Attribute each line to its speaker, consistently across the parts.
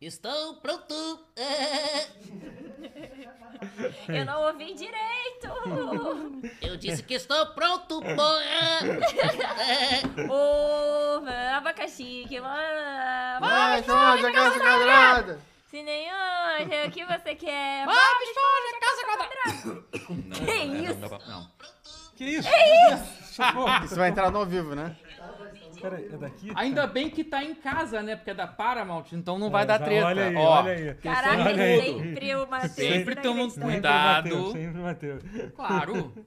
Speaker 1: Estou pronto! É.
Speaker 2: Eu não ouvi direito!
Speaker 1: Eu disse que estou pronto, É. porra!
Speaker 2: Ô, mano, abacaxi, que mano!
Speaker 3: Vai, Soja, Casa Quadrada!
Speaker 2: Se nem hoje, o que você quer?
Speaker 4: Bob Esponja, Casa Quadrada!
Speaker 2: Que isso?
Speaker 5: dá pra- É, não.
Speaker 6: Que isso? Que isso? Socorro.
Speaker 3: Isso vai entrar no ao vivo, né?
Speaker 6: Pera aí, é daqui?
Speaker 4: Ainda bem que tá em casa, né? Porque é da Paramount, então não vai dar
Speaker 6: É, já
Speaker 4: treta.
Speaker 6: Olha aí,
Speaker 4: Ó,
Speaker 6: olha aí.
Speaker 2: Caraca,
Speaker 6: Olha aí.
Speaker 2: sempre uma
Speaker 4: Sempre tomam
Speaker 6: Sempre
Speaker 4: Cuidado.
Speaker 6: bateu, Sempre bateu.
Speaker 4: Claro.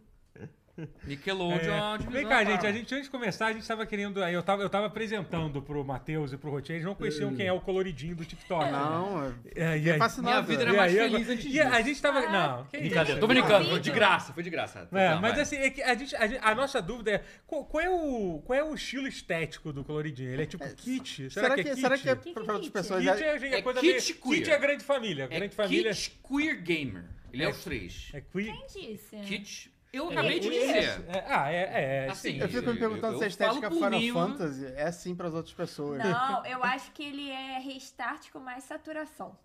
Speaker 4: Nickelodeon é uma
Speaker 6: É,
Speaker 4: divisão
Speaker 6: vem cá,
Speaker 4: da
Speaker 6: gente. A
Speaker 4: Paramount.
Speaker 6: gente, antes de começar, a gente tava querendo. aí Eu tava, eu tava apresentando pro Matheus e pro Rotier. Eles não conheciam quem é o coloridinho do TikTok. né?
Speaker 3: Não, eu-
Speaker 6: É, e
Speaker 3: eu
Speaker 6: aí-
Speaker 3: faço
Speaker 4: Minha
Speaker 3: nada.
Speaker 4: vida era
Speaker 6: e
Speaker 4: mais
Speaker 6: aí,
Speaker 4: feliz
Speaker 6: agora-
Speaker 4: antes
Speaker 6: e
Speaker 4: disso. Ah,
Speaker 6: a gente tava. não, que isso?
Speaker 5: Brincadeira.
Speaker 4: Tô brincando,
Speaker 5: Foi de
Speaker 2: Vídeo.
Speaker 5: graça, foi de graça.
Speaker 6: É,
Speaker 5: Não,
Speaker 6: mas
Speaker 5: vai.
Speaker 6: assim, é que a, gente, a, gente- a nossa dúvida é qual, qual é o, qual é o estilo estético do coloridinho? Ele é tipo kit? Será, que, é kit?
Speaker 3: será que é
Speaker 2: Que que
Speaker 3: pra
Speaker 2: é
Speaker 3: pra outras
Speaker 2: kit?
Speaker 3: pessoas?
Speaker 6: Kit
Speaker 3: É,
Speaker 6: é, gente, é
Speaker 5: É
Speaker 6: coisa
Speaker 5: kit
Speaker 6: meio-
Speaker 5: queer.
Speaker 6: Kit é grande família.
Speaker 5: É
Speaker 6: grande família.
Speaker 5: Kit Queer Gamer. Ele é os três.
Speaker 6: É queer.
Speaker 2: Quem disse?
Speaker 5: Kit. Eu
Speaker 4: É
Speaker 5: acabei de
Speaker 4: queer.
Speaker 5: dizer.
Speaker 6: É, ah, é. é
Speaker 5: Assim,
Speaker 3: eu fico me perguntando
Speaker 5: eu-
Speaker 3: se a
Speaker 5: eu falo
Speaker 3: estética
Speaker 5: por
Speaker 3: Final
Speaker 5: mim, eu-
Speaker 3: Fantasy é assim pras outras pessoas.
Speaker 2: Não, eu acho que ele é restart com mais saturação.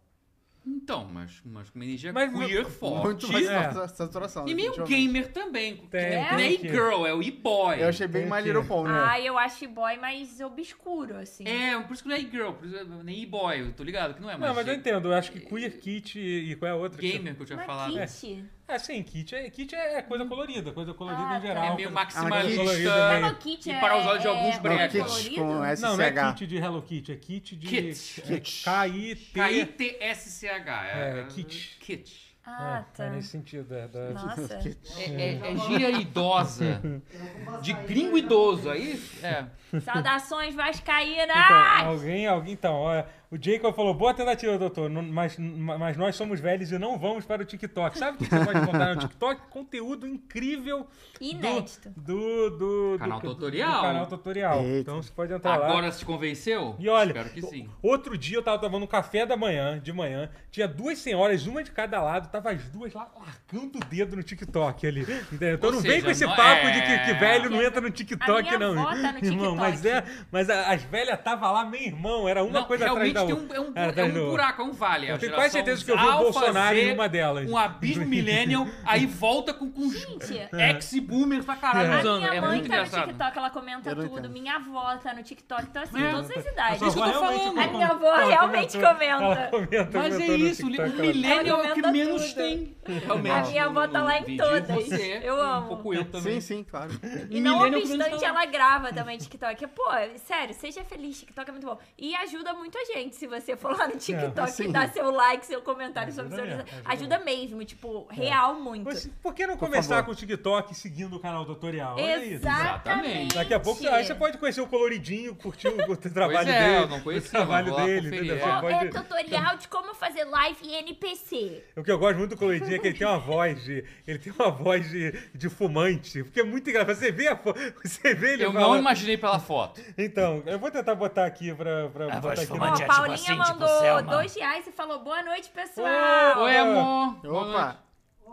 Speaker 5: Então, mas, mas com uma energia
Speaker 6: Mas um mu-
Speaker 5: queer
Speaker 3: Muito
Speaker 5: forte.
Speaker 3: mais
Speaker 6: É.
Speaker 3: sa- saturação.
Speaker 5: E meio
Speaker 3: definitivamente.
Speaker 5: gamer também.
Speaker 6: Tem,
Speaker 5: É,
Speaker 2: tem
Speaker 5: não é
Speaker 6: que-
Speaker 5: e-girl, é o e-boy.
Speaker 3: Eu achei bem
Speaker 6: Tem
Speaker 3: My
Speaker 6: que-
Speaker 3: Little Pony.
Speaker 2: Ah, eu acho boy mais obscuro, assim.
Speaker 5: É, por isso que não é e-girl, por isso é- nem e-boy, eu tô ligado que não é mais.
Speaker 6: Não, mas eu
Speaker 5: é
Speaker 6: entendo. Eu acho que queer kit e, e qual é a outra? que você-
Speaker 5: Gamer que eu tinha
Speaker 2: Mas
Speaker 5: falado. É,
Speaker 2: kit?
Speaker 6: É, sim, kit é, kit é coisa colorida, coisa colorida
Speaker 2: Ah, tá.
Speaker 6: em geral.
Speaker 5: é meio
Speaker 6: coisa-
Speaker 3: Ah,
Speaker 6: colorido,
Speaker 5: maximalista.
Speaker 6: meio-
Speaker 2: Hello Kitty
Speaker 5: E
Speaker 2: é,
Speaker 5: para os olhos de
Speaker 2: é
Speaker 5: alguns
Speaker 2: mais
Speaker 3: Não,
Speaker 5: bregas.
Speaker 3: kit
Speaker 2: colorido?
Speaker 3: com
Speaker 6: Não, não é
Speaker 3: SCH.
Speaker 6: kit de Hello Kitty, é kit de.
Speaker 5: Kit.
Speaker 6: É K-I-T.
Speaker 5: K-I-T-S-C-H.
Speaker 6: É, kit.
Speaker 5: Kit.
Speaker 2: Ah,
Speaker 6: É,
Speaker 2: tá.
Speaker 6: nesse sentido. É, da...
Speaker 2: Nossa.
Speaker 5: É, é, é gíria idosa. De gringo idoso. Aí, é.
Speaker 2: Saudações Ah, vascaínas!
Speaker 6: Então, alguém, alguém, então, ó, o Jacob falou, boa tentativa, doutor, não- mas, mas nós somos velhos e não vamos para o TikTok. Sabe o que você pode encontrar no TikTok? Conteúdo incrível
Speaker 2: Inédito.
Speaker 6: do... do, do
Speaker 5: Canal
Speaker 6: do-
Speaker 5: tutorial.
Speaker 6: do canal tutorial.
Speaker 3: Eita.
Speaker 6: Então você pode entrar lá.
Speaker 5: Agora se convenceu?
Speaker 6: E olha,
Speaker 5: Espero que sim.
Speaker 6: outro dia eu tava tomando um café da manhã, de manhã, tinha duas senhoras, uma de cada lado, tava as duas lá largando o dedo no TikTok ali. Entendeu? Então
Speaker 5: Ou
Speaker 6: não
Speaker 5: seja,
Speaker 6: vem com esse
Speaker 5: não-
Speaker 6: papo
Speaker 5: é.
Speaker 6: de que, que velho não entra no
Speaker 2: A
Speaker 6: TikTok,
Speaker 2: minha
Speaker 6: não.
Speaker 2: avó tá no
Speaker 6: Irmão,
Speaker 2: TikTok.
Speaker 6: mas é, mas a- as velhas tava lá, meu irmão, era uma
Speaker 5: Não,
Speaker 6: coisa atrás
Speaker 5: realmente
Speaker 6: da
Speaker 5: tem um,
Speaker 6: outra.
Speaker 5: é um, bu-
Speaker 6: Era
Speaker 5: é
Speaker 6: atrás da
Speaker 5: um
Speaker 6: outra.
Speaker 5: buraco, é um vale.
Speaker 6: Eu
Speaker 5: A
Speaker 6: tenho quase
Speaker 5: geração
Speaker 6: certeza que eu vi o
Speaker 5: Alpha,
Speaker 6: Bolsonaro
Speaker 5: Z,
Speaker 6: em uma delas.
Speaker 5: Um abismo millennial, aí volta com, com os
Speaker 2: Gente,
Speaker 5: ex-boomers pra caralho
Speaker 6: É.
Speaker 2: A
Speaker 5: usando.
Speaker 2: minha
Speaker 5: é
Speaker 2: mãe tá
Speaker 5: muito
Speaker 2: no
Speaker 5: engraçado.
Speaker 2: TikTok, ela comenta
Speaker 3: Eu não
Speaker 2: tudo.
Speaker 3: entendo.
Speaker 2: Minha avó tá no TikTok, então assim,
Speaker 5: É.
Speaker 2: todas as
Speaker 6: A
Speaker 2: idades.
Speaker 6: sua
Speaker 5: Isso que eu
Speaker 6: avó
Speaker 5: tô falando.
Speaker 6: realmente comentou.
Speaker 2: A minha avó
Speaker 6: Ela
Speaker 2: realmente comenta.
Speaker 6: Ela comenta,
Speaker 5: Mas é
Speaker 6: comentou Tá no
Speaker 5: isso,
Speaker 6: TikTok,
Speaker 5: o
Speaker 6: ela-
Speaker 5: millennial é o que
Speaker 2: Ela comenta
Speaker 5: menos
Speaker 2: tudo.
Speaker 5: tem. Realmente.
Speaker 2: A minha avó tá lá em
Speaker 5: Entendi
Speaker 2: todas.
Speaker 5: é Você,
Speaker 2: Eu amo.
Speaker 5: Um pouco eu também.
Speaker 3: Sim, sim, claro.
Speaker 2: E não
Speaker 5: Millennial que não
Speaker 2: obstante,
Speaker 5: tá-
Speaker 2: ela grava também TikTok. Pô, sério, seja feliz, TikTok é muito bom. E ajuda muito a gente se você for lá no TikTok
Speaker 3: assim.
Speaker 2: e dar seu like, seu comentário sobre
Speaker 6: É, Ajuda
Speaker 2: seus.
Speaker 6: mesmo, É. ajuda
Speaker 2: Ajuda mesmo, tipo, real muito.
Speaker 6: Mas por que não começar
Speaker 3: favor.
Speaker 6: com o TikTok seguindo o canal tutorial? então, Olha isso.
Speaker 2: Exatamente.
Speaker 5: Exatamente.
Speaker 6: Daqui a pouco aí você pode conhecer o coloridinho, curtir o, o trabalho
Speaker 5: é,
Speaker 6: dele.
Speaker 5: eu não conhecia,
Speaker 6: o trabalho
Speaker 5: vou lá
Speaker 6: dele,
Speaker 5: conferir,
Speaker 6: entendeu?
Speaker 5: é.
Speaker 6: Você
Speaker 2: Ó, É
Speaker 6: pode-
Speaker 2: tutorial de como fazer live em NPC.
Speaker 6: O que eu gosto muito do coloridinho é que ele tem uma voz de. Ele tem uma voz de, de fumante. Porque é muito engraçado. Você vê a fo- Você vê ele
Speaker 5: Eu não
Speaker 6: fala-
Speaker 5: imaginei pela foto.
Speaker 6: Então, eu vou tentar botar aqui pra. pra botar
Speaker 5: voz
Speaker 6: aqui no-
Speaker 2: Ó,
Speaker 5: fumante. Mande,
Speaker 2: a
Speaker 5: é,
Speaker 2: Paulinha
Speaker 5: tipo assim, tipo
Speaker 2: mandou
Speaker 5: Selma.
Speaker 2: dois reais e falou boa noite, pessoal.
Speaker 5: Oi, amor. Boa noite.
Speaker 3: Opa!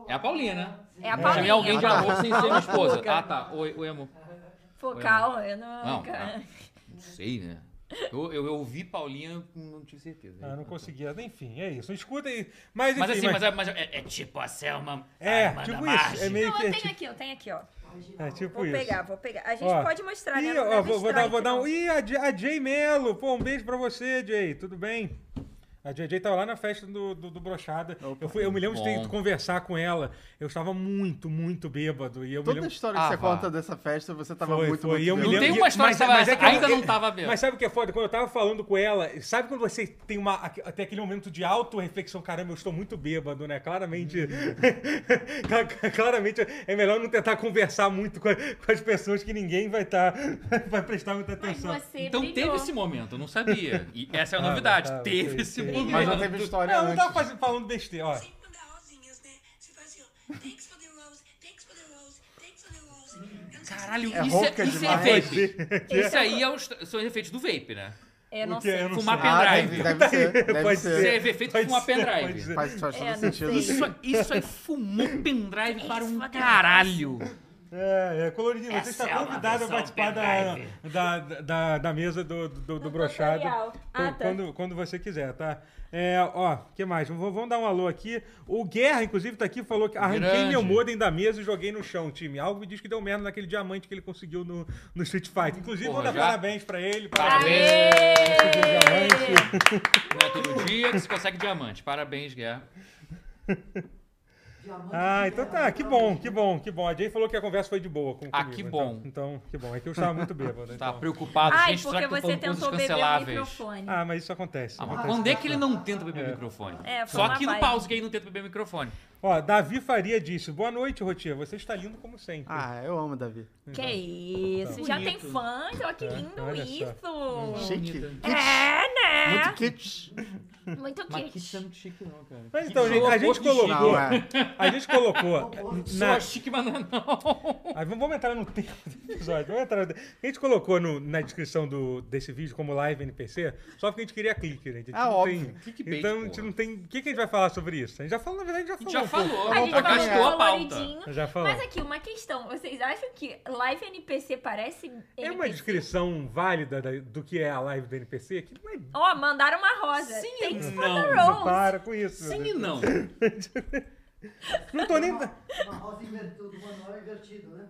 Speaker 5: É a Paulina.
Speaker 2: É a
Speaker 5: Eu Chamei
Speaker 2: Paulinha.
Speaker 5: alguém de
Speaker 3: Ah, tá.
Speaker 5: amor sem ser minha esposa. Ah, tá. Oi, oi, amor.
Speaker 2: Pô,
Speaker 6: né?
Speaker 2: calma, eu não.
Speaker 5: Não,
Speaker 6: tá.
Speaker 2: cara.
Speaker 5: não sei, né? Eu, eu, eu ouvi Paulinha, não tive certeza.
Speaker 6: Ah, não conseguia. Enfim, é isso. Escuta aí. Mas, enfim,
Speaker 5: Mas assim, mas, é- mas é, é tipo a Selma.
Speaker 6: É,
Speaker 5: Armanda
Speaker 6: tipo
Speaker 5: Marge.
Speaker 6: isso. É meio
Speaker 2: Não,
Speaker 6: que. é
Speaker 2: eu tenho
Speaker 6: tipo-
Speaker 2: aqui, eu tenho aqui, ó.
Speaker 6: É tipo
Speaker 2: Vou
Speaker 6: isso.
Speaker 2: pegar, vou pegar. A gente
Speaker 6: Ó,
Speaker 2: pode mostrar, né?
Speaker 6: Ih,
Speaker 2: Não então.
Speaker 6: ó,
Speaker 2: leva
Speaker 6: vou, vou dar,
Speaker 2: strike,
Speaker 6: vou dar um.
Speaker 2: não.
Speaker 6: Ih, a, J- a Jay Melo! Pô, um beijo pra você, Jay. Tudo bem? A JJ tava lá na festa do, do, do Brochada. Eu, fui, eu me lembro de ter
Speaker 5: Bom.
Speaker 6: ido conversar com ela. Eu estava muito, muito bêbado. E eu me
Speaker 3: Toda a
Speaker 6: lembro.
Speaker 3: história que
Speaker 5: Ah,
Speaker 3: você
Speaker 5: vá.
Speaker 3: conta dessa festa, você tava
Speaker 6: Foi,
Speaker 3: muito,
Speaker 6: foi, e
Speaker 3: muito
Speaker 6: eu me
Speaker 3: bêbado.
Speaker 5: Não
Speaker 6: lembro-
Speaker 5: tem
Speaker 6: e-
Speaker 5: uma história
Speaker 6: mas-
Speaker 5: que tava
Speaker 6: mas é que eu-
Speaker 5: ainda não tava vendo.
Speaker 6: Mas sabe o que é foda? Quando eu tava falando com ela, sabe quando você tem uma, até aquele momento de auto-reflexão? Caramba, eu estou muito bêbado, né? Claramente.
Speaker 3: Hum.
Speaker 6: claramente é melhor não tentar conversar muito com, a- com as pessoas que ninguém vai estar. vai prestar muita
Speaker 2: Mas
Speaker 6: atenção.
Speaker 2: você
Speaker 5: Então
Speaker 2: brilhou.
Speaker 5: teve esse momento, eu não sabia. E essa é a novidade.
Speaker 6: Ah, tá,
Speaker 5: teve
Speaker 6: ok,
Speaker 5: esse
Speaker 6: ok.
Speaker 5: momento.
Speaker 3: Mas não teve história
Speaker 6: Não, não
Speaker 3: antes.
Speaker 6: tava fazendo, falando besteira, ó.
Speaker 7: sempre dá rosinhas, né? Você faz assim, ó. Thanks for the rose, thanks for the rose, thanks for the rose. Eu não sei se
Speaker 5: Caralho,
Speaker 3: É
Speaker 5: isso,
Speaker 3: rouca
Speaker 5: é, isso é
Speaker 3: demais.
Speaker 5: vape. Isso aí é os, são os efeitos do vape, né?
Speaker 2: Eu não
Speaker 6: O quê?
Speaker 2: sei.
Speaker 6: Eu não
Speaker 5: Fumar
Speaker 6: sei.
Speaker 3: Ah,
Speaker 5: pendrive.
Speaker 3: deve, deve ser, deve
Speaker 6: Pode
Speaker 5: Isso é
Speaker 3: ser.
Speaker 5: efeito
Speaker 6: Pode
Speaker 5: com uma
Speaker 6: ser, pode
Speaker 5: pendrive.
Speaker 6: ser.
Speaker 3: Faz, faz todo
Speaker 2: É, não
Speaker 3: sentido.
Speaker 2: sei.
Speaker 5: Isso, isso aí fumou pendrive para um
Speaker 2: Isso,
Speaker 5: caralho.
Speaker 6: É, é, coloridinho, você
Speaker 4: Essa
Speaker 6: está
Speaker 4: é uma
Speaker 6: convidado a
Speaker 4: versão
Speaker 6: participar da,
Speaker 4: pendrive.
Speaker 6: da, da, da mesa do, do, do
Speaker 2: Do
Speaker 6: brochado.
Speaker 2: tutorial. Ah,
Speaker 6: Qu-
Speaker 2: tá.
Speaker 6: quando, quando você quiser, tá? É, ó, o que mais? Vamos, vamos dar um alô aqui. O Guerra, inclusive, tá aqui, falou que arranquei
Speaker 5: Grande.
Speaker 6: meu modem da mesa e joguei no chão, time. Algo me diz que deu merda naquele diamante que ele conseguiu no, no Street Fighter. Inclusive,
Speaker 5: Porra,
Speaker 6: manda
Speaker 5: já?
Speaker 6: parabéns pra ele.
Speaker 5: Parabéns.
Speaker 2: Aê!
Speaker 5: Não é todo dia que se consegue diamante. Parabéns, Guerra.
Speaker 6: Ah, então tá, que bom, que bom, que bom. A Jay falou que a conversa foi de boa. Com,
Speaker 5: Ah,
Speaker 6: comigo,
Speaker 5: que
Speaker 6: então-
Speaker 5: bom.
Speaker 6: Então, que bom. É que eu estava muito bêbado.
Speaker 5: Tá
Speaker 6: então.
Speaker 5: preocupado,
Speaker 2: Ai,
Speaker 5: gente.
Speaker 2: porque
Speaker 5: Será que eu tô
Speaker 2: você
Speaker 5: falando coisas
Speaker 2: tentável beber o
Speaker 5: canceláveis?
Speaker 2: microfone.
Speaker 6: Ah, mas isso acontece.
Speaker 5: Ah, mas
Speaker 6: acontece
Speaker 5: quando é que
Speaker 6: com
Speaker 5: ele não tenta beber o microfone?
Speaker 2: É, foi
Speaker 5: Só
Speaker 2: uma
Speaker 5: aqui no
Speaker 2: vibe.
Speaker 5: pause que ele não tenta beber o microfone.
Speaker 6: Ó, Davi Faria disse: Boa noite, Rotia. Você está lindo como sempre.
Speaker 3: Ah, eu amo, Davi.
Speaker 2: Que
Speaker 6: então.
Speaker 2: isso, já tem
Speaker 5: Bonito.
Speaker 2: fãs, ó, que lindo
Speaker 6: Tá É, olha só. Hum.
Speaker 2: isso.
Speaker 3: Chique.
Speaker 2: É, né?
Speaker 3: Muito kitsch.
Speaker 2: Muito
Speaker 5: Mas que
Speaker 2: kitsch.
Speaker 5: isso é muito chique não, cara.
Speaker 6: Mas então, gente, a gente
Speaker 5: Colocou de
Speaker 6: colocou.
Speaker 3: Não, é.
Speaker 6: A gente colocou.
Speaker 5: Só
Speaker 6: na,
Speaker 5: chique, mas não é não.
Speaker 6: Ah, vamos vamos entrar no tempo do episódio. Vamos entrar no... A gente colocou no- na descrição do, desse vídeo como live NPC, só porque a gente queria clique, gente. A gente
Speaker 3: Ah,
Speaker 6: não
Speaker 3: óbvio.
Speaker 6: tem-
Speaker 5: Clickbait,
Speaker 6: então a gente
Speaker 5: porra.
Speaker 6: não tem. O que, que a gente vai falar sobre isso? A gente já falou, na verdade, a
Speaker 5: A
Speaker 6: gente
Speaker 5: gente
Speaker 6: já
Speaker 5: já
Speaker 6: falou. um pouco.
Speaker 5: falou.
Speaker 2: A gente
Speaker 5: Acabou,
Speaker 2: falou
Speaker 5: gastou a pauta.
Speaker 2: coloridinho.
Speaker 6: Já falou.
Speaker 2: Mas aqui, uma questão. Vocês acham que live NPC parece NPC?
Speaker 6: É uma descrição válida da- do que é a live do NPC? Que não é.
Speaker 2: Ó, mandaram uma rosa.
Speaker 5: Sim,
Speaker 2: Thanks for
Speaker 5: não.
Speaker 2: the rose.
Speaker 6: Para com isso. meu
Speaker 5: Sim e
Speaker 6: Deus.
Speaker 5: não.
Speaker 6: Não tô nem.
Speaker 8: Uma rosa invertida, do Manuel é invertido, né?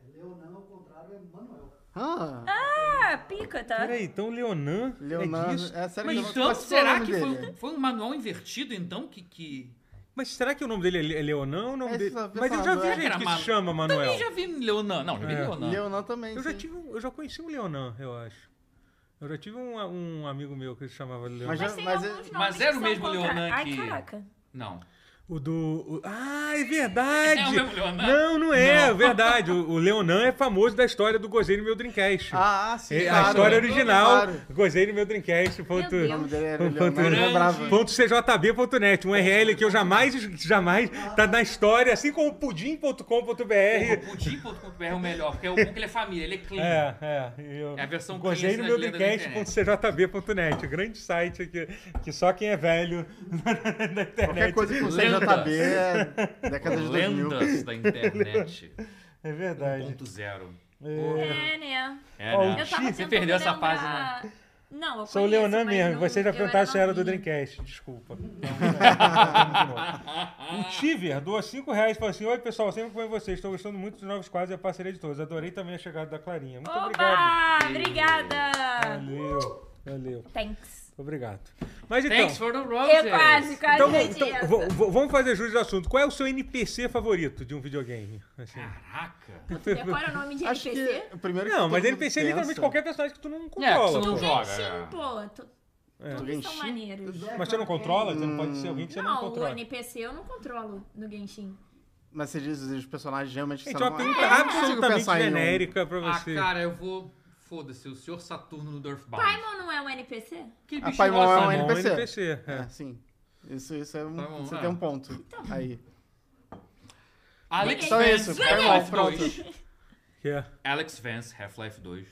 Speaker 8: É Leonan, ao contrário, é Manuel.
Speaker 3: Ah,
Speaker 2: Ah, pica, tá?
Speaker 6: Peraí, então Leonan. É
Speaker 3: Leonardo.
Speaker 6: disso?
Speaker 3: É, sério que eu não- mas
Speaker 5: Então,
Speaker 3: qual é o
Speaker 5: será
Speaker 3: nome
Speaker 5: que foi,
Speaker 3: dele?
Speaker 5: um- foi um manual invertido, então, que... que...
Speaker 6: Mas será que o nome dele é Le- é Leonan ou o nome
Speaker 3: É,
Speaker 6: dele.
Speaker 3: só vi
Speaker 6: Mas eu
Speaker 3: falar,
Speaker 6: já
Speaker 3: não
Speaker 6: vi
Speaker 3: é?
Speaker 6: gente que
Speaker 5: Era
Speaker 6: se chama Manuel.
Speaker 5: Também já vi Leonan. Não, já vi
Speaker 6: É.
Speaker 5: Leonan.
Speaker 3: Leonan também.
Speaker 6: Eu já
Speaker 3: sim.
Speaker 6: tive, um- eu já conheci um Leonan, eu acho. Eu já tive um, um amigo meu que se chamava Leonan.
Speaker 3: Mas já-
Speaker 2: Mas tem
Speaker 3: Mas
Speaker 2: alguns
Speaker 3: é-
Speaker 2: nomes
Speaker 5: mas
Speaker 2: que
Speaker 5: era o
Speaker 2: são
Speaker 5: mesmo
Speaker 2: contra-
Speaker 5: Leonan
Speaker 2: Ai,
Speaker 5: que-
Speaker 2: caraca.
Speaker 5: Não.
Speaker 6: O do. o- Ah, é verdade!
Speaker 5: É o mesmo Leonan?
Speaker 6: Não, não é, é verdade. O, o Leonan é famoso da história do Gozei no meu Dreamcast.
Speaker 3: Ah, ah, sim.
Speaker 6: É,
Speaker 3: claro.
Speaker 6: a história original,
Speaker 3: Claro.
Speaker 6: Gozei no meu Dreamcast. Ponto,
Speaker 2: Meu
Speaker 3: O nome dele era
Speaker 6: ponto-
Speaker 3: Leonardo, é eu
Speaker 6: ponto-
Speaker 3: lembrava.
Speaker 6: ponto cjb.net, um URL que eu jamais, jamais, tá na história, assim como pudim.com.br.
Speaker 5: Pudim.com.br é o melhor, porque é o bom que ele é família, ele é clean.
Speaker 6: É, é. Eu
Speaker 5: É a versão
Speaker 6: gozei
Speaker 5: clean,
Speaker 6: no meu
Speaker 5: assim, da lenda da
Speaker 6: dreamcast.cjb.net, grande site que, que só quem é velho da internet.
Speaker 3: Qualquer coisa com
Speaker 5: Lendas.
Speaker 3: CJB é tá década de 2000.
Speaker 5: Lendas da internet
Speaker 6: É verdade.
Speaker 5: 1.0.
Speaker 2: É, né?
Speaker 5: É,
Speaker 6: Ó,
Speaker 5: né?
Speaker 2: Eu tava
Speaker 5: Você
Speaker 2: tentando
Speaker 5: perdeu essa né?
Speaker 2: lembrar-
Speaker 5: página.
Speaker 2: Não, eu
Speaker 6: Sou o
Speaker 2: conheço,
Speaker 6: Leonan
Speaker 2: mas
Speaker 6: mesmo.
Speaker 2: não-
Speaker 6: Você já
Speaker 2: eu
Speaker 6: perguntaram se era do
Speaker 2: novinha.
Speaker 6: Dreamcast. Desculpa. o Tiver doou 5 reais e falou assim: Oi, pessoal, sempre com vocês. Estou gostando muito dos novos quadros e a parceria de todos. Adorei também a chegada da Clarinha. Muito obrigado.
Speaker 2: Opa! Obrigada!
Speaker 6: Valeu, valeu. Muito
Speaker 2: Thanks.
Speaker 6: obrigado. Mas então.
Speaker 5: Thanks for the roses.
Speaker 2: Eu quase, quase
Speaker 6: Então, vamos-
Speaker 2: perdi
Speaker 6: então,
Speaker 2: essa.
Speaker 6: v- v- vamos fazer jus ao assunto. Qual é o seu NPC favorito de um videogame? Assim.
Speaker 5: Caraca.
Speaker 2: Decora o nome de
Speaker 3: Acho
Speaker 2: NPC?
Speaker 3: que o primeiro que
Speaker 6: Não,
Speaker 3: todo
Speaker 6: mas
Speaker 3: mundo
Speaker 6: NPC é literalmente
Speaker 3: pensa.
Speaker 6: qualquer personagem que tu
Speaker 3: É,
Speaker 6: não
Speaker 5: que
Speaker 6: controla.
Speaker 5: você não
Speaker 6: pô.
Speaker 5: joga.
Speaker 2: Sim, pô. to-
Speaker 6: É.
Speaker 2: Todos são
Speaker 3: Genshin?
Speaker 2: maneiros.
Speaker 6: Mas você não controla? Você não pode ser alguém que você não,
Speaker 2: Não, o
Speaker 6: controla.
Speaker 2: NPC eu não controlo no Genshin.
Speaker 3: Mas você diz os personagens realmente que
Speaker 6: Gente, é
Speaker 3: você
Speaker 6: uma
Speaker 3: não...
Speaker 6: pergunta
Speaker 3: É, Eu não consigo
Speaker 6: absolutamente
Speaker 3: pensar em um.
Speaker 6: genérica pra
Speaker 5: Ah,
Speaker 6: você.
Speaker 5: cara, eu vou... Foda-se, o senhor Saturno no
Speaker 6: Ah.
Speaker 5: Dorfbound.
Speaker 2: Paimon não é um NPC?
Speaker 5: Aquele
Speaker 3: Ah,
Speaker 5: bicho
Speaker 3: Paimon é
Speaker 5: rosa,
Speaker 3: um
Speaker 5: né?
Speaker 6: Não,
Speaker 3: NPC.
Speaker 6: é.
Speaker 3: É, sim. Isso, isso é um...
Speaker 5: Tá bom,
Speaker 3: você
Speaker 5: é.
Speaker 3: tem um ponto aí.
Speaker 5: Alex
Speaker 2: Só
Speaker 5: Vance,
Speaker 3: isso,
Speaker 5: Half-Life
Speaker 3: Paimon, é um
Speaker 5: 2.
Speaker 6: Que é.
Speaker 5: Alex Vance, Half-Life 2.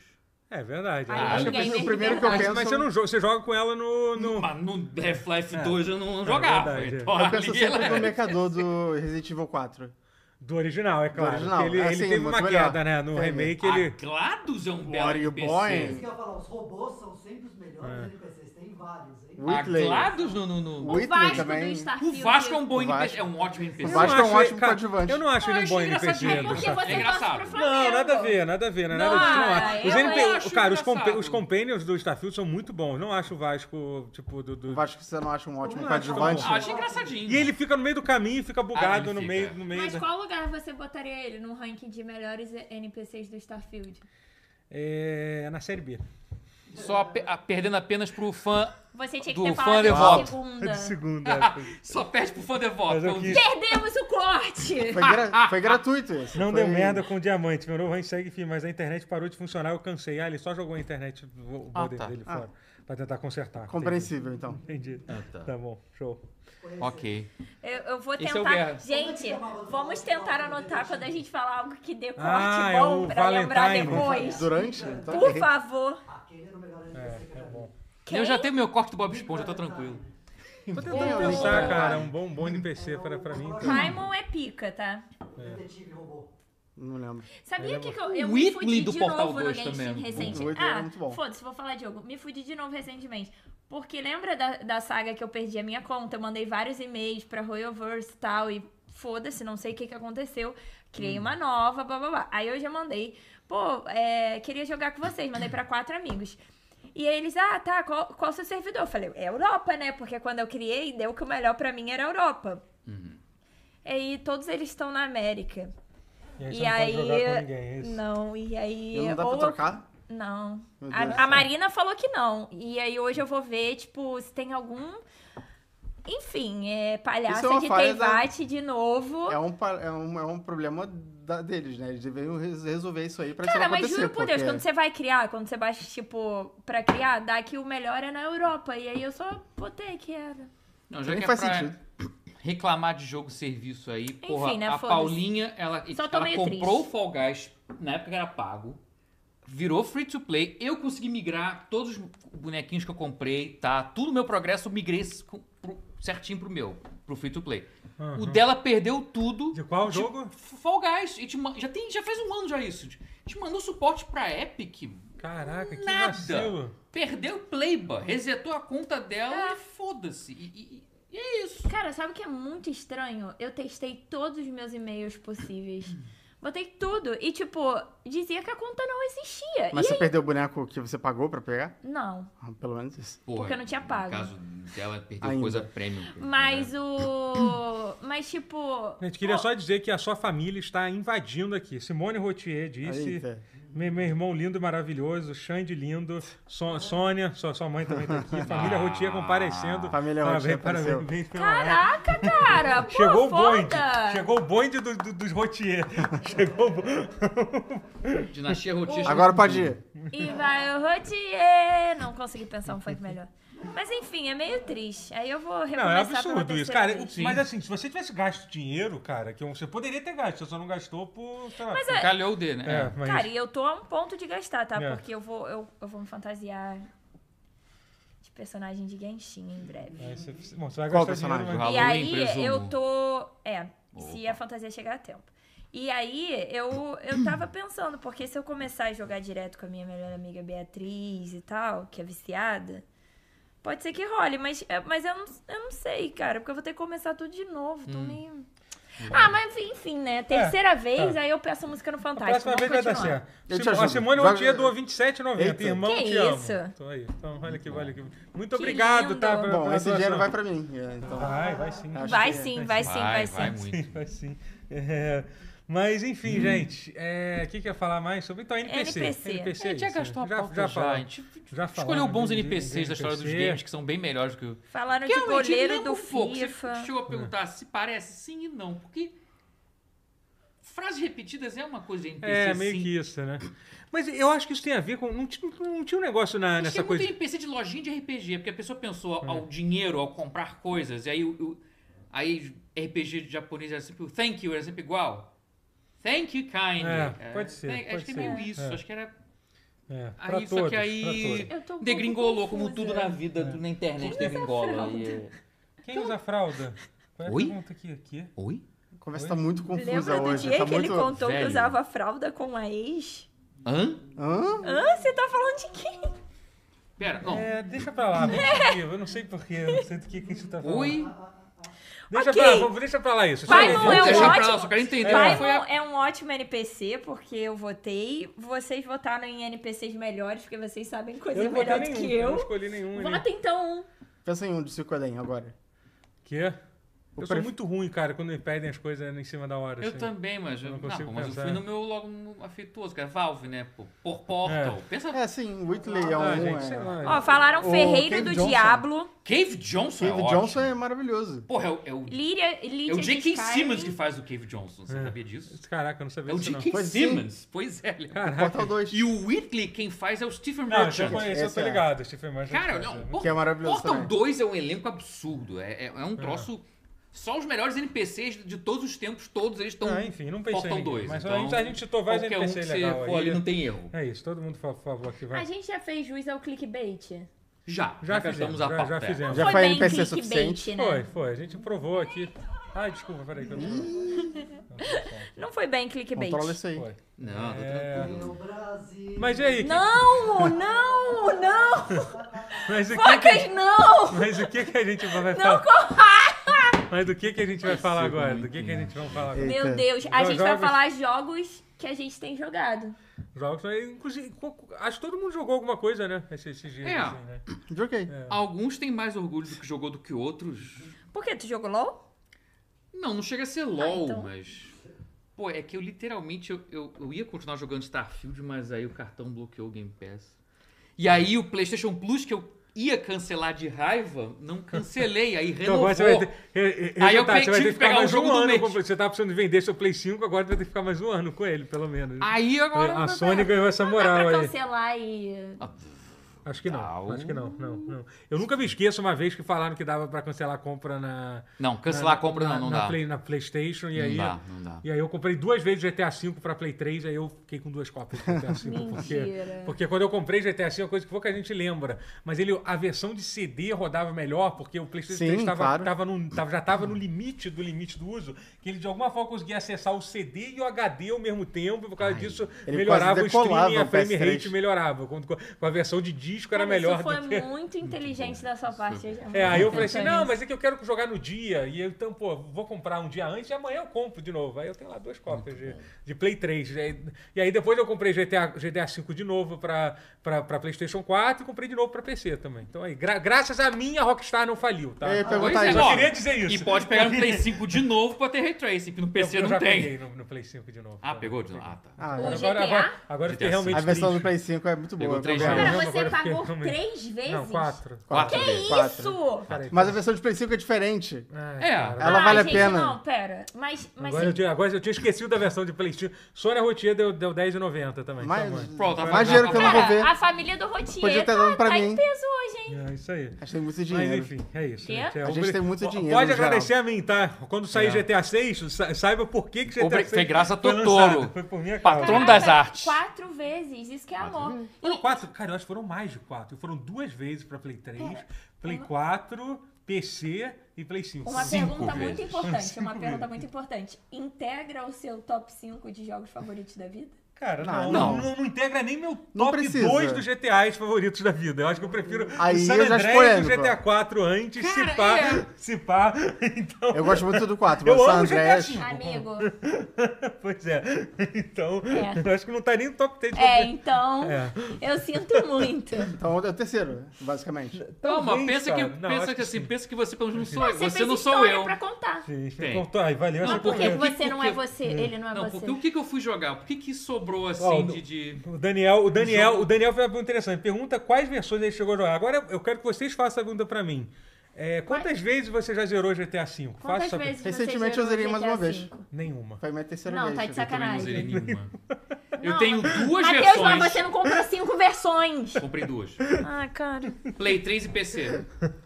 Speaker 6: É verdade.
Speaker 2: Ai,
Speaker 6: eu acho que-
Speaker 2: ninguém.
Speaker 3: O primeiro que é eu
Speaker 6: mas,
Speaker 3: penso... Hum.
Speaker 6: mas você não joga, você joga com ela no. no-
Speaker 5: Mas no Half-Life 2 eu não jogava.
Speaker 6: verdade, é.
Speaker 5: então
Speaker 3: É. Eu penso
Speaker 5: ali
Speaker 3: sempre
Speaker 5: ela-
Speaker 3: no mercador do Resident Evil 4.
Speaker 6: Do original, é claro.
Speaker 3: original,
Speaker 6: que
Speaker 3: é
Speaker 6: Ele, ele
Speaker 3: assim,
Speaker 6: teve
Speaker 3: muito
Speaker 6: uma
Speaker 3: melhor.
Speaker 6: queda, né? No
Speaker 3: Teve.
Speaker 6: remake
Speaker 5: A
Speaker 6: ele.
Speaker 5: GLaDOS é um belo
Speaker 3: What are you
Speaker 5: NPC.
Speaker 8: Isso
Speaker 3: buying?
Speaker 8: que eu ia falar, os robôs são sempre os melhores
Speaker 6: É.
Speaker 8: NPCs, tem vários, hein?
Speaker 5: A
Speaker 3: Whitley.
Speaker 5: GLaDOS no... no, no-
Speaker 2: O
Speaker 3: Whitley
Speaker 2: Vasco
Speaker 3: também.
Speaker 2: do
Speaker 5: O
Speaker 2: Starfield.
Speaker 5: Vasco é um bom
Speaker 3: O Vasco-
Speaker 5: NPC, é um ótimo
Speaker 6: Eu
Speaker 5: NPC.
Speaker 3: O
Speaker 6: não
Speaker 3: Vasco é um
Speaker 6: acho
Speaker 3: ótimo
Speaker 6: ele- cara,
Speaker 3: coadjuvante.
Speaker 6: Eu não acho ele um
Speaker 5: acho
Speaker 6: bom NPC.
Speaker 5: engraçadinho.
Speaker 2: É
Speaker 6: não,
Speaker 2: porque
Speaker 6: sabe?
Speaker 5: É
Speaker 2: você torce
Speaker 5: engraçado.
Speaker 2: pro Flamengo.
Speaker 6: Não, nada a ver, nada a ver, nada
Speaker 2: Não,
Speaker 6: disso. Não acho. Os
Speaker 2: eu
Speaker 6: NP
Speaker 5: acho
Speaker 6: Cara, os, compa
Speaker 5: engraçado.
Speaker 6: os companions do Starfield são muito bons. Não acho o Vasco, tipo, do. do-
Speaker 3: O Vasco você não acha um ótimo
Speaker 6: Não acho,
Speaker 3: coadjuvante?
Speaker 6: não
Speaker 5: Acho engraçadinho.
Speaker 6: E ele fica no meio do caminho, Ah, fica bugado
Speaker 5: ele
Speaker 6: no
Speaker 5: fica.
Speaker 6: meio. No meio
Speaker 2: Mas
Speaker 6: da-
Speaker 2: qual lugar você botaria ele no ranking de melhores NPCs do Starfield?
Speaker 6: É. Na série B.
Speaker 5: Só pe- a- perdendo apenas pro fã.
Speaker 2: Você tinha que
Speaker 5: Do
Speaker 2: ter
Speaker 5: fã
Speaker 2: falado
Speaker 5: devoto.
Speaker 2: de segunda. Ah,
Speaker 6: segunda.
Speaker 5: Só perde pro fã devoto.
Speaker 6: Mas eu
Speaker 5: Então,
Speaker 6: quis-
Speaker 2: Perdemos o corte!
Speaker 3: Foi, gra- foi gratuito esse.
Speaker 6: Não
Speaker 3: foi-
Speaker 6: deu merda com o diamante. Meu novo rank segue firme, mas a internet parou de funcionar, eu cansei. Ah, ele só jogou a internet o
Speaker 5: Ah,
Speaker 6: modem
Speaker 5: tá.
Speaker 6: dele fora. Pra tentar consertar.
Speaker 3: Compreensível, então.
Speaker 6: Entendi. Entendi.
Speaker 5: tá.
Speaker 6: tá. bom, show.
Speaker 5: Ok.
Speaker 2: Eu, eu vou
Speaker 5: Esse é o
Speaker 2: tentar.
Speaker 5: Guerra.
Speaker 2: gente, vamos tentar anotar quando a gente falar algo que dê corte
Speaker 6: Ah, é
Speaker 2: bom
Speaker 6: o
Speaker 2: pra lembrar
Speaker 6: Valentine.
Speaker 2: depois.
Speaker 3: Durante? Então,
Speaker 2: Por favor.
Speaker 8: Aquele era o melhor NPC
Speaker 6: É
Speaker 8: que eu já vi.
Speaker 5: Eu já tenho meu corte do Bob Esponja, eu tô tranquilo.
Speaker 6: Tô
Speaker 2: Então,
Speaker 6: tentando
Speaker 3: Boa.
Speaker 6: um pensar, cara. Um bom, bom NPC pra, pra mim.
Speaker 2: Paimon é pica, tá?
Speaker 8: O detetive robô.
Speaker 3: Não lembro.
Speaker 2: Sabia
Speaker 6: Era
Speaker 2: que,
Speaker 6: bom.
Speaker 2: que eu, eu
Speaker 5: O
Speaker 2: me
Speaker 5: é Whitley
Speaker 2: fudi
Speaker 5: do
Speaker 2: de
Speaker 5: Portal
Speaker 2: novo no
Speaker 5: 2
Speaker 2: Genshin
Speaker 5: também é muito bom.
Speaker 2: recente?
Speaker 3: O Whitley era muito
Speaker 2: Ah,
Speaker 3: bom.
Speaker 2: foda-se, vou falar, Diogo. Me fudi de novo recentemente. Porque lembra da, da saga que eu perdi a minha conta? Eu mandei vários e-mails pra Royalverse e tal, e foda-se, não sei o que, que aconteceu.
Speaker 5: Hum.
Speaker 2: Criei uma nova, blá blá blá. Aí eu já mandei, pô, é, queria jogar com vocês, mandei pra quatro amigos. E aí eles, ah, tá, qual, qual seu servidor? Eu falei, é Europa, né? Porque quando eu criei, deu que o melhor pra mim era a Europa.
Speaker 5: Uhum.
Speaker 2: E aí todos eles estão na América.
Speaker 6: E aí você
Speaker 2: E aí.
Speaker 6: não pode jogar com ninguém, é isso?
Speaker 2: Não, e aí.
Speaker 3: E não dá
Speaker 2: ou
Speaker 3: pra
Speaker 2: eu-
Speaker 3: trocar?
Speaker 2: Não.
Speaker 3: Meu Deus do
Speaker 2: A, a
Speaker 3: céu.
Speaker 2: Marina falou que não. E aí hoje eu vou ver, tipo, se tem algum. Enfim, é
Speaker 3: Isso é
Speaker 2: palhaça
Speaker 3: uma
Speaker 2: de
Speaker 3: falha da-
Speaker 2: Teivate de novo.
Speaker 3: É um, pa- é um, é um problema da- deles, né? Eles deveriam res- resolver isso aí pra isso
Speaker 2: Cara,
Speaker 3: não
Speaker 2: mas
Speaker 3: acontecer.
Speaker 2: juro por Deus,
Speaker 3: porque-
Speaker 2: quando você vai criar, quando você baixa, tipo, pra criar, dá que o melhor é na Europa. E aí eu só botei é. que era.
Speaker 5: Não, já
Speaker 3: Nem
Speaker 5: que
Speaker 3: faz
Speaker 5: é pra
Speaker 3: sentido.
Speaker 5: reclamar de jogo serviço aí, porra,
Speaker 2: né,
Speaker 5: a
Speaker 2: foda-se.
Speaker 5: Paulinha, ela,
Speaker 2: Só tô
Speaker 5: ela
Speaker 2: meio
Speaker 5: comprou o
Speaker 2: triste.
Speaker 5: Fall Guys na época que era pago, virou free to play, eu consegui migrar todos os bonequinhos que eu comprei, tá? Tudo meu progresso eu migrei esse co- pro- certinho pro meu, pro free to play. O dela perdeu tudo. Tipo,
Speaker 6: De qual jogo?
Speaker 5: Fall Guys, e te ma- já, tem, já fez um ano já isso. Te mandou suporte pra Epic,
Speaker 6: Caraca, que
Speaker 5: Nada.
Speaker 6: vacilo.
Speaker 5: perdeu o Playba, resetou a conta
Speaker 2: É.
Speaker 5: dela e foda-se. E, e- e é isso.
Speaker 2: Cara, sabe o que é muito estranho? Eu testei todos os meus e-mails possíveis. Botei tudo. E, tipo, dizia que a conta não existia.
Speaker 3: Mas
Speaker 2: e
Speaker 3: você perdeu o boneco que você pagou pra pegar?
Speaker 2: Não.
Speaker 3: Ah, Pelo menos isso.
Speaker 5: Porra,
Speaker 2: Porque eu não tinha pago.
Speaker 5: No caso dela, perdeu
Speaker 3: Ainda.
Speaker 5: coisa premium.
Speaker 2: Mas o. Mas tipo.
Speaker 6: É. Gente, queria
Speaker 2: ó,
Speaker 6: só dizer que a sua família está invadindo aqui. Simone Rotier disse,
Speaker 3: Eita.
Speaker 6: me- meu irmão lindo e maravilhoso, Xande lindo, So- Sônia, sua, sua mãe também tá aqui, família Rotier comparecendo.
Speaker 3: Família
Speaker 6: Parabéns,
Speaker 3: Rotier
Speaker 6: parabéns,
Speaker 3: apareceu.
Speaker 6: parabéns pela época.
Speaker 2: Caraca, cara! Pô,
Speaker 6: É. Chegou o
Speaker 2: foda.
Speaker 6: bonde, chegou o bonde do- do- dos Rotier. Chegou o bonde.
Speaker 5: Dinastia Rotista.
Speaker 3: Agora pode ir.
Speaker 2: E vai o Rotier! Não consegui pensar um funk melhor. Mas enfim, é meio triste. Aí eu vou
Speaker 6: Não, é
Speaker 2: recomeçar pela
Speaker 6: absurdo isso,
Speaker 2: terceira
Speaker 6: cara.
Speaker 2: vez.
Speaker 6: Mas assim, se você tivesse gasto dinheiro, cara, que você poderia ter gasto, você só não gastou por, sei lá, por-
Speaker 5: Calhou o D, né?
Speaker 6: É, mas...
Speaker 2: Cara, e eu tô a um ponto de gastar, tá?
Speaker 6: É.
Speaker 2: Porque eu vou, eu, eu vou me fantasiar de personagem de Genshin em breve.
Speaker 6: Aí é, você, bom, você vai
Speaker 3: Qual
Speaker 6: gastar dinheiro,
Speaker 3: personagem?
Speaker 6: mas...
Speaker 5: Halloween,
Speaker 2: e aí
Speaker 5: presumo.
Speaker 2: eu tô. É, se
Speaker 5: Opa.
Speaker 2: a fantasia chegar a tempo. E aí eu, eu tava pensando, porque se eu começar a jogar direto com a minha melhor amiga Beatriz e tal, que é viciada, pode ser que role, mas, é, mas eu, não, eu não sei, cara, porque eu vou ter que começar tudo de novo,
Speaker 5: Hum.
Speaker 2: tô meio. Ah, mas enfim, né? Terceira vez, aí eu peço a música no
Speaker 6: A
Speaker 2: Fantástico.
Speaker 6: próxima vez vai
Speaker 2: vamos
Speaker 6: dar
Speaker 2: continuar.
Speaker 6: certo.
Speaker 3: Eu te
Speaker 6: Simo- a
Speaker 3: ajudo.
Speaker 6: Simone é um
Speaker 3: Joga-
Speaker 6: Routier doou 27,90.
Speaker 3: Eita.
Speaker 6: Irmão,
Speaker 2: Que
Speaker 6: te
Speaker 2: isso?
Speaker 6: amo. Tô aí. Então, olha que vale que Muito
Speaker 2: Que
Speaker 6: obrigado,
Speaker 2: lindo.
Speaker 6: tá? pela-
Speaker 3: Bom,
Speaker 6: pela
Speaker 3: esse
Speaker 6: doação.
Speaker 3: dinheiro vai pra mim. é, Então.
Speaker 6: Vai, vai sim.
Speaker 3: Acho
Speaker 2: Vai
Speaker 3: que-
Speaker 2: sim, vai sim, vai,
Speaker 5: é Vai,
Speaker 2: sim.
Speaker 5: vai
Speaker 6: Sim,
Speaker 5: muito.
Speaker 6: vai sim. É, Mas enfim,
Speaker 3: Hum.
Speaker 6: gente, é, o que, que eu ia falar mais sobre? Então, NPC.
Speaker 2: NPC.
Speaker 6: NPC é
Speaker 5: A gente já
Speaker 6: isso, né?
Speaker 5: gastou a
Speaker 6: já,
Speaker 5: pauta
Speaker 6: já,
Speaker 5: já,
Speaker 6: falamos.
Speaker 5: a gente
Speaker 6: Já
Speaker 5: escolheu
Speaker 6: falamos
Speaker 5: bons
Speaker 6: de- de-
Speaker 5: NPCs
Speaker 6: de
Speaker 5: da história dos
Speaker 6: NPC.
Speaker 5: games, que são bem melhores que o...
Speaker 2: Falaram de
Speaker 5: Realmente,
Speaker 2: goleiro
Speaker 5: lembra
Speaker 2: do
Speaker 5: um pouco. Você
Speaker 2: FIFA.
Speaker 5: chegou a perguntar se parece sim e não, porque... Frases repetidas é uma coisa de NPC,
Speaker 6: É, meio
Speaker 5: sim.
Speaker 6: que isso, né? Mas eu acho que isso tem a ver com. Não, ti- não tinha um negócio na,
Speaker 5: Mas
Speaker 6: nessa
Speaker 5: tem
Speaker 6: coisa. É.
Speaker 5: muito NPC de lojinha de RPG, porque a pessoa pensou ao dinheiro, ao comprar coisas, e aí, o, o- aí RPG de japonês era sempre o thank you, era sempre igual. Thank you kindly.
Speaker 6: É, pode ser,
Speaker 5: thank-
Speaker 6: pode
Speaker 5: acho que é
Speaker 6: ser.
Speaker 5: meio isso,
Speaker 6: É.
Speaker 5: acho que era.
Speaker 6: É,
Speaker 5: Aí,
Speaker 6: pra
Speaker 5: só
Speaker 6: todos,
Speaker 5: que
Speaker 6: pra
Speaker 5: Ah, aí.
Speaker 6: todos.
Speaker 2: Eu tô um pouco
Speaker 5: degringolou, como
Speaker 2: confusa.
Speaker 5: tudo na
Speaker 6: É.
Speaker 5: vida, do- na internet degringola. e é-
Speaker 6: Quem usa fralda? Qual é a
Speaker 5: Oi?
Speaker 6: pergunta aqui? aqui?
Speaker 5: Oi?
Speaker 3: A conversa tá muito confusa
Speaker 2: Lembra do
Speaker 3: hoje.
Speaker 2: dia
Speaker 3: tá
Speaker 2: que
Speaker 3: muito...
Speaker 2: ele contou que
Speaker 5: velho.
Speaker 2: usava fralda com a ex?
Speaker 5: Hã?
Speaker 3: Hã?
Speaker 2: Hã? Você tá falando de quem?
Speaker 5: Pera, não.
Speaker 6: É, deixa pra lá, vamos seguir. Eu não sei porquê, eu não sei do que, que isso tá falando.
Speaker 5: Oi?
Speaker 6: Deixa,
Speaker 2: Ok.
Speaker 6: pra lá, vamos- deixa pra lá isso.
Speaker 2: Vai,
Speaker 6: Segue
Speaker 2: não
Speaker 6: o
Speaker 2: é
Speaker 6: jogo.
Speaker 2: um
Speaker 5: Deixa pra lá,
Speaker 2: ótimo-
Speaker 5: só quero entender.
Speaker 6: Então,
Speaker 5: qual
Speaker 2: Paimon
Speaker 5: foi a-
Speaker 2: é um ótimo NPC, porque eu votei. Vocês votaram em NPCs melhores, porque vocês sabem
Speaker 6: Eu
Speaker 2: é coisa
Speaker 6: não votei
Speaker 2: melhor
Speaker 6: nenhum,
Speaker 2: do que
Speaker 6: não
Speaker 2: eu.
Speaker 6: escolhi nenhum. né?
Speaker 2: Vota então um.
Speaker 3: Pensa em um de Circo Eden agora.
Speaker 6: Que? Eu sou
Speaker 3: pref-
Speaker 6: muito ruim, cara, quando me pedem as coisas em cima da hora.
Speaker 5: Eu
Speaker 6: assim.
Speaker 5: também, mas eu,
Speaker 6: não
Speaker 5: não,
Speaker 6: consigo
Speaker 5: pô, mas eu
Speaker 6: pensar.
Speaker 5: fui no meu logo no afetuoso, que era Valve, né? Por, por Portal. Pensa.
Speaker 3: É, sim, Whitley é um.
Speaker 6: Ah, gente,
Speaker 3: é...
Speaker 6: sei lá.
Speaker 2: Ó, falaram
Speaker 3: O
Speaker 2: Ferreiro
Speaker 3: Cave
Speaker 2: do
Speaker 3: Johnson.
Speaker 2: Diablo,
Speaker 5: Cave Johnson é
Speaker 3: Cave
Speaker 5: ótimo.
Speaker 3: Johnson é maravilhoso.
Speaker 5: Porra, é o- é o
Speaker 2: Líria, Lídia
Speaker 5: É o
Speaker 2: de
Speaker 5: J.K.
Speaker 2: Skyrim.
Speaker 5: Simmons que faz o Cave Johnson, você
Speaker 6: É.
Speaker 5: sabia disso?
Speaker 6: Caraca, eu não sabia
Speaker 5: É o
Speaker 6: disso, não.
Speaker 5: J.K.
Speaker 3: Pois
Speaker 5: Simmons, pois é. ele é um-
Speaker 6: Caraca.
Speaker 3: Portal 2.
Speaker 5: E o Whitley, quem faz é o Stephen
Speaker 6: Não, esse
Speaker 5: Merchant.
Speaker 6: eu Ah, conheço, eu
Speaker 3: Esse
Speaker 6: tô
Speaker 3: é.
Speaker 6: ligado. Stephen Merchant.
Speaker 5: Cara,
Speaker 6: faz,
Speaker 5: não,
Speaker 6: né?
Speaker 5: por-
Speaker 3: Que é maravilhoso
Speaker 5: Portal
Speaker 3: também.
Speaker 5: 2 é um elenco absurdo. É, é- é um troço. Só os melhores NPCs de todos os tempos, todos eles estão.
Speaker 6: Ah, enfim, não pensei em
Speaker 5: Portal
Speaker 6: ninguém,
Speaker 5: 2.
Speaker 6: mas a
Speaker 5: então,
Speaker 6: gente- a gente citou vários
Speaker 5: qualquer
Speaker 6: NPC
Speaker 5: um que
Speaker 6: legal
Speaker 5: você
Speaker 6: aí.
Speaker 5: for ali não tem erro.
Speaker 6: É isso, todo mundo, por favor, aqui
Speaker 2: A
Speaker 6: vai.
Speaker 2: gente já fez juiz ao clickbait.
Speaker 5: Já,
Speaker 6: Já
Speaker 5: gastamos
Speaker 6: fizemos,
Speaker 5: a
Speaker 6: já,
Speaker 5: pauta.
Speaker 6: já fizemos.
Speaker 3: Já
Speaker 2: Foi
Speaker 3: foi
Speaker 2: bem
Speaker 3: NPC
Speaker 2: clickbait,
Speaker 3: suficiente.
Speaker 2: né?
Speaker 6: Foi, foi, a gente provou aqui. Ai, desculpa, peraí. que eu não-
Speaker 2: Não foi bem clickbait.
Speaker 3: Controla isso aí.
Speaker 6: Foi.
Speaker 5: Não, tô
Speaker 6: É.
Speaker 5: tranquilo.
Speaker 8: Meu Brasil.
Speaker 6: Mas e aí? que-
Speaker 2: Não, não, não!
Speaker 6: Mas o que, que,
Speaker 2: Facas, não!
Speaker 6: mas o que, que a gente vai
Speaker 2: Não
Speaker 6: falar?
Speaker 2: corra!
Speaker 6: Mas do que, que a gente vai falar
Speaker 5: ser
Speaker 6: agora?
Speaker 5: muito
Speaker 6: Do que, que a gente vai falar agora?
Speaker 2: Meu
Speaker 3: Eita.
Speaker 2: Deus, a
Speaker 6: Jogos-
Speaker 2: gente vai falar jogos que a gente tem jogado.
Speaker 6: Jogos, aí, inclusive, co- acho que todo mundo jogou alguma coisa, né? Esses esses dias,
Speaker 5: É.
Speaker 6: assim, né?
Speaker 3: Joguei.
Speaker 5: Alguns têm mais orgulho do que jogou do que outros.
Speaker 2: Por quê? Tu jogou LOL?
Speaker 5: Não, não chega a ser LOL,
Speaker 2: então.
Speaker 5: mas. Pô, é que eu literalmente eu, eu, eu ia continuar jogando Starfield, mas aí o cartão bloqueou o Game Pass.
Speaker 6: Tá.
Speaker 5: E aí o PlayStation Plus, que eu ia cancelar de raiva, não cancelei, aí
Speaker 6: Então
Speaker 5: renovou.
Speaker 6: agora você vai ter. re- re-
Speaker 5: Aí eu pe-
Speaker 6: resultado, você vai
Speaker 5: tive
Speaker 6: ter
Speaker 5: que
Speaker 6: que ficar
Speaker 5: pegar o
Speaker 6: mais
Speaker 5: jogo
Speaker 6: um
Speaker 5: do
Speaker 6: ano.
Speaker 5: mês.
Speaker 6: com- Você tá precisando vender seu Play 5, agora vai ter que ficar mais um ano com ele, pelo menos.
Speaker 5: Aí agora. Ah,
Speaker 6: a Sony ganhou essa
Speaker 2: Não dá
Speaker 6: moral
Speaker 2: pra
Speaker 6: aí.
Speaker 2: cancelar e.
Speaker 6: Acho que não.
Speaker 5: Tal.
Speaker 6: Acho que não, não, não. Eu nunca me esqueço uma vez que falaram que dava pra cancelar a compra na.
Speaker 5: Não, cancelar
Speaker 6: na-
Speaker 5: a compra
Speaker 6: Ah, na,
Speaker 5: não, não
Speaker 6: na
Speaker 5: dá.
Speaker 6: Play- na PlayStation, e
Speaker 5: não
Speaker 6: aí.
Speaker 5: dá, não dá.
Speaker 6: E aí eu comprei duas vezes GTA V pra Play 3, aí eu fiquei com duas cópias do GTA V. porque,
Speaker 2: Mentira.
Speaker 6: porque quando eu comprei GTA V, é uma coisa que pouca gente lembra. Mas ele, a versão de CD rodava melhor, porque o PlayStation
Speaker 3: Sim,
Speaker 6: 3 tava,
Speaker 3: claro.
Speaker 6: tava num- tava- já estava no limite do limite do uso, que ele de alguma forma conseguia acessar o CD e o HD ao mesmo tempo, e por causa disso
Speaker 3: ele
Speaker 6: melhorava
Speaker 3: quase
Speaker 6: o streaming,
Speaker 3: decolava
Speaker 6: a
Speaker 3: o
Speaker 6: frame
Speaker 3: PS3.
Speaker 6: rate melhorava. Quando, com a versão de disco era
Speaker 2: Cara,
Speaker 6: melhor
Speaker 2: Isso foi
Speaker 6: do que...
Speaker 2: muito inteligente da sua parte.
Speaker 6: É, aí eu falei assim, não, mas é que eu quero jogar no dia. E eu, então, pô, vou comprar um dia antes e amanhã eu compro de novo. Aí eu tenho lá duas cópias de, de Play 3. E aí, e aí depois eu comprei GTA, GTA V de novo pra, pra, pra PlayStation 4 e comprei de novo pra PC também. Então aí, gra- graças a mim, a Rockstar não faliu, tá?
Speaker 3: Eu ia perguntar
Speaker 5: Pois é,
Speaker 3: isso.
Speaker 5: ó,
Speaker 6: Eu queria dizer isso.
Speaker 5: E pode pegar no Play 5 de novo pra ter ray tracing, que no
Speaker 6: Eu-
Speaker 5: PC
Speaker 6: eu
Speaker 5: não
Speaker 6: já
Speaker 5: tem.
Speaker 6: peguei no, no Play 5 de novo.
Speaker 5: Ah, pegou de novo? Ah, tá.
Speaker 3: Ah,
Speaker 2: O
Speaker 6: Agora,
Speaker 2: GTA?
Speaker 6: agora, agora eu fiquei
Speaker 5: GTA
Speaker 6: realmente
Speaker 3: a versão do
Speaker 6: triste.
Speaker 3: Play 5 é muito
Speaker 5: Pegou
Speaker 3: boa.
Speaker 5: três
Speaker 3: eu
Speaker 5: jogos.
Speaker 2: Cara,
Speaker 6: Caramba, agora
Speaker 2: você
Speaker 6: eu fiquei
Speaker 2: pagou
Speaker 6: realmente-
Speaker 2: três vezes?
Speaker 6: Não, quatro.
Speaker 3: Quatro.
Speaker 2: Que
Speaker 5: vezes.
Speaker 3: Quatro.
Speaker 2: isso?
Speaker 6: Peraí,
Speaker 3: Mas a versão de Play 5 é diferente.
Speaker 6: Ai,
Speaker 5: É,
Speaker 6: cara.
Speaker 3: Ela vale a
Speaker 2: gente,
Speaker 3: pena.
Speaker 2: Não, pera. Mas, mas
Speaker 6: Agora, eu tinha, agora eu tinha esquecido da versão de PlayStation. Sônia Rotier deu, deu 10,90 também.
Speaker 3: Mas,
Speaker 6: Então,
Speaker 5: Pronto, tá
Speaker 3: mais dinheiro que eu não vou
Speaker 2: cara,
Speaker 3: ver.
Speaker 2: a família do Rotier
Speaker 3: Podia ter dado
Speaker 2: tá,
Speaker 3: pra
Speaker 2: tá
Speaker 3: mim.
Speaker 2: em peso hoje, hein?
Speaker 6: é isso aí.
Speaker 3: Achei muito
Speaker 6: Mas
Speaker 3: dinheiro.
Speaker 6: enfim, é isso.
Speaker 2: Quê?
Speaker 6: É
Speaker 3: A
Speaker 6: um
Speaker 3: gente
Speaker 6: bri-
Speaker 3: tem muito
Speaker 6: Ó,
Speaker 3: dinheiro, É.
Speaker 6: Pode
Speaker 3: no
Speaker 6: agradecer a mim, tá? Quando sair GTA 6, sa- saiba por que, que GTA
Speaker 5: Obri-
Speaker 6: 6
Speaker 5: foi graças a
Speaker 6: foi
Speaker 5: Totoro.
Speaker 6: lançado. Foi por minha
Speaker 5: Patrão
Speaker 6: causa.
Speaker 5: Trono das Artes.
Speaker 2: Quatro vezes, isso que é amor.
Speaker 6: Foram quatro, cara, eu acho que foram mais de quatro. Foram duas vezes pra Play 3,
Speaker 2: É.
Speaker 6: Play 4, PC e Play 5.
Speaker 2: Uhum. Uma
Speaker 5: Cinco
Speaker 2: pergunta muito
Speaker 5: vezes.
Speaker 2: importante, uma pergunta muito importante. Integra o seu top 5 de jogos favoritos da vida?
Speaker 6: Cara,
Speaker 3: Não,
Speaker 6: não,
Speaker 5: não.
Speaker 6: não, não, integra nem meu
Speaker 3: Não
Speaker 6: top
Speaker 3: precisa.
Speaker 6: 2 dos GTAs favoritos da vida. Eu acho que eu prefiro
Speaker 3: Aí
Speaker 6: o San
Speaker 3: eu já
Speaker 6: Andreas
Speaker 3: escolhendo,
Speaker 6: do GTA 4 antes, se pá,
Speaker 2: é.
Speaker 6: se pá. Então,
Speaker 3: Eu gosto muito do 4,
Speaker 6: Eu
Speaker 3: mas San
Speaker 6: amo GTA
Speaker 3: Andreas.
Speaker 6: V.
Speaker 2: Amigo,
Speaker 6: Pois é. Então,
Speaker 2: É.
Speaker 6: eu acho que não tá nem no top 10 de
Speaker 2: é, então,
Speaker 6: É.
Speaker 2: eu sinto muito.
Speaker 3: Então é o terceiro, basicamente.
Speaker 5: Calma,
Speaker 6: Talvez,
Speaker 5: pensa
Speaker 6: cara.
Speaker 5: que,
Speaker 6: Não,
Speaker 5: pensa
Speaker 6: acho
Speaker 5: que
Speaker 6: que
Speaker 5: assim,
Speaker 6: sim.
Speaker 5: pensa que você pelo menos não sou eu,
Speaker 2: Você,
Speaker 5: você
Speaker 2: fez
Speaker 5: não sou
Speaker 2: história
Speaker 5: eu.
Speaker 2: Pra contar.
Speaker 6: Sim,
Speaker 5: Tem.
Speaker 6: Contou, aí valeu
Speaker 2: Mas
Speaker 6: essa
Speaker 2: por que
Speaker 6: corrida.
Speaker 2: você não é
Speaker 5: Porque-
Speaker 2: você? Ele não é
Speaker 5: Não,
Speaker 2: você.
Speaker 5: porque o que, que eu fui jogar? Por que, que sobrou assim de,
Speaker 6: Ó, no-
Speaker 5: de-
Speaker 6: O Daniel, o Daniel, o Daniel foi uma pergunta interessante. Pergunta quais versões ele chegou a jogar. Agora eu quero que vocês façam essa pergunta pra mim. É, quantas vezes você já zerou GTA V? Faça
Speaker 2: Quantas
Speaker 6: essa
Speaker 2: vezes você
Speaker 3: Recentemente
Speaker 2: zerou
Speaker 3: eu zerei mais
Speaker 2: GTA
Speaker 3: uma vez.
Speaker 2: V?
Speaker 6: Nenhuma.
Speaker 3: Foi minha terceira
Speaker 2: Não,
Speaker 3: vez. tipo.
Speaker 2: tá de
Speaker 3: eu-
Speaker 5: Também não zerei
Speaker 2: sacanagem.
Speaker 5: nenhuma. Eu
Speaker 2: Não,
Speaker 5: tenho duas
Speaker 2: Matheus,
Speaker 5: versões.
Speaker 2: mas você não comprou cinco versões.
Speaker 5: Comprei duas.
Speaker 2: Ah, cara.
Speaker 5: Play 3 e PC.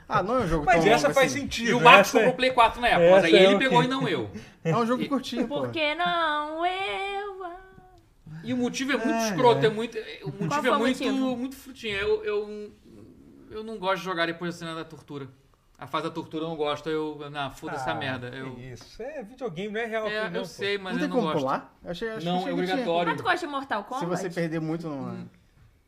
Speaker 3: Ah, não é um jogo
Speaker 6: Mas
Speaker 3: tão
Speaker 6: essa
Speaker 3: longo
Speaker 6: faz
Speaker 3: assim.
Speaker 6: sentido.
Speaker 5: E o Marcos
Speaker 6: essa é-
Speaker 5: comprou Play 4 na época, mas aí
Speaker 6: Essa é
Speaker 5: ele
Speaker 6: o
Speaker 5: pegou
Speaker 6: quê?
Speaker 5: e não eu.
Speaker 3: É um jogo curtinho, pô.
Speaker 2: Por que não eu? ah?
Speaker 5: E o motivo é muito escroto, é muito. é- O motivo
Speaker 2: foi o
Speaker 5: é muito,
Speaker 2: motivo?
Speaker 5: muito frutinho. Eu, eu, eu não gosto de jogar depois da cena da tortura. A fase da tortura eu não gosto, eu. Não, foda essa
Speaker 6: Ah,
Speaker 5: merda.
Speaker 6: que
Speaker 5: Eu,
Speaker 6: Isso é videogame, não é real.
Speaker 5: é,
Speaker 6: não,
Speaker 5: eu
Speaker 6: pô.
Speaker 5: sei, mas
Speaker 3: não
Speaker 5: eu
Speaker 3: tem
Speaker 5: não
Speaker 3: como
Speaker 5: gosto.
Speaker 3: pular? Eu achei, achei
Speaker 5: Não,
Speaker 3: que
Speaker 5: é
Speaker 3: tinha.
Speaker 5: obrigatório.
Speaker 2: Mas Ah, tu gosta de Mortal
Speaker 3: Se
Speaker 2: Kombat?
Speaker 3: você perder muito, não.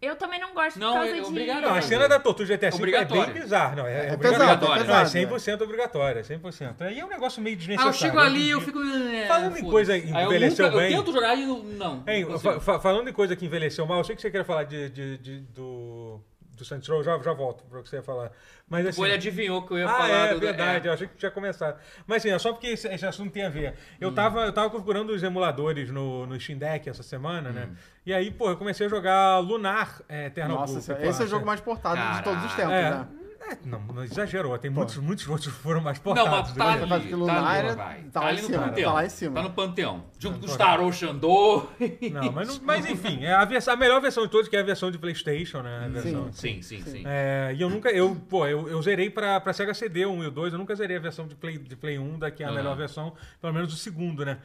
Speaker 2: Eu também não gosto
Speaker 5: Não,
Speaker 2: por causa
Speaker 5: é
Speaker 2: de...
Speaker 5: obrigado.
Speaker 6: Não, a cena da tortura de GTA V é
Speaker 5: Obrigatória.
Speaker 6: bem bizarra. Não, é,
Speaker 3: É
Speaker 6: obrigatória.
Speaker 5: pesado, é
Speaker 6: Não, é
Speaker 3: pesado,
Speaker 6: 100% obrigatória, 100%. Aí é um negócio meio
Speaker 5: Ah,
Speaker 6: desnecessário.
Speaker 5: eu chego ali, eu
Speaker 6: fico
Speaker 5: fico. é,
Speaker 6: Falando em
Speaker 5: foda-se.
Speaker 6: um coisa
Speaker 5: Aí
Speaker 6: envelheceu
Speaker 5: eu nunca,
Speaker 6: bem.
Speaker 5: Eu tento jogar e não. não
Speaker 6: Hein,
Speaker 5: consigo.
Speaker 6: fa- fa- falando em coisa que envelheceu mal, eu sei que você queria falar de, de- de- do, do Saints Row, já, já volto para o que você ia falar. Mas assim.
Speaker 5: Pô, ele adivinhou que eu ia
Speaker 6: ah,
Speaker 5: falar.
Speaker 6: é
Speaker 5: do-
Speaker 6: verdade, eu achei que tinha começado. Mas assim, é só porque esse, esse assunto tem a ver. Eu,
Speaker 5: Hum.
Speaker 6: tava, eu tava configurando os emuladores no, no Steam Deck essa semana,
Speaker 5: Hum.
Speaker 6: né? E aí, pô, eu comecei a jogar Lunar é, Eternal
Speaker 3: Nossa,
Speaker 6: Blue,
Speaker 3: esse,
Speaker 6: que,
Speaker 3: esse é
Speaker 6: pô,
Speaker 3: o jogo mais portado de todos os tempos,
Speaker 6: É.
Speaker 3: né?
Speaker 6: é, não, não exagerou, tem muitos, muitos outros que foram mais portados.
Speaker 5: Não, mas tá
Speaker 6: né?
Speaker 5: ali.
Speaker 3: Mas que
Speaker 5: tá
Speaker 3: Lunar
Speaker 5: ali,
Speaker 3: é-
Speaker 5: vai.
Speaker 3: tá lá
Speaker 5: ali
Speaker 3: em
Speaker 5: no
Speaker 3: cima,
Speaker 5: panteão.
Speaker 3: tá lá em cima.
Speaker 5: Tá no panteão. Junto com os Tarô Xandô.
Speaker 6: Não, mas, não- mas enfim, é a, vers- a melhor versão de todos, que é a versão de PlayStation, né? A versão-
Speaker 5: Sim, sim, sim.
Speaker 6: É, e eu nunca, eu, pô, eu, eu zerei pra, pra Sega CD 1 e o 2, eu nunca zerei a versão de Play, de Play 1, daqui é a
Speaker 5: Ah.
Speaker 6: melhor versão, pelo menos o segundo, né?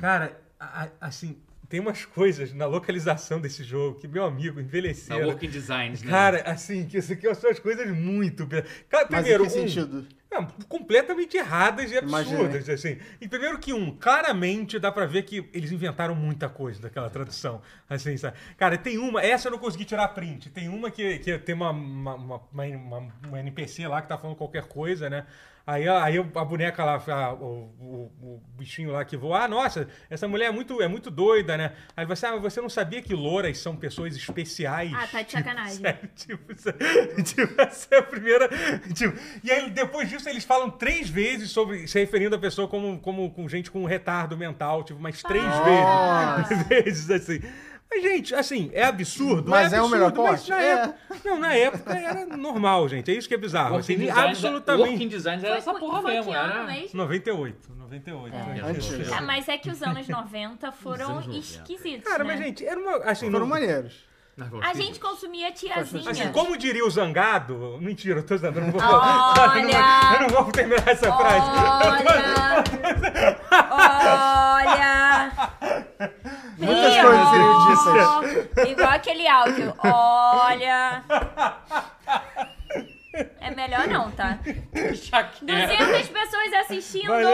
Speaker 6: Cara, a- a- assim, tem umas coisas na localização desse jogo que, meu amigo,
Speaker 5: Na
Speaker 6: envelheceram.
Speaker 5: Working Tá Designs, né?
Speaker 6: Cara, assim, que isso aqui são as coisas muito. be- Cara,
Speaker 3: Mas
Speaker 5: É.
Speaker 6: primeiro,
Speaker 3: em que
Speaker 6: um,
Speaker 3: sentido?
Speaker 6: eu não, completamente erradas e absurdas,
Speaker 3: Imaginei.
Speaker 6: assim. E primeiro que um, claramente dá pra ver que eles inventaram muita coisa daquela tradução, assim, sabe? Cara, tem uma, essa eu não consegui tirar print, tem uma que, que tem uma, uma, uma, uma- uma NPC lá que tá falando qualquer coisa, né? Aí, a- aí a boneca lá, a- o, o- o bichinho lá que voa, ah, nossa, essa mulher é muito, é muito doida, né? Aí você, ah, mas você não sabia que louras são pessoas especiais?
Speaker 2: Ah, tá de sacanagem.
Speaker 6: Sério, tipo, isso- tipo, essa é a primeira. tipo, e aí, depois disso, eles falam três vezes sobre se referindo à pessoa como, como com gente com um retardo mental, tipo, mais três vezes. vezes assim. Mas, gente, assim, é absurdo.
Speaker 3: Mas
Speaker 6: é,
Speaker 3: é o melhor
Speaker 6: absurdo, mas
Speaker 3: corte?
Speaker 6: na
Speaker 3: É.
Speaker 6: época- Não, na época era normal, gente. É isso que é bizarro.
Speaker 5: Working
Speaker 6: Assim,
Speaker 5: Designs-
Speaker 6: absolutamente.
Speaker 5: Working Designs era essa
Speaker 2: Foi-
Speaker 5: porra
Speaker 2: foi
Speaker 5: mesmo,
Speaker 2: que ano
Speaker 5: era...
Speaker 2: mesmo?
Speaker 6: 98, 98. né?
Speaker 3: Antes.
Speaker 2: Ah, mas é que os anos 90 foram
Speaker 5: anos 90.
Speaker 2: esquisitos,
Speaker 6: Cara, mas,
Speaker 2: né?
Speaker 6: gente, era uma. Assim,
Speaker 3: Foram
Speaker 6: não-
Speaker 3: maneiros.
Speaker 2: A gente consumia tiazinha.
Speaker 6: Assim, como diria o Zangado... Mentira, eu tô zangado, eu não vou
Speaker 2: É. Olha!
Speaker 6: Eu não, vou- eu não vou terminar essa frase. Eu tô-
Speaker 2: Olha! Olha!
Speaker 3: Muitas
Speaker 2: Ih,
Speaker 3: coisas
Speaker 2: ó,
Speaker 3: ele
Speaker 2: Igual aquele áudio. Olha! É melhor não, tá? 200 pessoas assistindo!
Speaker 6: Valeu,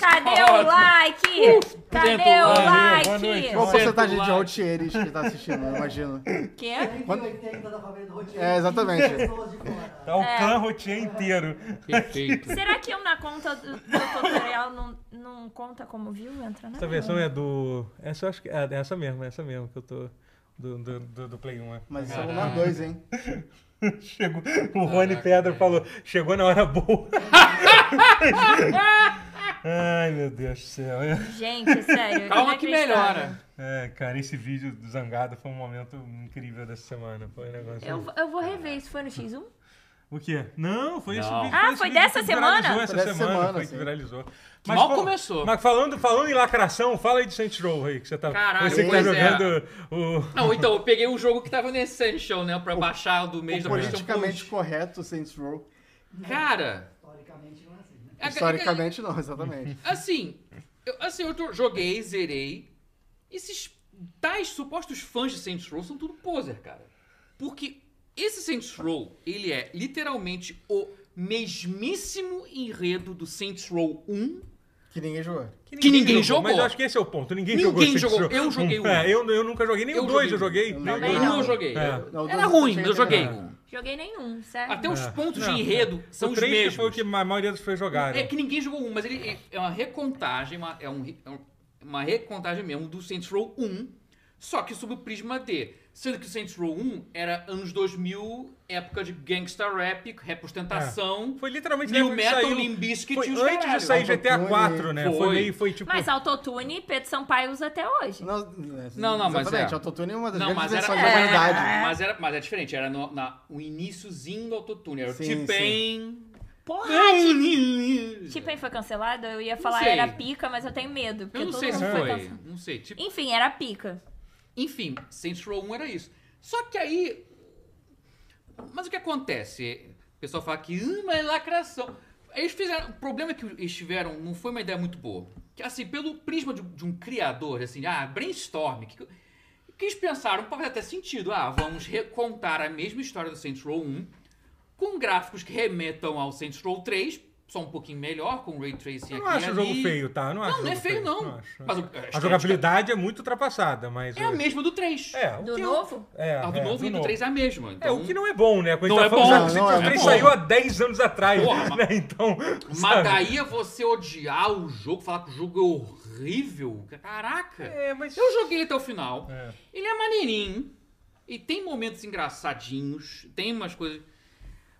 Speaker 2: Cadê
Speaker 5: tá
Speaker 2: o
Speaker 5: ótimo.
Speaker 2: like? Cadê o
Speaker 5: Valeu,
Speaker 6: boa noite.
Speaker 2: like?
Speaker 3: Qual a
Speaker 5: Certo,
Speaker 3: porcentagem de
Speaker 5: like.
Speaker 3: outieres que tá assistindo, eu imagino.
Speaker 2: Quê?
Speaker 8: Tem que
Speaker 3: Quando-
Speaker 8: 80 da família do Rotier.
Speaker 3: É, exatamente.
Speaker 8: pessoas de fora.
Speaker 6: Tá o clã rotier inteiro.
Speaker 5: Perfeito.
Speaker 2: Será que eu na conta do, do tutorial não, não conta como viu? Entra na
Speaker 6: Essa versão é do... Essa eu acho que... É essa mesmo, é essa mesmo que eu tô... Do, do, do, do Play 1, é.
Speaker 3: Mas isso é o Lunar 2, hein?
Speaker 6: Chegou, o Rony Pedra falou, chegou na hora boa. Ai, meu Deus do céu.
Speaker 2: Gente, sério.
Speaker 5: Calma que
Speaker 2: inacreditável.
Speaker 5: melhora.
Speaker 6: É, cara, esse vídeo do Zangado foi um momento incrível dessa semana. Foi um negócio...
Speaker 2: Eu, eu vou rever. Isso foi no X1?
Speaker 6: O quê? Não, foi esse
Speaker 5: Não.
Speaker 6: vídeo.
Speaker 2: Ah,
Speaker 6: esse
Speaker 2: foi
Speaker 6: vídeo
Speaker 2: dessa
Speaker 6: que
Speaker 2: semana?
Speaker 6: Viralizou essa
Speaker 3: Foi dessa
Speaker 6: semana,
Speaker 3: semana,
Speaker 6: foi que
Speaker 3: sim.
Speaker 6: viralizou.
Speaker 5: Mal
Speaker 6: fa-
Speaker 5: começou.
Speaker 6: Mas falando, falando em lacração, fala aí de Saints Row aí, que você tá,
Speaker 5: Caralho,
Speaker 6: você que tá
Speaker 5: pois é.
Speaker 6: jogando o...
Speaker 5: Não, então, eu peguei um jogo que tava no Essential, né? Pra baixar o do mês um
Speaker 3: O
Speaker 5: da PlayStation Plus.
Speaker 3: politicamente correto Saints Row.
Speaker 5: Cara,
Speaker 8: Historicamente não é assim, né?
Speaker 5: é- é-
Speaker 3: Historicamente não, exatamente.
Speaker 5: assim, eu, assim, eu to- joguei, zerei. Esses tais supostos fãs de Saints Row são tudo poser, cara. Porque esse Saints Row, ele é literalmente o mesmíssimo enredo do Saints Row 1.
Speaker 3: Que ninguém jogou.
Speaker 5: Que ninguém
Speaker 6: Mas
Speaker 5: jogou.
Speaker 6: eu acho que esse é o ponto. Ninguém,
Speaker 5: Ninguém
Speaker 6: jogou Saints
Speaker 5: jogou.
Speaker 6: Row.
Speaker 5: Eu joguei o
Speaker 6: É,
Speaker 5: um.
Speaker 6: eu, eu nunca joguei nem
Speaker 5: Eu
Speaker 6: o dois,
Speaker 5: joguei.
Speaker 6: eu joguei.
Speaker 3: Eu
Speaker 6: nem o
Speaker 3: também
Speaker 6: dois.
Speaker 5: Eu
Speaker 2: não.
Speaker 5: não joguei.
Speaker 6: É.
Speaker 3: Não, o
Speaker 5: Era
Speaker 3: dois
Speaker 5: ruim,
Speaker 3: tinha
Speaker 5: mas eu joguei.
Speaker 3: terminado.
Speaker 5: um.
Speaker 2: Joguei nenhum, sério.
Speaker 5: Até os
Speaker 6: É.
Speaker 5: pontos
Speaker 6: Não,
Speaker 5: de enredo são
Speaker 6: o
Speaker 5: os
Speaker 6: três que foi o
Speaker 5: mesmos.
Speaker 6: que a maioria dos fãs jogaram.
Speaker 5: É que ninguém jogou um, mas ele ele- é uma recontagem, uma- é, um re- é um- uma recontagem mesmo do Saints Row 1, só que sob o prisma de. Sendo que o Saints Row 1 era anos 2000, época de gangsta rap, rap ostentação,
Speaker 6: É. Foi literalmente...
Speaker 5: New
Speaker 6: lembra que
Speaker 5: Metal,
Speaker 6: saiu-
Speaker 5: Limp Bizkit
Speaker 6: Foi
Speaker 5: e os
Speaker 6: antes de
Speaker 5: caralho.
Speaker 6: sair GTA
Speaker 3: Foi.
Speaker 6: 4, né? Foi,
Speaker 5: Foi.
Speaker 6: meio... Foi tipo...
Speaker 2: Mas autotune, Pedro Sampaio usa até hoje.
Speaker 3: Não,
Speaker 5: Não, não, mas
Speaker 3: exatamente,
Speaker 5: é.
Speaker 3: Autotune é uma das
Speaker 5: Não,
Speaker 3: grandes
Speaker 5: mas era,
Speaker 3: versões
Speaker 5: mas,
Speaker 3: da humanidade.
Speaker 5: era, mas, era, mas é diferente, era no, na, o iniciozinho do autotune, era o
Speaker 3: Sim,
Speaker 5: T-Pain...
Speaker 2: Porra,
Speaker 5: Tipo,
Speaker 2: Tipen foi cancelado? Eu ia falar
Speaker 5: sei.
Speaker 2: era pica, mas eu tenho medo. Porque
Speaker 5: eu não
Speaker 2: todo
Speaker 5: sei se
Speaker 2: mundo
Speaker 5: foi,
Speaker 2: cancelado.
Speaker 5: não sei, tipo,
Speaker 2: Enfim, era pica.
Speaker 5: Enfim, Saints Row 1 era isso. Só que aí. Mas o que acontece? O pessoal fala que "Ah, mas é lacração. Eles fizeram. O problema que eles tiveram não foi uma ideia muito boa. Que assim, pelo prisma de, de um criador, assim, ah, brainstorm. Que, que eles pensaram, pode fazer até sentido. Ah, vamos recontar a mesma história do Saints Row 1 com gráficos que remetam ao Saints Row 3, só um pouquinho melhor, com ray tracing
Speaker 6: Eu
Speaker 5: aqui
Speaker 6: não acho
Speaker 5: e
Speaker 6: o jogo
Speaker 5: ali.
Speaker 6: feio, tá? Eu Não, acho
Speaker 5: Não, não é
Speaker 6: jogo
Speaker 5: feio, não.
Speaker 6: acho.
Speaker 5: Mas o- a
Speaker 6: a
Speaker 5: estética-
Speaker 6: jogabilidade é muito ultrapassada, mas.
Speaker 5: É a mesma do 3.
Speaker 6: É, o
Speaker 2: Do
Speaker 6: que eu-
Speaker 2: novo?
Speaker 6: É,
Speaker 5: A do
Speaker 6: é,
Speaker 5: novo e do 3 é a mesma.
Speaker 6: É,
Speaker 5: Então,
Speaker 6: o que não é bom, né? Quando
Speaker 5: Não
Speaker 6: a
Speaker 5: é
Speaker 6: gente tá falando,
Speaker 5: bom.
Speaker 6: sabe, o
Speaker 3: Não, não
Speaker 6: Saints Row
Speaker 3: é
Speaker 6: 3
Speaker 5: bom.
Speaker 6: saiu há 10 anos atrás,
Speaker 5: Porra,
Speaker 6: né? Então.
Speaker 5: Mas
Speaker 6: sabe?
Speaker 5: daí é você odiar o jogo, falar que o jogo é horrível. Caraca!
Speaker 6: É, mas.
Speaker 5: Eu joguei ele até o final.
Speaker 6: É.
Speaker 5: Ele é maneirinho. E tem momentos engraçadinhos. Tem umas coisas.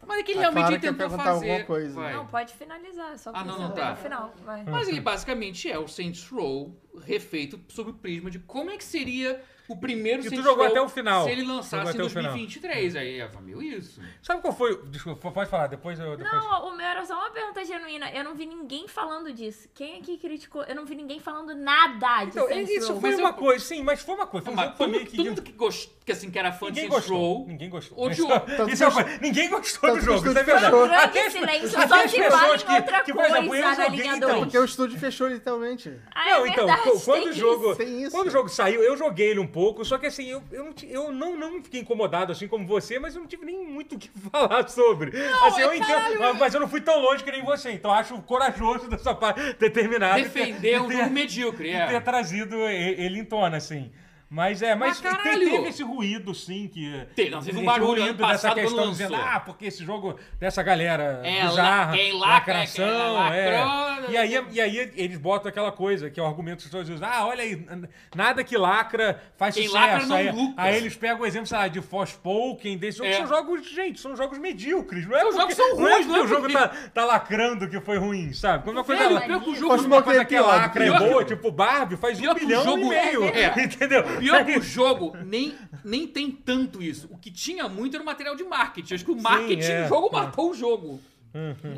Speaker 5: Mas é que ele
Speaker 3: Ah,
Speaker 5: realmente
Speaker 3: claro
Speaker 5: ele
Speaker 3: que eu ia
Speaker 5: tentou
Speaker 3: perguntar
Speaker 5: fazer.
Speaker 3: alguma coisa. né?
Speaker 5: Vai.
Speaker 2: Não, pode finalizar. Só
Speaker 5: Ah, não,
Speaker 2: precisa
Speaker 5: não, tá.
Speaker 2: do final. vai.
Speaker 5: Mas ele basicamente é o Saints Row refeito sob o prisma de como é que seria o primeiro
Speaker 6: E tu
Speaker 5: Saints
Speaker 6: jogou
Speaker 5: Row
Speaker 6: até o final.
Speaker 5: se ele
Speaker 6: Jogou
Speaker 5: lançasse em
Speaker 6: até o final.
Speaker 5: 2023. Aí é, meu, isso.
Speaker 6: Sabe qual foi. o- Desculpa, pode falar, depois eu. Depois...
Speaker 2: Não, o meu era só uma pergunta genuína. Eu não vi ninguém falando disso. Quem aqui criticou? Eu não vi ninguém falando nada de
Speaker 6: Então,
Speaker 2: Saints
Speaker 6: isso
Speaker 2: Row.
Speaker 6: foi
Speaker 5: mas
Speaker 6: uma
Speaker 5: eu-
Speaker 6: coisa, sim, mas foi uma coisa. Foi um
Speaker 5: Mas
Speaker 6: jogo que foi
Speaker 5: todo,
Speaker 6: meio que.
Speaker 5: todo mundo que, gost... que, assim, que era fã de
Speaker 6: Ninguém
Speaker 5: Saints
Speaker 6: gostou.
Speaker 5: Row
Speaker 6: Ninguém gostou.
Speaker 5: odiou.
Speaker 6: Isso- Isso é uma coisa- Ninguém gostou do
Speaker 3: Tanto
Speaker 6: jogo,
Speaker 3: que
Speaker 6: isso é
Speaker 3: o estúdio
Speaker 6: verdade.
Speaker 3: fechou.
Speaker 2: Grande
Speaker 6: Até as-
Speaker 2: silêncio,
Speaker 6: até
Speaker 2: só
Speaker 6: as
Speaker 2: que
Speaker 6: pessoas
Speaker 2: valem
Speaker 6: que-
Speaker 2: outra
Speaker 6: que, por
Speaker 2: coisa
Speaker 6: exemplo, eu
Speaker 2: na
Speaker 6: joguei,
Speaker 2: linha
Speaker 6: então,
Speaker 2: dois.
Speaker 3: Porque o estúdio fechou literalmente.
Speaker 2: Ah, é
Speaker 6: Não, então,
Speaker 2: verdade. Mas
Speaker 6: quando
Speaker 2: tem
Speaker 6: o jogo,
Speaker 3: isso, tem isso.
Speaker 6: quando o jogo saiu, eu joguei ele um pouco, só que assim, eu, eu, não, ti- eu não, não fiquei incomodado assim como você, mas eu não tive nem muito o que falar sobre. assim, eu entendo, mas, mas eu não fui tão longe que nem você, então acho corajoso da sua parte ter terminado. de ter-
Speaker 5: Defender um
Speaker 6: de ter-
Speaker 5: jogo medíocre,
Speaker 6: de ter
Speaker 5: é.
Speaker 6: trazido e- ele em tona, assim. Mas é,
Speaker 5: Mas
Speaker 6: mas, te-
Speaker 5: Ah, caralho!
Speaker 6: teve esse ruído, sim, que.
Speaker 5: Teve, não, teve um
Speaker 6: esse
Speaker 5: barulho ano passado quando
Speaker 6: dizendo,
Speaker 5: lançou.
Speaker 6: ah, porque esse jogo dessa galera
Speaker 5: É,
Speaker 6: bizarra,
Speaker 5: la- quem lacra,
Speaker 6: lacração,
Speaker 5: quem
Speaker 6: é.
Speaker 5: lacrou,
Speaker 6: E aí, e aí eles botam aquela coisa, que é o argumento que as pessoas usam. Ah, olha aí, n- nada que lacra faz
Speaker 5: Quem
Speaker 6: sucesso.
Speaker 5: lacra não
Speaker 6: aí,
Speaker 5: lucra.
Speaker 6: aí eles pegam o exemplo, sei lá, de Forspoken, desse jogo,
Speaker 5: É.
Speaker 6: que são jogos, gente, são jogos medíocres. Não é
Speaker 5: Os jogos
Speaker 6: porque-
Speaker 5: são
Speaker 6: não é
Speaker 5: ruins,
Speaker 6: porque
Speaker 5: não é
Speaker 6: o jogo
Speaker 5: porque- É,
Speaker 6: tá, tá lacrando que foi ruim, sabe? Quando uma coisa
Speaker 5: Velho,
Speaker 2: Mas
Speaker 5: pior que o
Speaker 6: Faz
Speaker 5: jogo
Speaker 6: uma
Speaker 5: não
Speaker 6: coisa que é
Speaker 3: pior.
Speaker 6: lacra, é
Speaker 5: Pior que-
Speaker 6: boa, tipo Barbie, faz
Speaker 5: pior
Speaker 6: um
Speaker 5: que o
Speaker 6: bilhão
Speaker 5: jogo-
Speaker 6: e meio.
Speaker 5: é.
Speaker 6: Entendeu?
Speaker 5: Pior que o jogo nem, nem tem tanto isso. O que tinha muito era o material de marketing. Acho que o marketing
Speaker 6: é.
Speaker 5: do jogo matou o jogo.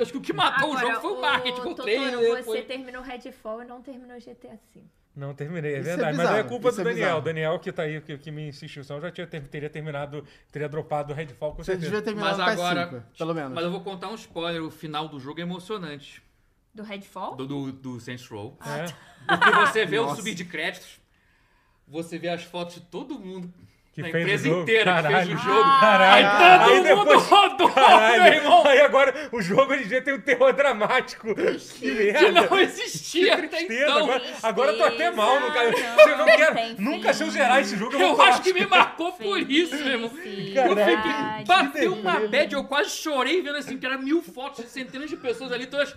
Speaker 5: Acho que o que matou Então, o jogo foi o marketing, foi o
Speaker 2: Totoro,
Speaker 5: trailer.
Speaker 2: você
Speaker 5: foi-
Speaker 2: terminou Redfall e não terminou GTA V.
Speaker 6: Não terminei, é
Speaker 3: Isso é
Speaker 6: verdade. mas
Speaker 3: bizarro,
Speaker 6: é culpa
Speaker 3: isso
Speaker 6: do
Speaker 3: é
Speaker 6: Daniel.
Speaker 3: bizarro.
Speaker 6: Daniel que tá aí, que, que me insistiu, senão eu já tinha, ter- teria terminado, teria dropado o Redfall com
Speaker 3: Você devia
Speaker 6: certeza.
Speaker 3: terminar
Speaker 5: Mas
Speaker 3: no
Speaker 5: agora.
Speaker 3: PS5, pelo menos.
Speaker 5: Mas eu vou contar um spoiler. O final do jogo é emocionante.
Speaker 2: Do Redfall?
Speaker 5: Do, do, do Saints Row.
Speaker 2: Ah,
Speaker 6: É.
Speaker 2: tá.
Speaker 5: Porque você vê o
Speaker 3: Nossa.
Speaker 5: subir de créditos, você vê as fotos de todo mundo.
Speaker 6: Que
Speaker 5: da
Speaker 6: fez o
Speaker 5: empresa
Speaker 6: jogo,
Speaker 5: inteira que
Speaker 6: caralho.
Speaker 5: fez o jogo.
Speaker 6: Caralho.
Speaker 5: Aí todo
Speaker 6: Aí
Speaker 5: mundo
Speaker 6: depois-
Speaker 5: rodou, meu irmão.
Speaker 6: Caralho, aí agora o jogo hoje em dia tem um terror dramático. Que
Speaker 5: Que
Speaker 6: merda.
Speaker 5: não existia até
Speaker 6: Tristeza,
Speaker 5: então.
Speaker 6: agora, agora eu tô até mal, não quero.
Speaker 2: Tristeza,
Speaker 6: Eu não
Speaker 2: tem
Speaker 6: quero.
Speaker 2: fim.
Speaker 6: Nunca se eu zerar esse jogo, eu,
Speaker 5: Eu
Speaker 6: vou
Speaker 5: acho
Speaker 6: falar.
Speaker 5: que me marcou por isso, meu irmão. Eu fiquei.
Speaker 2: Caralho.
Speaker 5: Bateu uma
Speaker 6: né?
Speaker 5: bad, eu quase chorei vendo assim, que era mil fotos de centenas de pessoas ali, todas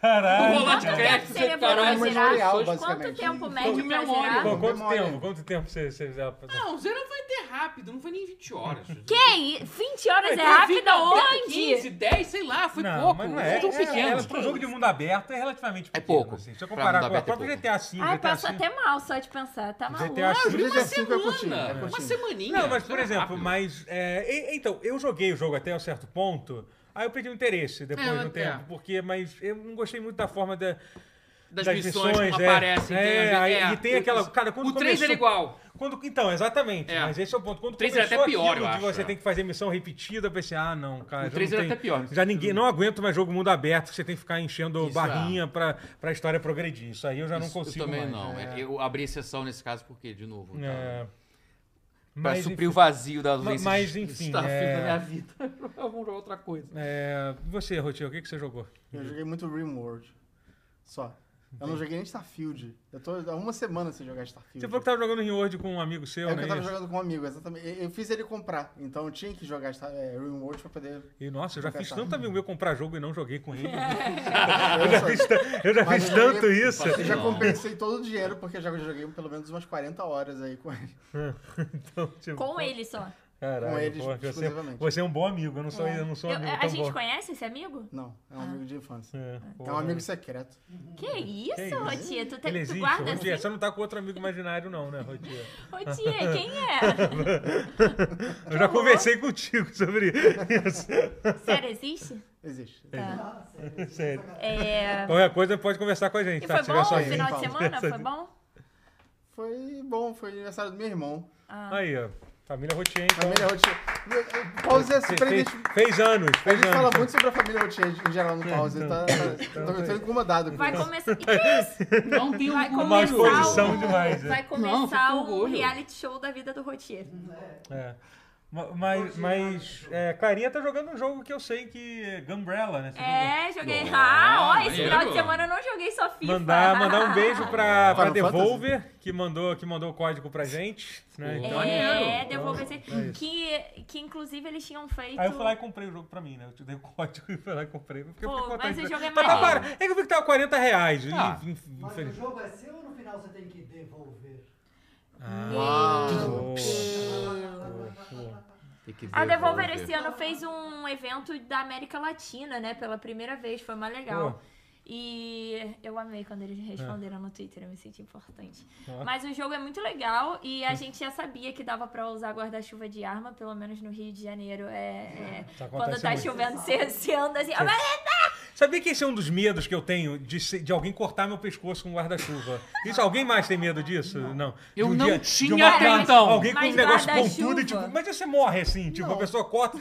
Speaker 6: Caralho.
Speaker 5: rolar de
Speaker 2: Quanto
Speaker 5: crédito.
Speaker 2: tempo seria
Speaker 5: você, caralho,
Speaker 2: pra
Speaker 5: essas
Speaker 2: zerar?
Speaker 5: pessoas-
Speaker 2: Quanto
Speaker 3: basicamente.
Speaker 2: tempo
Speaker 5: de
Speaker 2: médio pra
Speaker 5: memória.
Speaker 2: zerar?
Speaker 6: Pô, quanto
Speaker 3: Memória.
Speaker 6: tempo? Quanto tempo você, você já
Speaker 5: Não, zero vai ter rápido, não foi nem 20 horas.
Speaker 2: Que aí? 20 horas é
Speaker 5: Então,
Speaker 6: tá
Speaker 2: rápido
Speaker 5: 20,
Speaker 2: aonde?
Speaker 5: 15, 10 sei lá, foi
Speaker 6: não,
Speaker 5: pouco.
Speaker 6: Mas não
Speaker 5: Um
Speaker 6: é.
Speaker 5: jogo
Speaker 6: é,
Speaker 5: pequeno.
Speaker 6: é, pro jogo de mundo aberto é relativamente
Speaker 5: É
Speaker 6: pequeno.
Speaker 5: pouco.
Speaker 6: assim. Se eu
Speaker 5: Pra mundo
Speaker 6: comparar com a
Speaker 5: aberto é
Speaker 6: própria
Speaker 5: pouco.
Speaker 6: GTA V,
Speaker 2: Ai,
Speaker 6: GTA
Speaker 2: passo
Speaker 6: V.
Speaker 2: até mal só de pensar. Tá maluco.
Speaker 6: GTA
Speaker 5: Eu joguei uma
Speaker 3: GTA cinco é
Speaker 5: semana,
Speaker 3: curtinho, é
Speaker 5: uma
Speaker 3: curtinho.
Speaker 5: semaninha.
Speaker 6: Não, mas por
Speaker 5: era
Speaker 6: exemplo,
Speaker 5: rápido.
Speaker 6: mas. é, e- então, eu joguei o jogo até um certo ponto. Aí eu perdi o interesse depois
Speaker 5: É,
Speaker 6: de um
Speaker 5: é.
Speaker 6: tempo, porque, mas eu não gostei muito da forma da,
Speaker 5: das,
Speaker 6: das
Speaker 5: missões,
Speaker 6: missões,
Speaker 5: como
Speaker 6: é.
Speaker 5: aparecem. tem
Speaker 6: É,
Speaker 5: a-
Speaker 6: aí-
Speaker 5: é,
Speaker 6: e tem aquela- cara, quando
Speaker 5: o 3 era
Speaker 6: começou-
Speaker 5: igual.
Speaker 6: Quando, então, exatamente.
Speaker 5: É.
Speaker 6: Mas esse é o ponto. Quando
Speaker 5: O três era
Speaker 6: começou
Speaker 5: até pior,
Speaker 6: aquilo
Speaker 5: eu
Speaker 6: de
Speaker 5: acho,
Speaker 6: você
Speaker 5: é.
Speaker 6: tem que fazer missão repetida, eu pensei, ah, não,
Speaker 5: O
Speaker 6: cara. já
Speaker 5: três
Speaker 6: não
Speaker 5: era
Speaker 6: tem-
Speaker 5: até pior. né?"
Speaker 6: Já ninguém, não aguento mais jogo mundo aberto, que você tem que ficar
Speaker 5: Isso,
Speaker 6: enchendo
Speaker 5: é.
Speaker 6: barrinha pra, pra história progredir. Isso aí eu já não
Speaker 5: Isso
Speaker 6: consigo
Speaker 5: Eu também
Speaker 6: mais,
Speaker 5: não. é,
Speaker 6: é.
Speaker 5: Eu abri exceção nesse caso porque, de novo, tá?
Speaker 6: É.
Speaker 5: pra
Speaker 6: Mas,
Speaker 5: suprir o vazio da ausência
Speaker 6: mas,
Speaker 5: de
Speaker 6: enfim,
Speaker 5: Starfield
Speaker 6: é.
Speaker 5: na minha vida. Vamos jogar outra coisa.
Speaker 6: é, você, Rotinho, o que, que você jogou?
Speaker 3: Eu joguei muito RimWorld. Só. Eu não joguei nem Starfield. Eu tô há uma semana sem jogar Starfield.
Speaker 6: Você falou que
Speaker 5: tá
Speaker 6: tava jogando Rimworld com um amigo seu,
Speaker 3: É
Speaker 6: né?
Speaker 3: porque eu tava
Speaker 6: Isso.
Speaker 3: jogando com um amigo, exatamente. Eu eu fiz ele comprar, então eu tinha que jogar Star- é, RimWorld pra poder.
Speaker 6: E nossa, eu já
Speaker 3: Nunca
Speaker 6: fiz
Speaker 3: sabe.
Speaker 6: tanto amigo meu comprar jogo e não joguei com ele.
Speaker 3: Eu
Speaker 6: já
Speaker 3: só-
Speaker 6: fiz ta- Eu já
Speaker 3: Mas
Speaker 6: fiz
Speaker 3: eu joguei-
Speaker 6: tanto isso.
Speaker 3: Eu já
Speaker 5: Não.
Speaker 3: compensei todo o dinheiro, porque eu já joguei pelo menos umas 40 horas aí com ele.
Speaker 6: Então, tipo,
Speaker 2: Com ele só.
Speaker 6: Caralho,
Speaker 3: Com eles,
Speaker 6: pô, você,
Speaker 3: exclusivamente.
Speaker 6: você é um bom amigo, eu não sou, eu não sou um
Speaker 2: Eu-
Speaker 6: amigo.
Speaker 2: a
Speaker 6: tão
Speaker 2: gente
Speaker 6: bom.
Speaker 2: conhece esse amigo?
Speaker 3: Não, é um amigo de infância.
Speaker 6: É,
Speaker 3: É
Speaker 6: porra.
Speaker 3: um amigo secreto.
Speaker 2: Que isso,
Speaker 6: Hum, Que isso?
Speaker 2: Rotia? Tu, te-
Speaker 6: Ele
Speaker 2: tu
Speaker 6: existe,
Speaker 2: guarda
Speaker 6: Rotier.
Speaker 2: assim?
Speaker 6: Você não tá com outro amigo imaginário, não, né, Rotier?
Speaker 2: Rotia, quem é? Tá
Speaker 6: Eu já conversei contigo sobre isso.
Speaker 2: Sério, existe?
Speaker 3: Existe.
Speaker 6: É.
Speaker 2: Tá.
Speaker 6: Sério.
Speaker 2: É...
Speaker 6: Qualquer coisa pode conversar com a gente,
Speaker 2: E
Speaker 6: tá?
Speaker 2: foi
Speaker 6: Se tiver
Speaker 2: bom
Speaker 6: só
Speaker 2: o
Speaker 3: aí,
Speaker 2: final de
Speaker 3: fala.
Speaker 2: semana? Foi bom?
Speaker 3: Foi bom, foi aniversário do meu irmão.
Speaker 6: Aí, ó. Família Rotier, então.
Speaker 3: Família Rotier. Pause é
Speaker 6: Fe-
Speaker 3: super
Speaker 6: fez,
Speaker 3: identificado.
Speaker 6: fez anos,
Speaker 3: A
Speaker 6: fez
Speaker 3: gente fala
Speaker 6: anos.
Speaker 3: muito sobre a família Rotier em geral no pause. Tá, tá, tô, tô incomodado com
Speaker 2: Vai
Speaker 3: isso.
Speaker 2: começar. E que isso?
Speaker 5: Não tem
Speaker 2: Vai
Speaker 5: um
Speaker 6: Uma
Speaker 2: começar
Speaker 6: exposição
Speaker 2: o-
Speaker 6: demais, né?
Speaker 2: Vai
Speaker 5: Não,
Speaker 2: começar
Speaker 5: fica com
Speaker 2: o
Speaker 5: orgulho. Uhum.
Speaker 2: reality show da vida do Rotier.
Speaker 6: É. Ma- Mas, mas é, Clarinha tá jogando um jogo que eu sei que é Gumbrella, né? Você jogou?
Speaker 2: É, joguei.
Speaker 5: Boa,
Speaker 2: Ah, ó, esse
Speaker 5: maneiro.
Speaker 2: final de semana eu não joguei só É, FIFA.
Speaker 6: Mandar, mandar um beijo pra, pra
Speaker 3: Final
Speaker 6: Devolver, que mandou, que mandou o código pra gente. Né?
Speaker 5: Boa.
Speaker 6: Então,
Speaker 2: É,
Speaker 5: Maneiro.
Speaker 2: devolver esse... que, que inclusive eles tinham feito.
Speaker 6: Aí eu fui lá e comprei o jogo pra mim, né? Eu te dei o código e fui lá e comprei. Porque eu
Speaker 2: Pô,
Speaker 6: fiquei com vontade
Speaker 2: mas o
Speaker 6: de-
Speaker 2: jogo é
Speaker 6: tá
Speaker 2: maneiro.
Speaker 6: barato. É que eu vi que tava 40 reais. e-
Speaker 5: Ah.
Speaker 6: inf-
Speaker 8: Mas o
Speaker 6: infeliz-
Speaker 8: jogo é seu ou no final você tem que devolver?
Speaker 6: "Ah,
Speaker 3: Ah,
Speaker 6: Boa.
Speaker 2: A Devolver Ah, esse ano fez um evento da América Latina, né? Pela primeira vez, foi mais legal.
Speaker 6: Pô.
Speaker 2: E eu amei quando eles responderam no Twitter, eu me senti importante. Mas o jogo é muito legal e a gente já sabia que dava pra usar guarda-chuva de arma, pelo menos no Rio de Janeiro. É, é-
Speaker 6: Tá
Speaker 2: quando tá
Speaker 6: acontecendo.
Speaker 2: chovendo, você, você anda assim. "Ah,
Speaker 6: Sabia que esse é um dos medos que eu tenho de, ser- de alguém cortar meu pescoço com um guarda-chuva? Isso, alguém mais tem medo disso? Não. De
Speaker 5: Eu
Speaker 6: um
Speaker 5: não
Speaker 6: dia- de
Speaker 5: tinha
Speaker 6: uma-
Speaker 5: até então.
Speaker 6: Alguém com
Speaker 2: Mas
Speaker 6: um negócio
Speaker 2: guarda-chuva?
Speaker 6: pontudo e tipo, mas você morre assim, tipo, a pessoa corta.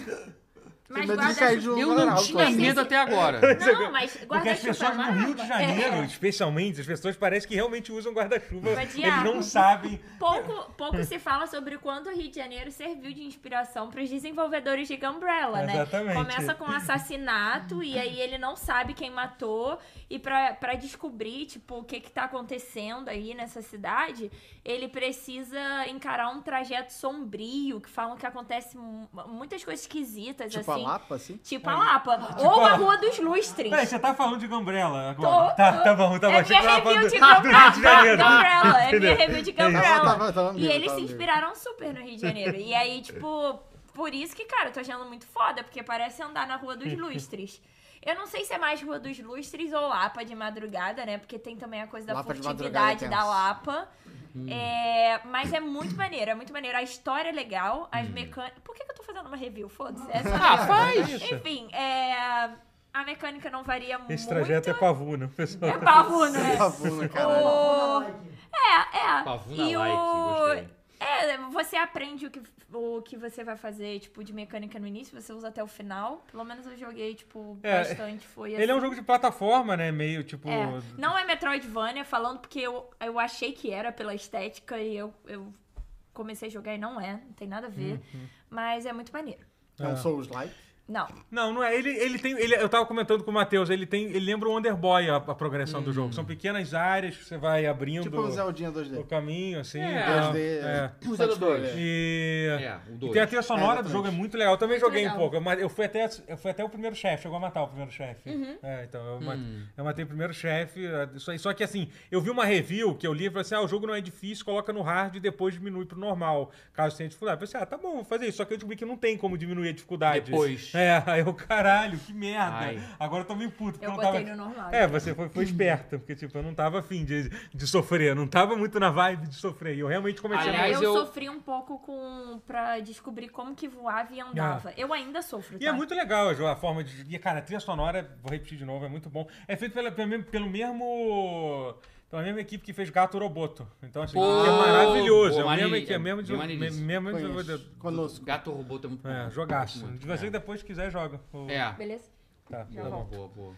Speaker 2: Mas
Speaker 3: medo de
Speaker 2: guarda-
Speaker 3: sair de um
Speaker 5: Eu
Speaker 3: lugar
Speaker 5: não
Speaker 3: alto,
Speaker 5: tinha
Speaker 2: mas
Speaker 3: assim.
Speaker 5: medo
Speaker 2: esse-
Speaker 5: até agora.
Speaker 2: Não, mas
Speaker 6: Porque as
Speaker 2: guarda-chuva é
Speaker 6: pessoas no Rio de
Speaker 2: maravilhoso.
Speaker 6: Janeiro,
Speaker 2: É.
Speaker 6: especialmente, as pessoas parecem que realmente usam guarda-chuva.
Speaker 2: Vai de
Speaker 6: Eles não
Speaker 2: água.
Speaker 6: sabem.
Speaker 2: Pouco, pouco se fala sobre o quanto o Rio de Janeiro serviu de inspiração para os desenvolvedores de Gambrella, né?
Speaker 6: Exatamente.
Speaker 2: Começa com assassinato e aí ele não sabe quem matou e para descobrir, tipo, o que que tá acontecendo aí nessa cidade, ele precisa encarar um trajeto sombrio, que falam que acontece mu- muitas coisas esquisitas
Speaker 3: Tipo a
Speaker 2: assim.
Speaker 3: Lapa, assim?
Speaker 2: Tipo a Lapa.
Speaker 6: Tipo
Speaker 2: Ou
Speaker 6: a
Speaker 2: a
Speaker 6: Lapa.
Speaker 2: Rua dos Lustres.
Speaker 6: Peraí, você tá falando de Gambrella agora?
Speaker 2: Tô-
Speaker 6: tá, tá bom, tá bom.
Speaker 2: é
Speaker 6: Achei
Speaker 2: minha
Speaker 6: que tava
Speaker 2: review
Speaker 6: falando
Speaker 2: de
Speaker 6: Ah, do Rio de
Speaker 2: Gambrella.
Speaker 6: Janeiro.
Speaker 2: Gambrella. É minha
Speaker 6: Entendeu?
Speaker 2: review de
Speaker 3: Tava-
Speaker 2: Gambrella.
Speaker 3: tava- tava
Speaker 2: E
Speaker 3: mesmo,
Speaker 2: eles
Speaker 3: tava
Speaker 2: se
Speaker 3: mesmo.
Speaker 2: inspiraram super no Rio de Janeiro. E aí, tipo, por isso que, cara, eu tô achando muito foda, porque parece andar na Rua dos Lustres. Eu não sei se é mais Rua dos Lustres ou Lapa de madrugada, né? Porque tem também a coisa da
Speaker 3: Lapa de madrugada é
Speaker 2: furtividade
Speaker 3: tenso.
Speaker 2: da Lapa. É, mas é muito maneiro, é muito maneiro. A história é legal, as mecânicas. Por que, que eu tô fazendo uma review? Foda-se. É só-
Speaker 5: Ah, faz!
Speaker 2: Enfim, é, a mecânica não varia muito.
Speaker 6: Esse trajeto é pavô, né, pessoal?
Speaker 2: É pavo, né?
Speaker 3: Pavuna, caralho.
Speaker 2: O- É, é.
Speaker 5: Pavuna
Speaker 2: E
Speaker 5: like,
Speaker 2: o...
Speaker 5: gostei.
Speaker 2: É, você aprende o que, o que você vai fazer, tipo, de mecânica no início, você usa até o final. Pelo menos eu joguei, tipo,
Speaker 6: É,
Speaker 2: bastante. Foi
Speaker 6: Ele é um
Speaker 2: assim.
Speaker 6: jogo de plataforma, né? Meio tipo.
Speaker 2: É, não é Metroidvania, falando porque eu, eu achei que era pela estética e eu, eu comecei a jogar e não é, não tem nada a ver.
Speaker 6: Uhum.
Speaker 2: Mas é muito maneiro.
Speaker 3: É um Souls-like.
Speaker 2: Não,
Speaker 6: Não, não é. Ele, ele tem. Ele, eu tava comentando com o Matheus, ele tem. Ele lembra o Wonderboy a, a progressão do jogo. São pequenas áreas que você vai abrindo
Speaker 3: Tipo um Zeldinha
Speaker 6: o
Speaker 3: 2D.
Speaker 6: caminho, assim.
Speaker 5: É.
Speaker 6: tal.
Speaker 3: 2D.
Speaker 6: É.
Speaker 5: Um zero dois.
Speaker 6: E.
Speaker 5: É, o
Speaker 6: E
Speaker 5: dois.
Speaker 6: Tem a trilha sonora do
Speaker 3: exatamente.
Speaker 6: jogo, é muito legal. Eu também
Speaker 2: Muito
Speaker 6: joguei
Speaker 2: legal.
Speaker 6: um pouco, mas eu fui até, eu fui até o primeiro chefe, chegou a matar o primeiro chefe.
Speaker 2: Uhum.
Speaker 6: É, então, eu, ma-
Speaker 5: Hum.
Speaker 6: eu matei o primeiro chefe. é, isso aí. Só que assim, eu vi uma review que eu li e falei assim: ah, o jogo não é difícil, coloca no hard e depois diminui pro normal, caso tenha dificuldade. Eu pensei, ah, tá bom, vou fazer isso. Só que eu descobri que não tem como diminuir a dificuldade.
Speaker 5: Depois.
Speaker 6: É, aí eu, caralho, que merda.
Speaker 5: Ai.
Speaker 6: Agora eu tô meio puto, porque
Speaker 2: eu
Speaker 6: não
Speaker 2: botei
Speaker 6: tava.
Speaker 2: no normal. então.
Speaker 6: É, você foi, foi esperta, porque tipo, eu não tava afim de, de sofrer, eu não tava muito na vibe de sofrer. E eu realmente comecei a.
Speaker 5: Aliás,
Speaker 2: eu,
Speaker 5: eu-
Speaker 2: sofri um pouco com pra descobrir como que voava e andava. Eu ainda sofro,
Speaker 6: Ah. E
Speaker 2: tá?
Speaker 6: é muito legal João, a forma de. E, cara, a trilha sonora, vou repetir de novo, é muito bom. É feito pela, pelo, mesmo, pelo mesmo. Pela mesma equipe que fez Gato Roboto. Então, assim,
Speaker 5: Pô,
Speaker 6: é maravilhoso. É
Speaker 5: pô,
Speaker 6: o mesmo
Speaker 5: mani-
Speaker 6: equipe, é mesmo de.
Speaker 5: bem maneiríssimo.
Speaker 6: Mesmo de
Speaker 3: Conheço. Conosco.
Speaker 5: Gato robô tem muito.
Speaker 6: é,
Speaker 5: bom.
Speaker 6: jogaço.
Speaker 5: Muito,
Speaker 6: Se você
Speaker 5: é.
Speaker 6: depois quiser, joga. O-
Speaker 5: É.
Speaker 2: Beleza?
Speaker 6: Tá, tá
Speaker 5: Boa,
Speaker 6: bom. É.
Speaker 5: boa, boa.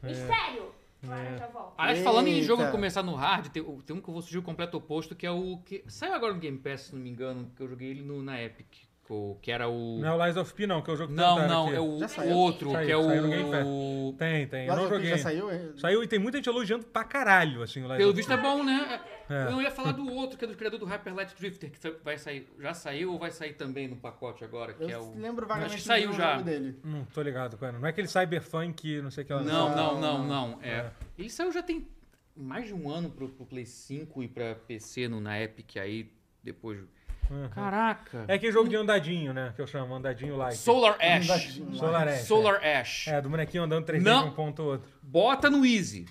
Speaker 2: Mistério! Claro, já volto.
Speaker 5: Aliás, falando em jogo
Speaker 3: Eita.
Speaker 5: começar no hard, tem, tem um que eu vou sugerir o completo oposto, que é o que. Saiu agora no Game Pass, se não me engano, que eu joguei ele no- na Epic. co- Que era o.
Speaker 6: Não é o Lies of P, não, que é o jogo que
Speaker 5: não,
Speaker 6: tentaram
Speaker 5: não,
Speaker 6: aqui.
Speaker 5: é o
Speaker 3: Já saiu.
Speaker 5: outro,
Speaker 6: Saiu,
Speaker 5: que é
Speaker 6: saiu no Game Pass.
Speaker 5: o.
Speaker 6: Tem, tem. Eu
Speaker 3: Mas
Speaker 6: não
Speaker 3: o que já
Speaker 6: joguei.
Speaker 3: saiu? É, hein?
Speaker 6: Saiu e tem muita gente elogiando pra caralho, assim, o Lies
Speaker 5: Pelo
Speaker 6: of P.
Speaker 5: visto é bom, né?
Speaker 6: É.
Speaker 5: Eu ia falar do outro, que é do criador do Hyper Light Drifter, que sa- vai sair. Já saiu ou vai sair também no pacote agora, que é
Speaker 3: Eu
Speaker 5: o.
Speaker 3: lembro
Speaker 5: Acho
Speaker 3: vagamente
Speaker 5: que
Speaker 3: do
Speaker 5: saiu
Speaker 3: nome
Speaker 5: já.
Speaker 3: dele.
Speaker 6: Não tô ligado, cara. Não é aquele cyberpunk, não sei o que lá.
Speaker 5: Não, não, não, não. É. Ele saiu já tem mais de um ano pro, pro Play 5 e pra PC no, na Epic, aí depois. Caraca!
Speaker 6: Uhum. É aquele jogo de andadinho, né? Que eu chamo, andadinho like.
Speaker 5: Solar Ash.
Speaker 3: Andadinho.
Speaker 6: Solar Ash.
Speaker 5: Solar Ash.
Speaker 6: É, do bonequinho andando 3 vezes
Speaker 5: Não.
Speaker 6: de um ponto ao outro.
Speaker 5: Bota no Easy.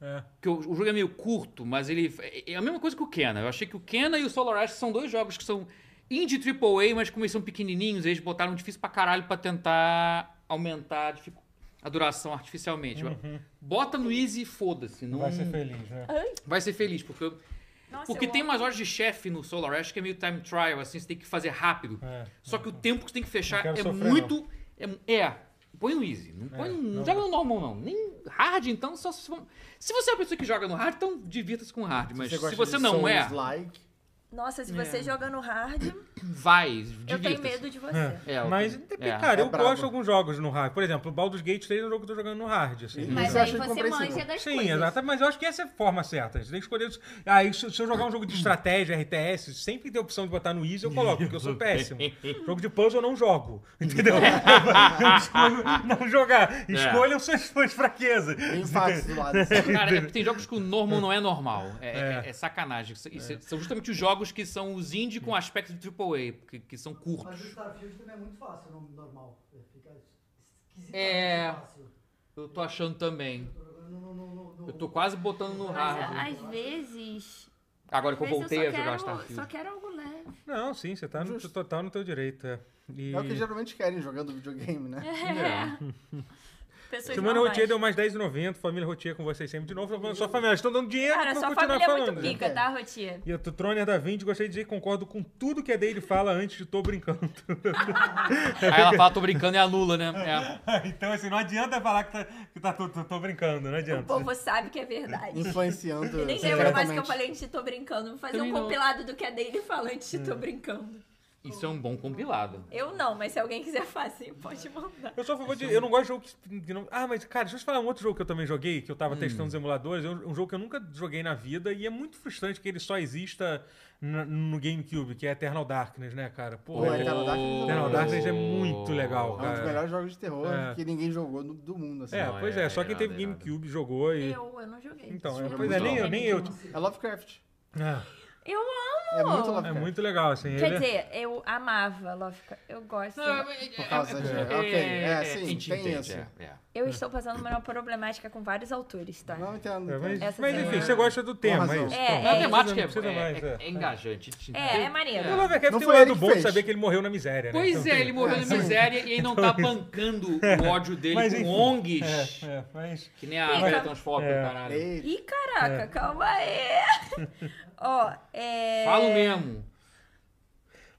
Speaker 6: É.
Speaker 5: Que o, o jogo é meio curto, mas ele. É a mesma coisa que o Kena. Eu achei que o Kena e o Solar Ash são dois jogos que são indie AAA, mas como eles são pequenininhos, eles botaram difícil pra caralho pra tentar aumentar a, dificu- a duração artificialmente. Bota no Easy e foda-se. Não...
Speaker 6: Uhum. Vai ser feliz, né?
Speaker 5: Vai ser feliz, porque, eu-
Speaker 2: Nossa,
Speaker 5: porque
Speaker 2: eu
Speaker 5: tem
Speaker 2: amo.
Speaker 5: umas horas de chefe no Solar Ash que é meio time trial, assim, você tem que fazer rápido.
Speaker 6: É.
Speaker 5: Só que o tempo que você tem que fechar
Speaker 6: Não
Speaker 5: é
Speaker 6: quero sofrer,
Speaker 5: muito. É, é. Põe no easy. Não, põe, É, não,
Speaker 6: não.
Speaker 5: joga no normal, não. Nem hard, então, só se for- Se você é uma pessoa que joga no hard, então divirta-se com hard. Mas se
Speaker 3: gosta
Speaker 5: você
Speaker 3: de
Speaker 5: não é,
Speaker 3: Souls-like,
Speaker 2: Nossa,
Speaker 6: É.
Speaker 2: se você joga no hard,
Speaker 5: vai.
Speaker 2: eu tenho
Speaker 5: Divirta-se.
Speaker 2: medo de você.
Speaker 5: É, eu
Speaker 6: Mas,
Speaker 5: também.
Speaker 6: depende,
Speaker 5: É.
Speaker 6: cara,
Speaker 3: É
Speaker 6: eu
Speaker 3: brabo.
Speaker 6: gosto de alguns jogos no hard. Por exemplo, o Baldur's Gate 3 é um jogo que eu tô jogando no hard, assim.
Speaker 3: Sim.
Speaker 2: Mas
Speaker 3: Isso
Speaker 2: aí
Speaker 3: eu acho
Speaker 2: você
Speaker 3: incompreensível.
Speaker 2: manja das
Speaker 6: Sim,
Speaker 2: coisas.
Speaker 6: exato, mas eu acho que essa é a forma certa. Você tem que escolher. os- Aí, se, se eu jogar um jogo de estratégia, RTS, sempre que tem a opção de botar no Easy, eu coloco, porque eu sou péssimo. jogo de puzzle eu não jogo, entendeu? eu escolho não jogar. Escolham suas, suas fraquezas.
Speaker 3: bem fácil do lado.
Speaker 5: Cara, é- tem jogos que o normal não é normal. É, é- é sacanagem. Isso- isso- São justamente os jogos que são os indie com aspecto de AAA, que, que são curtos.
Speaker 8: Mas o Starfield também é muito fácil, no normal. É, Fica esquisitamente
Speaker 5: É.
Speaker 8: fácil.
Speaker 5: Eu tô achando também.
Speaker 8: Tô jogando no- no- no- no-
Speaker 5: Eu tô quase botando no
Speaker 2: Mas
Speaker 5: hard.
Speaker 2: às vezes.
Speaker 5: Agora que eu
Speaker 2: às vezes
Speaker 5: voltei
Speaker 2: eu
Speaker 5: a
Speaker 2: só
Speaker 5: jogar
Speaker 2: quero, só
Speaker 5: Starfield.
Speaker 2: quero algo né? leve.
Speaker 6: Não, sim, você tá no total no teu direito. É, E-
Speaker 3: É o que geralmente querem jogando videogame, né?
Speaker 5: É.
Speaker 2: Pessoas
Speaker 6: Semana
Speaker 2: normais.
Speaker 6: Rotier deu mais 10,90. Família Rotier com vocês sempre de novo. Tô falando só família. Elas estão dando dinheiro
Speaker 2: Cara,
Speaker 6: pra
Speaker 2: sua
Speaker 6: continuar
Speaker 2: família é
Speaker 6: falando.
Speaker 2: muito
Speaker 6: né?
Speaker 2: pica, tá, Rotier?
Speaker 6: E o Troner da Vinci, gostaria de dizer que concordo com tudo que a Daily fala antes de Tô Brincando.
Speaker 5: Aí ela fala, tô brincando, é a Lula, né? É.
Speaker 6: então, assim, não adianta falar que tá, que tá tô, tô- tô brincando, não
Speaker 2: O
Speaker 6: adianta.
Speaker 2: povo sabe que é verdade.
Speaker 3: Influenciando.
Speaker 2: Eu nem lembro mais o que eu falei antes de tô brincando. Vou fazer
Speaker 5: Também
Speaker 2: um
Speaker 5: não.
Speaker 2: compilado do que a Daily fala antes de tô
Speaker 6: Hum.
Speaker 2: brincando.
Speaker 5: Isso é um bom compilado.
Speaker 2: Eu não, mas se alguém quiser fazer, pode mandar.
Speaker 6: Eu sou a favor de.
Speaker 2: é
Speaker 6: Eu não gosto de jogo que, que não. Ah, mas, cara, deixa eu te falar um outro jogo que eu também joguei, que eu
Speaker 3: Hum.
Speaker 6: tava testando os emuladores. É um, um jogo que eu nunca joguei na vida e é muito frustrante que ele só exista na- no GameCube, que é Eternal Darkness, né, cara? Pô,
Speaker 3: Pô,
Speaker 6: é-
Speaker 3: Eternal Darkness é
Speaker 6: Eternal
Speaker 3: bom.
Speaker 6: Darkness é muito legal,
Speaker 3: É um dos
Speaker 6: cara.
Speaker 3: melhores jogos de terror
Speaker 6: É.
Speaker 3: que ninguém jogou no- do mundo, assim.
Speaker 6: É,
Speaker 5: Não,
Speaker 6: pois
Speaker 5: é-
Speaker 6: é, só
Speaker 5: é
Speaker 6: quem teve
Speaker 5: irado, é irado.
Speaker 6: GameCube jogou e.
Speaker 2: Eu, eu não joguei.
Speaker 6: Então, é,
Speaker 2: Eu
Speaker 6: pois
Speaker 2: não
Speaker 6: é, nem eu.
Speaker 2: joguei
Speaker 6: Nem eu
Speaker 3: É Lovecraft.
Speaker 6: Ah,
Speaker 2: Eu amo!
Speaker 3: É muito
Speaker 6: é
Speaker 3: Lovecraft.
Speaker 6: muito legal, assim.
Speaker 2: Quer
Speaker 6: ele é-
Speaker 2: dizer, eu amava Lovecraft. Eu gosto.
Speaker 3: Por
Speaker 6: é
Speaker 3: causa de... Ok, é, sim, tem isso.
Speaker 5: é
Speaker 2: Eu estou passando por uma problemática com vários autores, tá?
Speaker 3: Não entendo.
Speaker 6: É, mas,
Speaker 2: Essa
Speaker 6: mas,
Speaker 2: semana-
Speaker 6: enfim, você gosta do tema, é
Speaker 3: razão.
Speaker 6: isso.
Speaker 2: É,
Speaker 6: Então,
Speaker 2: é
Speaker 5: A
Speaker 6: não
Speaker 5: temática
Speaker 6: precisa- não
Speaker 5: é,
Speaker 6: precisa
Speaker 5: é-
Speaker 6: mais,
Speaker 5: é engajante. te-
Speaker 2: É, é maneiro.
Speaker 6: O Lovecraft
Speaker 3: Não
Speaker 6: tem um
Speaker 3: foi ele
Speaker 6: lado
Speaker 3: que
Speaker 6: bom de
Speaker 3: fez.
Speaker 6: saber que ele morreu na miséria, né?
Speaker 5: Pois
Speaker 6: Então
Speaker 5: é,
Speaker 6: tem- Então,
Speaker 5: ele morreu na miséria e ele não tá bancando o ódio dele
Speaker 6: É, Mas,
Speaker 5: com
Speaker 6: enfim,
Speaker 5: ONGs.
Speaker 6: É, mas.
Speaker 5: Que nem a mulher transfóbica,
Speaker 6: É.
Speaker 5: caralho.
Speaker 3: Ei,
Speaker 2: Ih, caraca, calma aí! Ó, é.
Speaker 5: Falo mesmo.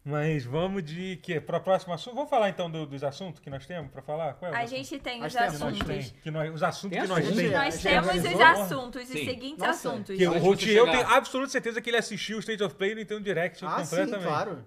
Speaker 6: Mas vamos de quê? Para o próximo assunto. Vamos falar então do- dos assuntos que nós temos para falar? Qual é o
Speaker 2: A
Speaker 6: assunto
Speaker 2: gente tem
Speaker 3: Nós
Speaker 2: os
Speaker 3: temos,
Speaker 6: que nós
Speaker 2: assuntos.
Speaker 6: temos? Que nós- os assuntos
Speaker 5: Tem
Speaker 6: que nós
Speaker 5: assunto?
Speaker 6: temos.
Speaker 2: Nós
Speaker 3: Gente,
Speaker 2: temos
Speaker 3: a gente
Speaker 2: os
Speaker 3: organizou?
Speaker 2: assuntos, os
Speaker 5: Sim.
Speaker 2: seguintes
Speaker 3: Nossa,
Speaker 2: assuntos.
Speaker 6: Que o
Speaker 5: Antes de
Speaker 6: Routier, eu
Speaker 5: chegar.
Speaker 6: tenho absoluta certeza que ele assistiu o State of Play no Nintendo Direct
Speaker 3: Ah, sim,
Speaker 6: completamente.
Speaker 3: claro.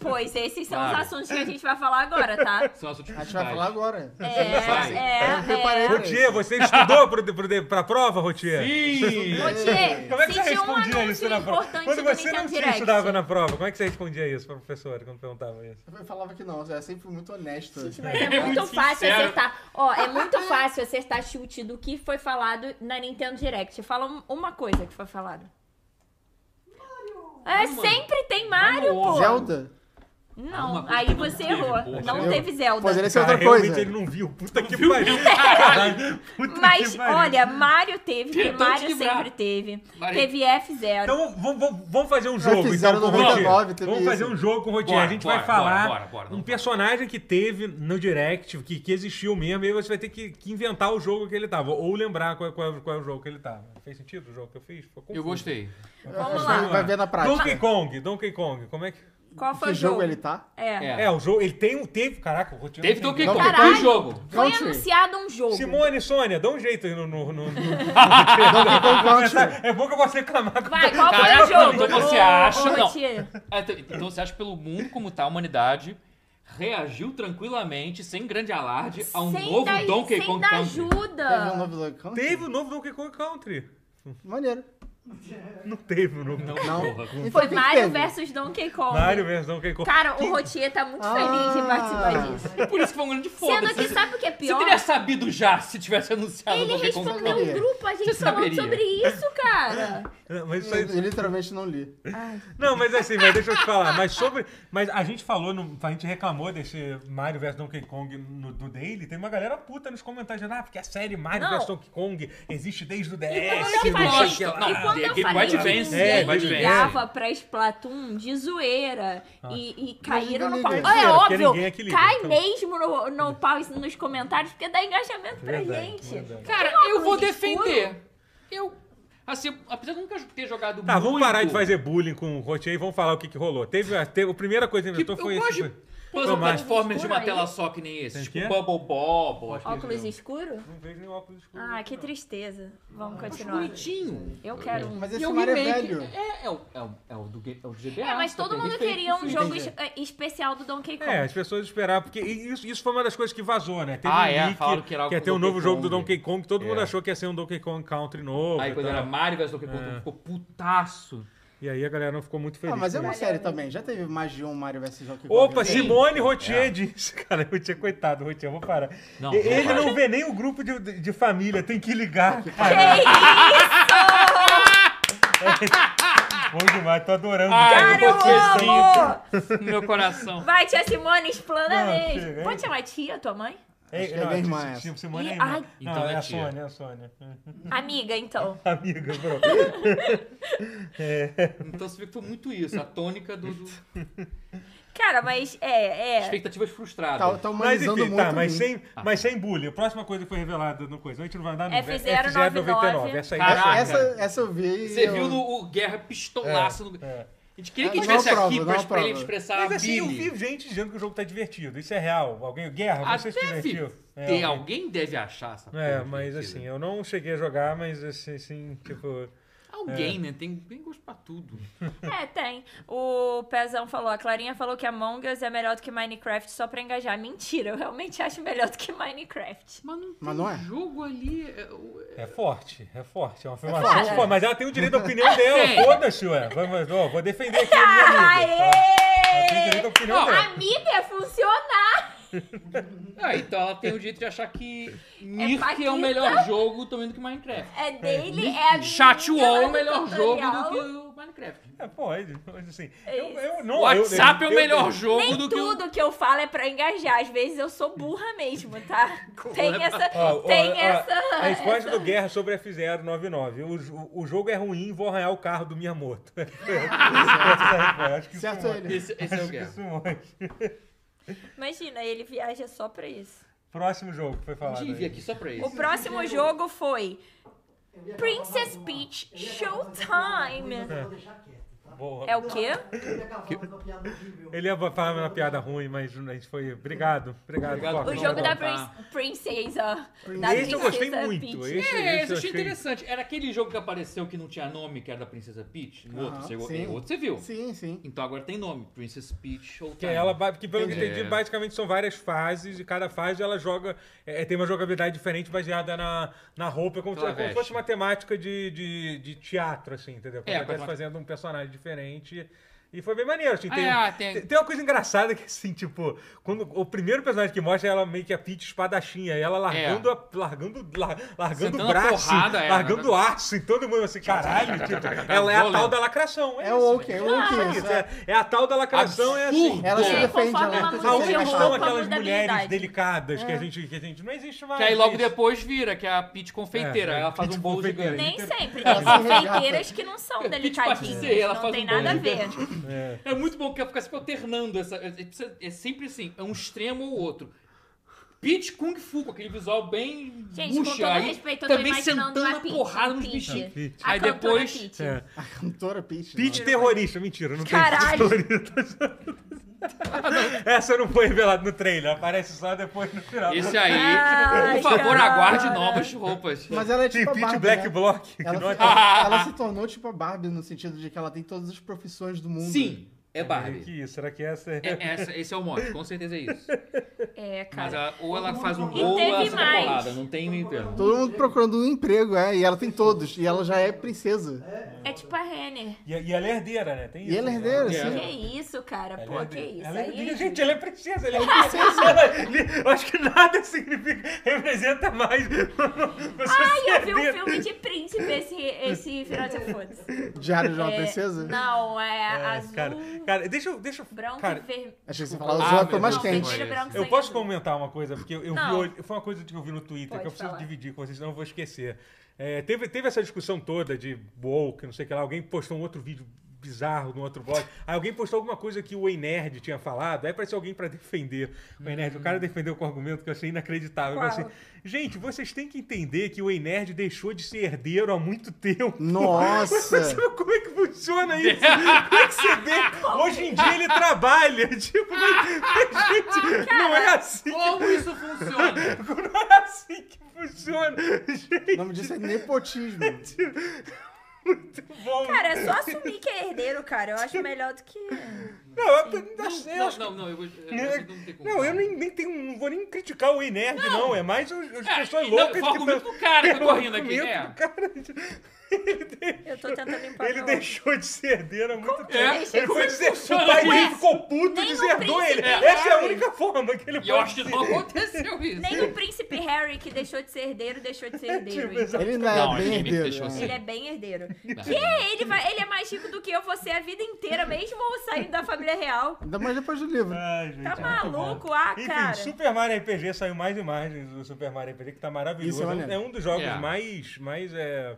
Speaker 2: Pois, esses são
Speaker 5: Claro.
Speaker 2: os assuntos que a gente vai falar agora, tá?
Speaker 5: São as
Speaker 3: A
Speaker 5: últimas
Speaker 3: gente vai falar agora.
Speaker 2: É,
Speaker 5: Sai.
Speaker 2: é,
Speaker 3: Eu preparei.
Speaker 2: é.
Speaker 6: Routier, você estudou pro, pro, pra prova, Routier?
Speaker 5: Sim!
Speaker 2: Routier,
Speaker 6: Como é que você
Speaker 2: sentiu um
Speaker 6: respondia isso
Speaker 2: anúncio
Speaker 6: na prova?
Speaker 2: importante
Speaker 6: Quando
Speaker 2: do
Speaker 6: você
Speaker 2: Nintendo
Speaker 6: não
Speaker 2: Direct.
Speaker 6: estudava na prova, como é que você respondia isso pra professora quando perguntava isso?
Speaker 3: Eu falava que não, eu sempre fui muito honesto.
Speaker 2: Gente, mas é muito
Speaker 5: muito
Speaker 2: fácil
Speaker 5: sincero.
Speaker 2: acertar. Ó, é muito fácil acertar chute do que foi falado na Nintendo Direct. Fala um- uma coisa que foi falado. É, sempre tem Mario, pô.
Speaker 3: Zelda?
Speaker 2: Não,
Speaker 5: Uma
Speaker 2: aí
Speaker 5: coisa
Speaker 2: você
Speaker 5: que não teve,
Speaker 2: errou.
Speaker 5: porra.
Speaker 2: não
Speaker 3: Eu-
Speaker 2: teve Zelda.
Speaker 3: Poderia ser é outra
Speaker 6: Cara, Ah, realmente
Speaker 3: coisa.
Speaker 6: ele não viu. Puta que pariu. Puta que
Speaker 2: Mas,
Speaker 6: pariu.
Speaker 2: olha, Mario teve, porque
Speaker 5: Tentou
Speaker 2: Mario
Speaker 5: te livrar.
Speaker 2: sempre teve.
Speaker 5: Mario.
Speaker 2: Teve F0.
Speaker 6: Então vamos, vamos- vamos fazer um jogo.
Speaker 3: fizeram
Speaker 6: então, com o
Speaker 3: 99,
Speaker 6: Rotier.
Speaker 3: teve
Speaker 6: Vamos
Speaker 3: isso.
Speaker 6: fazer um jogo com o Rotier.
Speaker 5: Bora,
Speaker 6: A gente
Speaker 5: bora,
Speaker 6: vai
Speaker 5: bora,
Speaker 6: falar
Speaker 5: bora, bora,
Speaker 6: um
Speaker 5: não.
Speaker 6: personagem que teve no Direct, que, que existiu mesmo, e aí você vai ter que, que inventar o jogo que ele tava. Ou lembrar qual, é- qual, é- qual é o jogo que ele tava. Fez sentido o jogo que eu fiz? Ficou confuso.
Speaker 5: Eu gostei. Então,
Speaker 2: Vamos
Speaker 3: Vai-
Speaker 5: é
Speaker 2: lá.
Speaker 3: Vai ver na
Speaker 6: Donkey
Speaker 3: prática.
Speaker 6: Kong, Donkey Kong, como é que.
Speaker 2: Qual foi
Speaker 3: Que
Speaker 2: o jogo?
Speaker 3: jogo ele tá?
Speaker 2: É.
Speaker 5: É.
Speaker 6: É, o jogo. Ele tem um. Teve. Caraca, o Rotier.
Speaker 5: Teve
Speaker 6: não
Speaker 5: Donkey
Speaker 6: tem-
Speaker 5: Kong,
Speaker 2: Então, Caralho.
Speaker 5: foi o jogo.
Speaker 2: Foi
Speaker 3: Country.
Speaker 2: anunciado um jogo.
Speaker 6: Simone, Sônia, dá um jeito aí no. no, no, no-
Speaker 3: Donkey Kong Country.
Speaker 6: É bom que eu vou reclamar com
Speaker 2: Vai, qual foi o
Speaker 5: Caraca,
Speaker 2: jogo?
Speaker 5: não, então você
Speaker 2: Ô, ô,
Speaker 5: acha, não.
Speaker 2: Rotier.
Speaker 5: Ah, Então então você acha que pelo mundo como tá, a humanidade reagiu tranquilamente, sem grande alarde, a um
Speaker 2: Sem
Speaker 5: novo
Speaker 2: dar-
Speaker 5: Donkey
Speaker 2: sem
Speaker 5: Kong
Speaker 2: dar
Speaker 5: Country?
Speaker 3: Teve um
Speaker 2: ajuda.
Speaker 3: novo Donkey Kong?
Speaker 6: Teve um- o novo Donkey Kong Country.
Speaker 3: Maneiro.
Speaker 6: Não teve o novo.
Speaker 5: Não,
Speaker 3: Não.
Speaker 5: porra.
Speaker 3: Então
Speaker 2: Foi
Speaker 3: quem que
Speaker 2: Mario
Speaker 3: teve?
Speaker 2: versus Donkey Kong.
Speaker 6: Mario vs Donkey Kong.
Speaker 2: Cara, o Rotier tá muito feliz de
Speaker 3: Ah.
Speaker 2: participar disso.
Speaker 5: Por isso que foi um grande
Speaker 2: Sendo
Speaker 5: foda-se.
Speaker 2: que sabe o que é
Speaker 5: Você
Speaker 2: pior?
Speaker 5: teria sabido já se tivesse anunciado o
Speaker 2: Ele
Speaker 5: Donkey Kong
Speaker 2: respondeu
Speaker 5: Country.
Speaker 2: um grupo, a gente
Speaker 5: Você
Speaker 2: falando
Speaker 5: saberia.
Speaker 2: sobre isso, cara.
Speaker 6: Não, Ah, Mas isso aí-
Speaker 3: Eu literalmente não li.
Speaker 6: Não, mas assim, mas deixa eu te falar. Mas sobre. Mas a gente falou, no- a gente reclamou desse Mario vs Donkey Kong no, do Daily. Tem uma galera puta nos comentários dizendo, ah, porque a série
Speaker 2: Não.
Speaker 6: Mario vs Donkey Kong existe desde o DS.
Speaker 2: Quando eu
Speaker 5: É, que
Speaker 2: falei,
Speaker 5: bosta. Não,
Speaker 2: e quando eu
Speaker 5: Game
Speaker 2: falei
Speaker 5: Boy
Speaker 2: que
Speaker 5: Advance,
Speaker 6: é,
Speaker 2: ninguém
Speaker 6: Game Boy Advance.
Speaker 2: ligava pra Splatoon de zoeira e, e caíram no pau.
Speaker 3: ninguém
Speaker 2: Ah, é
Speaker 6: liga, porque
Speaker 2: óbvio,
Speaker 6: ninguém é que liga,
Speaker 2: cai
Speaker 6: então.
Speaker 2: mesmo no, no pau e nos comentários, porque dá engajamento pra
Speaker 6: Verdade,
Speaker 2: gente.
Speaker 6: verdade.
Speaker 5: Cara,
Speaker 2: Tem um
Speaker 5: eu vou
Speaker 2: óculos escuro?
Speaker 5: defender. Eu. Assim, apesar de eu nunca ter jogado
Speaker 6: Tá,
Speaker 5: muito.
Speaker 6: vamos parar de fazer bullying com o Rotier e vamos falar o que, que rolou. Teve, a- teve a primeira coisa que
Speaker 5: Que,
Speaker 6: inventou
Speaker 5: eu
Speaker 6: foi
Speaker 5: gosto de
Speaker 6: esse.
Speaker 5: puzzle
Speaker 6: Tomate.
Speaker 5: platformers de uma
Speaker 2: Escuro
Speaker 5: tela
Speaker 2: aí?
Speaker 5: só que nem esse.
Speaker 6: Tem
Speaker 5: Tipo
Speaker 6: que?
Speaker 5: Bubble Bob. acho que
Speaker 2: Óculos
Speaker 5: eles
Speaker 2: escuro?
Speaker 6: Não vejo nem óculos escuros.
Speaker 2: Ah, que tristeza. Vamos
Speaker 5: chamam.
Speaker 2: continuar.
Speaker 5: Bonitinho.
Speaker 2: Eu quero um.
Speaker 3: Mas
Speaker 5: E
Speaker 3: esse
Speaker 5: o
Speaker 3: Mario é
Speaker 5: remake-
Speaker 3: velho.
Speaker 5: É, é, o, é, o, é o do, G- é o do GBA.
Speaker 2: É, mas
Speaker 5: só
Speaker 2: todo
Speaker 5: que é
Speaker 2: mundo
Speaker 5: refeito.
Speaker 2: queria um jogo
Speaker 3: Entendi.
Speaker 2: es- especial do Donkey Kong.
Speaker 6: É, as pessoas esperavam, porque i- isso, isso foi uma das coisas que vazou, né? Teve
Speaker 5: Ah,
Speaker 6: um
Speaker 5: é,
Speaker 6: leak
Speaker 5: falaram que era algo
Speaker 6: ia
Speaker 5: com
Speaker 6: ter um
Speaker 5: Donkey
Speaker 6: novo jogo do
Speaker 5: Kong.
Speaker 6: Donkey Kong, todo
Speaker 5: É.
Speaker 6: mundo achou que ia ser um Donkey Kong Country novo.
Speaker 5: Aí
Speaker 6: e
Speaker 5: quando
Speaker 6: tal.
Speaker 5: era Mario vs Donkey
Speaker 6: É.
Speaker 5: Kong, ficou putaço.
Speaker 6: E aí a galera não ficou muito feliz.
Speaker 3: Ah, mas é
Speaker 6: com
Speaker 3: uma assim.
Speaker 6: isso.
Speaker 3: série também. Já teve mais de um Mario vs Donkey Kong.
Speaker 6: Opa,
Speaker 3: Sim.
Speaker 6: Simone Rotier disse, cara, Rotier, coitado, Rotier, eu vou parar.
Speaker 5: É. Não,
Speaker 6: E-
Speaker 5: não
Speaker 6: ele
Speaker 5: vai.
Speaker 6: não vê nem o grupo de, de família, tem que ligar. Cara. Bom demais, tô adorando.
Speaker 5: Ai,
Speaker 6: cara.
Speaker 5: eu vou ser
Speaker 2: eu amo!
Speaker 5: No meu coração.
Speaker 2: Vai, tia Simone, explana
Speaker 6: Não,
Speaker 2: mesmo.
Speaker 6: chega.
Speaker 2: Pode chamar tia, tua mãe?
Speaker 6: Ei,
Speaker 3: Acho que é minha irmã essa.
Speaker 6: tipo, Simone
Speaker 2: Ih,
Speaker 6: é irmã.
Speaker 2: ai.
Speaker 6: Não,
Speaker 5: Então é
Speaker 6: é a
Speaker 5: tia.
Speaker 6: Sônia, é a Sônia.
Speaker 2: Amiga, então.
Speaker 6: Amiga, bro.
Speaker 5: Então você vê que foi muito isso, a tônica do. do-
Speaker 2: Cara, mas é, é.
Speaker 5: Expectativas frustradas.
Speaker 3: Tá, tá
Speaker 6: Mas
Speaker 3: humanizando
Speaker 6: enfim,
Speaker 3: muito.
Speaker 6: tá, mas
Speaker 3: mim.
Speaker 6: sem,
Speaker 5: Ah.
Speaker 6: mas sem bullying. A próxima coisa que foi revelada no coisa, a gente não vai andar no é
Speaker 2: F099.
Speaker 6: Essa aí é
Speaker 5: Caraca.
Speaker 6: essa-
Speaker 3: Essa, essa eu vi. e
Speaker 5: Você
Speaker 3: eu-
Speaker 5: viu no o Guerra pistolaço no.
Speaker 6: é.
Speaker 5: A gente queria
Speaker 3: Ah,
Speaker 5: que ele
Speaker 3: dá uma
Speaker 5: estivesse
Speaker 3: prova,
Speaker 2: é
Speaker 5: aqui
Speaker 3: dá
Speaker 5: pra,
Speaker 3: uma
Speaker 5: pra ele
Speaker 3: prova.
Speaker 5: expressar
Speaker 6: Mas
Speaker 5: a
Speaker 6: assim, eu
Speaker 5: Billy.
Speaker 6: vi gente dizendo que o jogo tá divertido. Isso é real. Alguém. Guerra, você se
Speaker 5: Até,
Speaker 6: divertiu.
Speaker 5: filho,
Speaker 6: É,
Speaker 5: tem,
Speaker 6: alguém-
Speaker 5: alguém deve achar essa
Speaker 6: É,
Speaker 5: porra
Speaker 6: mas
Speaker 5: divertida.
Speaker 6: assim, eu não cheguei a jogar, mas assim, assim tipo.
Speaker 5: Alguém, né? Tem, tem gosto pra tudo.
Speaker 2: É, tem. O Pezão falou, a Clarinha falou que Among Us é melhor do que Minecraft só pra engajar. Mentira, eu realmente acho melhor do que Minecraft.
Speaker 5: Mas não,
Speaker 3: Mas não
Speaker 5: tem
Speaker 3: é.
Speaker 5: jogo ali. é, o- é-
Speaker 6: É forte, é forte. É uma afirmação
Speaker 2: forte.
Speaker 6: forte. Mas ela tem o direito da opinião dela.
Speaker 5: Tem.
Speaker 6: Foda-se, ué. Vamos, ó, vou defender aqui a minha amiga. tá? Ela tem o direito
Speaker 2: Aê!
Speaker 6: da opinião
Speaker 5: Não,
Speaker 6: dela.
Speaker 2: Amiga, é funcionar!
Speaker 5: Ah, então ela tem o direito de achar que Mirk é,
Speaker 2: Paquita.
Speaker 5: o melhor jogo também do que Minecraft.
Speaker 2: É dele, é a
Speaker 5: Chat
Speaker 2: minha,
Speaker 5: Wall é o
Speaker 2: mas
Speaker 5: melhor
Speaker 2: tutorial.
Speaker 5: jogo do que o Minecraft.
Speaker 6: É, pode. Mas assim, eu,
Speaker 2: isso.
Speaker 6: eu não.
Speaker 5: O
Speaker 6: eu-
Speaker 5: WhatsApp é
Speaker 6: eu-
Speaker 5: o melhor
Speaker 6: eu-
Speaker 5: jogo
Speaker 2: Nem
Speaker 5: do que o.
Speaker 2: tudo que eu falo é pra engajar. Às vezes eu sou burra mesmo, tá? Tem essa...
Speaker 6: Ó, ó,
Speaker 2: tem
Speaker 6: ó,
Speaker 2: essa...
Speaker 6: A resposta do Guerra sobre F099. O, jo- o jogo é ruim, vou arranhar o carro do Miyamoto. Acho que um isso
Speaker 3: Certo
Speaker 6: mostra-
Speaker 3: ele.
Speaker 5: Esse, esse é o
Speaker 6: acho que
Speaker 5: Guerra.
Speaker 6: isso mostra.
Speaker 2: Imagina, ele viaja só pra isso.
Speaker 6: Próximo jogo que foi falado.
Speaker 5: Tive
Speaker 6: aí.
Speaker 5: aqui só pra
Speaker 2: O
Speaker 5: isso.
Speaker 2: próximo jogo foi
Speaker 8: Eu ia acabar
Speaker 2: Princess
Speaker 8: mais uma-
Speaker 2: Peach
Speaker 8: eu ia acabar mais uma
Speaker 2: Showtime.
Speaker 8: piada, mas eu vou deixar quieto, tá?
Speaker 6: Boa.
Speaker 2: É o quê?
Speaker 8: Eu ia acabar mais uma piada horrível.
Speaker 6: Ele ia falar uma piada ruim, mas a gente foi. Obrigado. Obrigado,
Speaker 5: Obrigado
Speaker 6: Fox.
Speaker 2: O
Speaker 5: pelo
Speaker 6: Não,
Speaker 2: jogo
Speaker 6: não.
Speaker 2: da
Speaker 5: tá.
Speaker 2: prin- princesa. Da
Speaker 6: Esse eu gostei
Speaker 2: princesa
Speaker 6: muito.
Speaker 2: Peach.
Speaker 5: É,
Speaker 6: Esse, esse
Speaker 5: esse
Speaker 6: eu
Speaker 5: eu
Speaker 6: achei-
Speaker 5: achei interessante. Era aquele jogo que apareceu que não tinha nome, que era da Princesa Peach. No outro,
Speaker 3: Aham,
Speaker 5: você,
Speaker 3: sim.
Speaker 5: outro você viu.
Speaker 3: Sim, sim.
Speaker 5: Então agora tem nome, Princess Peach ou
Speaker 6: Que ela, ba- que pelo que eu
Speaker 5: Entendi.
Speaker 6: entendi, basicamente são várias fases e cada fase ela joga, é, tem uma jogabilidade diferente baseada na, na roupa, é como,
Speaker 5: Ela
Speaker 6: se- como se
Speaker 5: veste.
Speaker 6: fosse uma temática de, de, de teatro, assim, entendeu? Como
Speaker 5: É,
Speaker 6: se ela
Speaker 5: com
Speaker 6: estivesse
Speaker 5: uma-
Speaker 6: fazendo um personagem diferente. E foi bem maneiro, assim.
Speaker 5: Ah,
Speaker 6: Tem,
Speaker 5: é, tem-
Speaker 6: tem- tem uma coisa engraçada que, assim, tipo, quando o primeiro personagem que mostra é ela meio que a Peach espadachinha, e ela largando, a- largando, lar- largando o
Speaker 5: É. Sentando a
Speaker 6: braço,
Speaker 5: porrada, é,
Speaker 6: largando
Speaker 5: né? Tá
Speaker 6: aço em todo mundo, assim, caralho, tipo, ela é a tal
Speaker 5: Violento.
Speaker 6: da lacração.
Speaker 3: É o ok, é o ok.
Speaker 6: Isso, é, é a tal da lacração, é assim.
Speaker 5: Absurdo.
Speaker 3: Ela se
Speaker 5: É,
Speaker 3: defende.
Speaker 2: conforme
Speaker 3: ela-
Speaker 2: ela muda
Speaker 6: A
Speaker 2: de
Speaker 6: única
Speaker 2: roupa,
Speaker 6: são aquelas
Speaker 2: muda a
Speaker 6: mulheres
Speaker 2: habilidade.
Speaker 6: delicadas
Speaker 3: É.
Speaker 6: que, a gente, que a gente não existe mais. né?
Speaker 5: Que aí logo
Speaker 6: Ah, é isso.
Speaker 5: depois vira, que é a Peach confeiteira.
Speaker 6: É, é,
Speaker 5: ela faz
Speaker 6: Peach
Speaker 5: um bolo
Speaker 6: confeiteira.
Speaker 5: gigante.
Speaker 2: Nem sempre. Tem confeiteiras que não são
Speaker 5: Peach
Speaker 2: delicadinhas.
Speaker 5: patisserie, ela
Speaker 2: Não
Speaker 5: faz
Speaker 2: tem
Speaker 5: um
Speaker 2: nada a
Speaker 5: bolo.
Speaker 2: ver.
Speaker 5: É muito bom que ela fica sempre alternando. Essa, é, é- é sempre assim, é um extremo ou outro. Peach Kung Fu, com aquele visual bem
Speaker 2: Gente, com
Speaker 5: murcha.
Speaker 2: todo
Speaker 5: aí,
Speaker 2: respeito, eu tô
Speaker 5: também
Speaker 2: imaginando
Speaker 5: sentando
Speaker 2: a Peach,
Speaker 5: porrada
Speaker 2: a
Speaker 5: nos
Speaker 2: Peach.
Speaker 5: bichinhos.
Speaker 6: Peach.
Speaker 2: A
Speaker 5: Aí
Speaker 2: cantora
Speaker 5: depois...
Speaker 2: Peach.
Speaker 6: É.
Speaker 3: A cantora Peach.
Speaker 6: Peach terrorista, mentira, não
Speaker 2: Caralho.
Speaker 6: tem Peach terrorista. Essa não foi revelada no trailer, aparece só depois no final.
Speaker 5: Esse aí,
Speaker 2: Ai,
Speaker 5: por favor,
Speaker 2: cara.
Speaker 5: aguarde novas roupas.
Speaker 3: Mas ela é
Speaker 6: Tem
Speaker 3: tipo a
Speaker 6: Peach
Speaker 3: Barbie,
Speaker 6: Black
Speaker 3: né?
Speaker 6: Block. que
Speaker 3: Ela,
Speaker 6: não é-
Speaker 3: se- ela se tornou tipo a Barbie no sentido de que ela tem todas as profissões do mundo.
Speaker 5: Sim, é
Speaker 6: É
Speaker 5: Barbie.
Speaker 6: que isso, será que essa é.
Speaker 5: É, essa- esse é o mote, com certeza é isso.
Speaker 2: É, cara.
Speaker 5: Mas ela- ou ela faz um
Speaker 8: E
Speaker 5: gol ou
Speaker 2: teve
Speaker 5: ela senta
Speaker 2: mais.
Speaker 5: porrada. Não tem meio termo.
Speaker 3: Todo mundo procurando um emprego, é. E ela tem todos. E ela já é princesa.
Speaker 2: É tipo a Renner.
Speaker 6: E, e ela é herdeira, né? Tem
Speaker 3: E ela é herdeira,
Speaker 5: É.
Speaker 3: sim.
Speaker 2: Que isso, cara?
Speaker 6: Ela é
Speaker 2: Pô, que
Speaker 6: herdeira.
Speaker 2: isso?
Speaker 6: Ela é herdeira.
Speaker 2: Aí...
Speaker 6: Gente, ela é princesa, ela é princesa. Ela- Eu acho que nada significa, representa
Speaker 2: Ai,
Speaker 6: mais.
Speaker 2: eu vi
Speaker 6: herdeira.
Speaker 2: um filme de príncipe esse, esse final de foda
Speaker 3: Diário
Speaker 2: É.
Speaker 3: de uma princesa?
Speaker 2: Não, é,
Speaker 6: É,
Speaker 2: azul,
Speaker 6: Cara, cara, deixa eu. Deixa eu
Speaker 2: branco
Speaker 6: cara,
Speaker 2: e vermelho.
Speaker 3: Achei que você falava
Speaker 5: Ah,
Speaker 3: azul, é a
Speaker 5: meu
Speaker 3: cor mais
Speaker 5: Deus.
Speaker 3: quente.
Speaker 5: Não,
Speaker 2: vermelho, branco,
Speaker 6: Eu
Speaker 2: sangue
Speaker 6: posso
Speaker 2: azul.
Speaker 6: comentar uma coisa, porque eu, eu vi
Speaker 2: Não.
Speaker 6: hoje- Foi uma coisa que eu vi no Twitter
Speaker 2: Pode
Speaker 6: que eu preciso
Speaker 2: falar.
Speaker 6: dividir com vocês, senão eu vou esquecer. É, teve, teve essa discussão toda de woke, não sei o que lá. Alguém postou um outro vídeo bizarro no outro blog. Aí alguém postou alguma coisa que o Ei Nerd tinha falado. Aí apareceu alguém pra defender o Ei Nerd. O cara defendeu com um argumento que eu achei inacreditável. Eu
Speaker 2: Hum. Qual?
Speaker 6: falei assim, gente, vocês têm que entender que o Ei Nerd deixou de ser herdeiro há muito tempo.
Speaker 3: Nossa!
Speaker 6: Como é que funciona isso? Como é que você vê? Hoje em dia ele trabalha. Tipo, mas, mas, gente, não é assim.
Speaker 5: Como isso funciona?
Speaker 6: Não é assim que funciona.
Speaker 3: O
Speaker 6: Gente,
Speaker 3: nome disso é nepotismo.
Speaker 6: muito bom.
Speaker 2: Cara, é só assumir que é herdeiro, cara. Eu acho melhor do que.
Speaker 6: não, eu, tô- tá
Speaker 5: Não,
Speaker 6: certo.
Speaker 5: não, não, não, eu vou. Eu, eu
Speaker 6: É,
Speaker 5: não, tenho como
Speaker 6: Não,
Speaker 5: falar.
Speaker 6: eu nem, nem tenho, não vou nem criticar o Inerd, não. É mais os- as
Speaker 5: Cara,
Speaker 6: pessoas
Speaker 5: não, foi
Speaker 6: loucas
Speaker 5: o argumento
Speaker 6: tão-
Speaker 5: do cara que eu tô
Speaker 6: É o
Speaker 5: rindo aqui,
Speaker 6: argumento
Speaker 5: é.
Speaker 6: do cara. Ele, de-
Speaker 2: Eu tô tentando limpar
Speaker 6: ele
Speaker 2: meu
Speaker 6: deixou de ser herdeiro há muito tempo.
Speaker 5: deixa?
Speaker 6: Ele foi
Speaker 5: Como é
Speaker 6: dizer,
Speaker 5: funciona
Speaker 6: o pai
Speaker 5: isso?
Speaker 6: dele ficou puto e
Speaker 2: é? Nem no
Speaker 6: deserdou ele.
Speaker 2: príncipe
Speaker 6: Essa é a
Speaker 2: Harry.
Speaker 6: única forma que ele
Speaker 5: E eu
Speaker 6: pode
Speaker 5: acho que
Speaker 6: ser.
Speaker 5: não aconteceu isso.
Speaker 2: Nem o príncipe Harry, que deixou de ser herdeiro, deixou de
Speaker 5: É
Speaker 2: ser herdeiro.
Speaker 6: Tipo,
Speaker 2: então.
Speaker 3: Ele ainda
Speaker 5: Não,
Speaker 3: é
Speaker 5: ele
Speaker 3: bem
Speaker 5: me
Speaker 3: herdeiro.
Speaker 5: deixou
Speaker 3: né?
Speaker 5: assim.
Speaker 2: Ele é bem herdeiro. Que é? Ele, vai, ele é mais rico do que eu, você a vida inteira, mesmo saindo da família real.
Speaker 3: Ainda mais depois do livro.
Speaker 6: Ai, gente,
Speaker 2: Tá
Speaker 6: é muito bom.
Speaker 2: maluco? Ah,
Speaker 6: Enfim,
Speaker 2: cara.
Speaker 6: Super Mario RPG saiu mais imagens do Super Mario RPG, que tá
Speaker 3: Isso
Speaker 6: maravilhoso.
Speaker 3: é
Speaker 6: é, um,
Speaker 3: maneiro.
Speaker 6: é um dos jogos
Speaker 5: É.
Speaker 6: mais, mais é,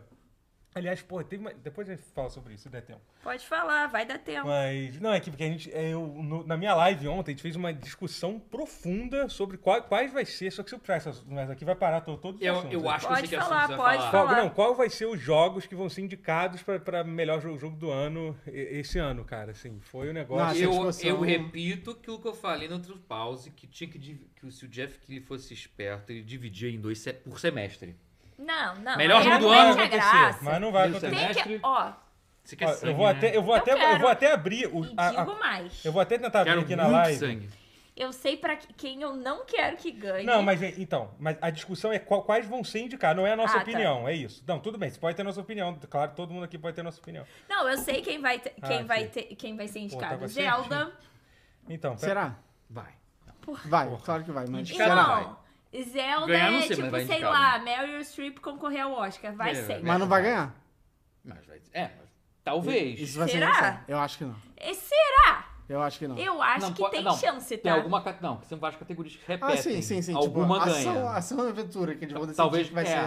Speaker 6: Aliás, porra, teve uma... depois a gente fala sobre isso, se der tempo.
Speaker 2: Pode falar, vai dar tempo.
Speaker 6: Mas, não, é que porque a gente, é, eu, no- na minha live ontem, a gente fez uma discussão profunda sobre qual- quais vai ser, só que se eu trazer essas- mas aqui vai parar to- todos os
Speaker 5: Eu,
Speaker 6: assuntos,
Speaker 5: eu
Speaker 6: né?
Speaker 5: acho que eu sei
Speaker 2: Pode
Speaker 5: que
Speaker 2: falar,
Speaker 5: assunto você vai
Speaker 2: pode
Speaker 5: falar.
Speaker 6: Qual,
Speaker 2: falar.
Speaker 6: não, qual vai ser os jogos que vão ser indicados para melhor jo- jogo do ano e- esse ano, cara? Assim, foi o negócio.
Speaker 3: Nossa,
Speaker 5: eu,
Speaker 3: discussão-
Speaker 5: eu repito aquilo que eu falei no outro pause, que tinha que, div- que se o Jeff Kelly fosse esperto, ele dividia em dois se- por semestre.
Speaker 2: Não, não.
Speaker 5: Melhor
Speaker 2: aí
Speaker 5: jogo do
Speaker 2: não
Speaker 5: ano.
Speaker 2: mete a
Speaker 5: Vai
Speaker 2: é graça.
Speaker 6: Mas não vai
Speaker 3: é
Speaker 5: Isso,
Speaker 6: acontecer.
Speaker 5: né?
Speaker 2: Tem que,
Speaker 5: Mestre-
Speaker 2: ó,
Speaker 5: Você quer
Speaker 6: Ó,
Speaker 5: sangue,
Speaker 6: eu vou
Speaker 5: né?
Speaker 6: até, eu vou
Speaker 2: Eu
Speaker 6: até, eu
Speaker 2: quero.
Speaker 6: vou até abrir o,
Speaker 2: e
Speaker 6: a- a-
Speaker 2: digo mais.
Speaker 6: Ah, eu vou até tentar abrir
Speaker 5: Quero
Speaker 6: aqui
Speaker 5: muito
Speaker 6: na live.
Speaker 5: sangue.
Speaker 2: Eu sei pra que- quem eu não quero que ganhe.
Speaker 6: Não, mas é, então, mas a discussão é qual- quais vão ser indicados, não é a nossa
Speaker 2: Ah, tá.
Speaker 6: opinião, é isso. Não, tudo bem, você pode ter nossa opinião, claro, todo mundo aqui pode ter nossa opinião.
Speaker 2: Não, eu sei quem vai, te- quem
Speaker 6: Ah,
Speaker 2: vai,
Speaker 6: sim.
Speaker 2: ter, quem vai ser
Speaker 6: tava
Speaker 2: indicado.
Speaker 6: certinho.
Speaker 2: Zelda.
Speaker 6: Então, pera-
Speaker 3: Será?
Speaker 5: Vai.
Speaker 3: Vai, claro que vai, mas
Speaker 5: Os caras vai.
Speaker 2: Não. então, Zelda
Speaker 5: Ganhar não
Speaker 2: é
Speaker 5: sei, mas
Speaker 2: tipo,
Speaker 5: vai
Speaker 2: sei
Speaker 5: indicar,
Speaker 2: lá, Meryl Streep concorrer ao Oscar. Vai
Speaker 5: É,
Speaker 2: ser.
Speaker 5: vai.
Speaker 3: mas não vai ganhar.
Speaker 5: Mas vai. É, mas talvez.
Speaker 3: Isso vai
Speaker 2: Será?
Speaker 3: ser engraçado. Eu acho que não.
Speaker 2: E será?
Speaker 3: Eu acho que não.
Speaker 2: Eu acho que
Speaker 5: po-
Speaker 2: tem
Speaker 5: não,
Speaker 2: chance, tá?
Speaker 5: Tem alguma. ca- Não, são várias categorias que repetem.
Speaker 3: Ah, sim, sim, sim.
Speaker 5: Alguma
Speaker 3: tipo,
Speaker 5: ganha.
Speaker 3: Ação, ação e aventura, que eles vão decidir
Speaker 5: Talvez-
Speaker 3: que vai
Speaker 5: é.
Speaker 3: ser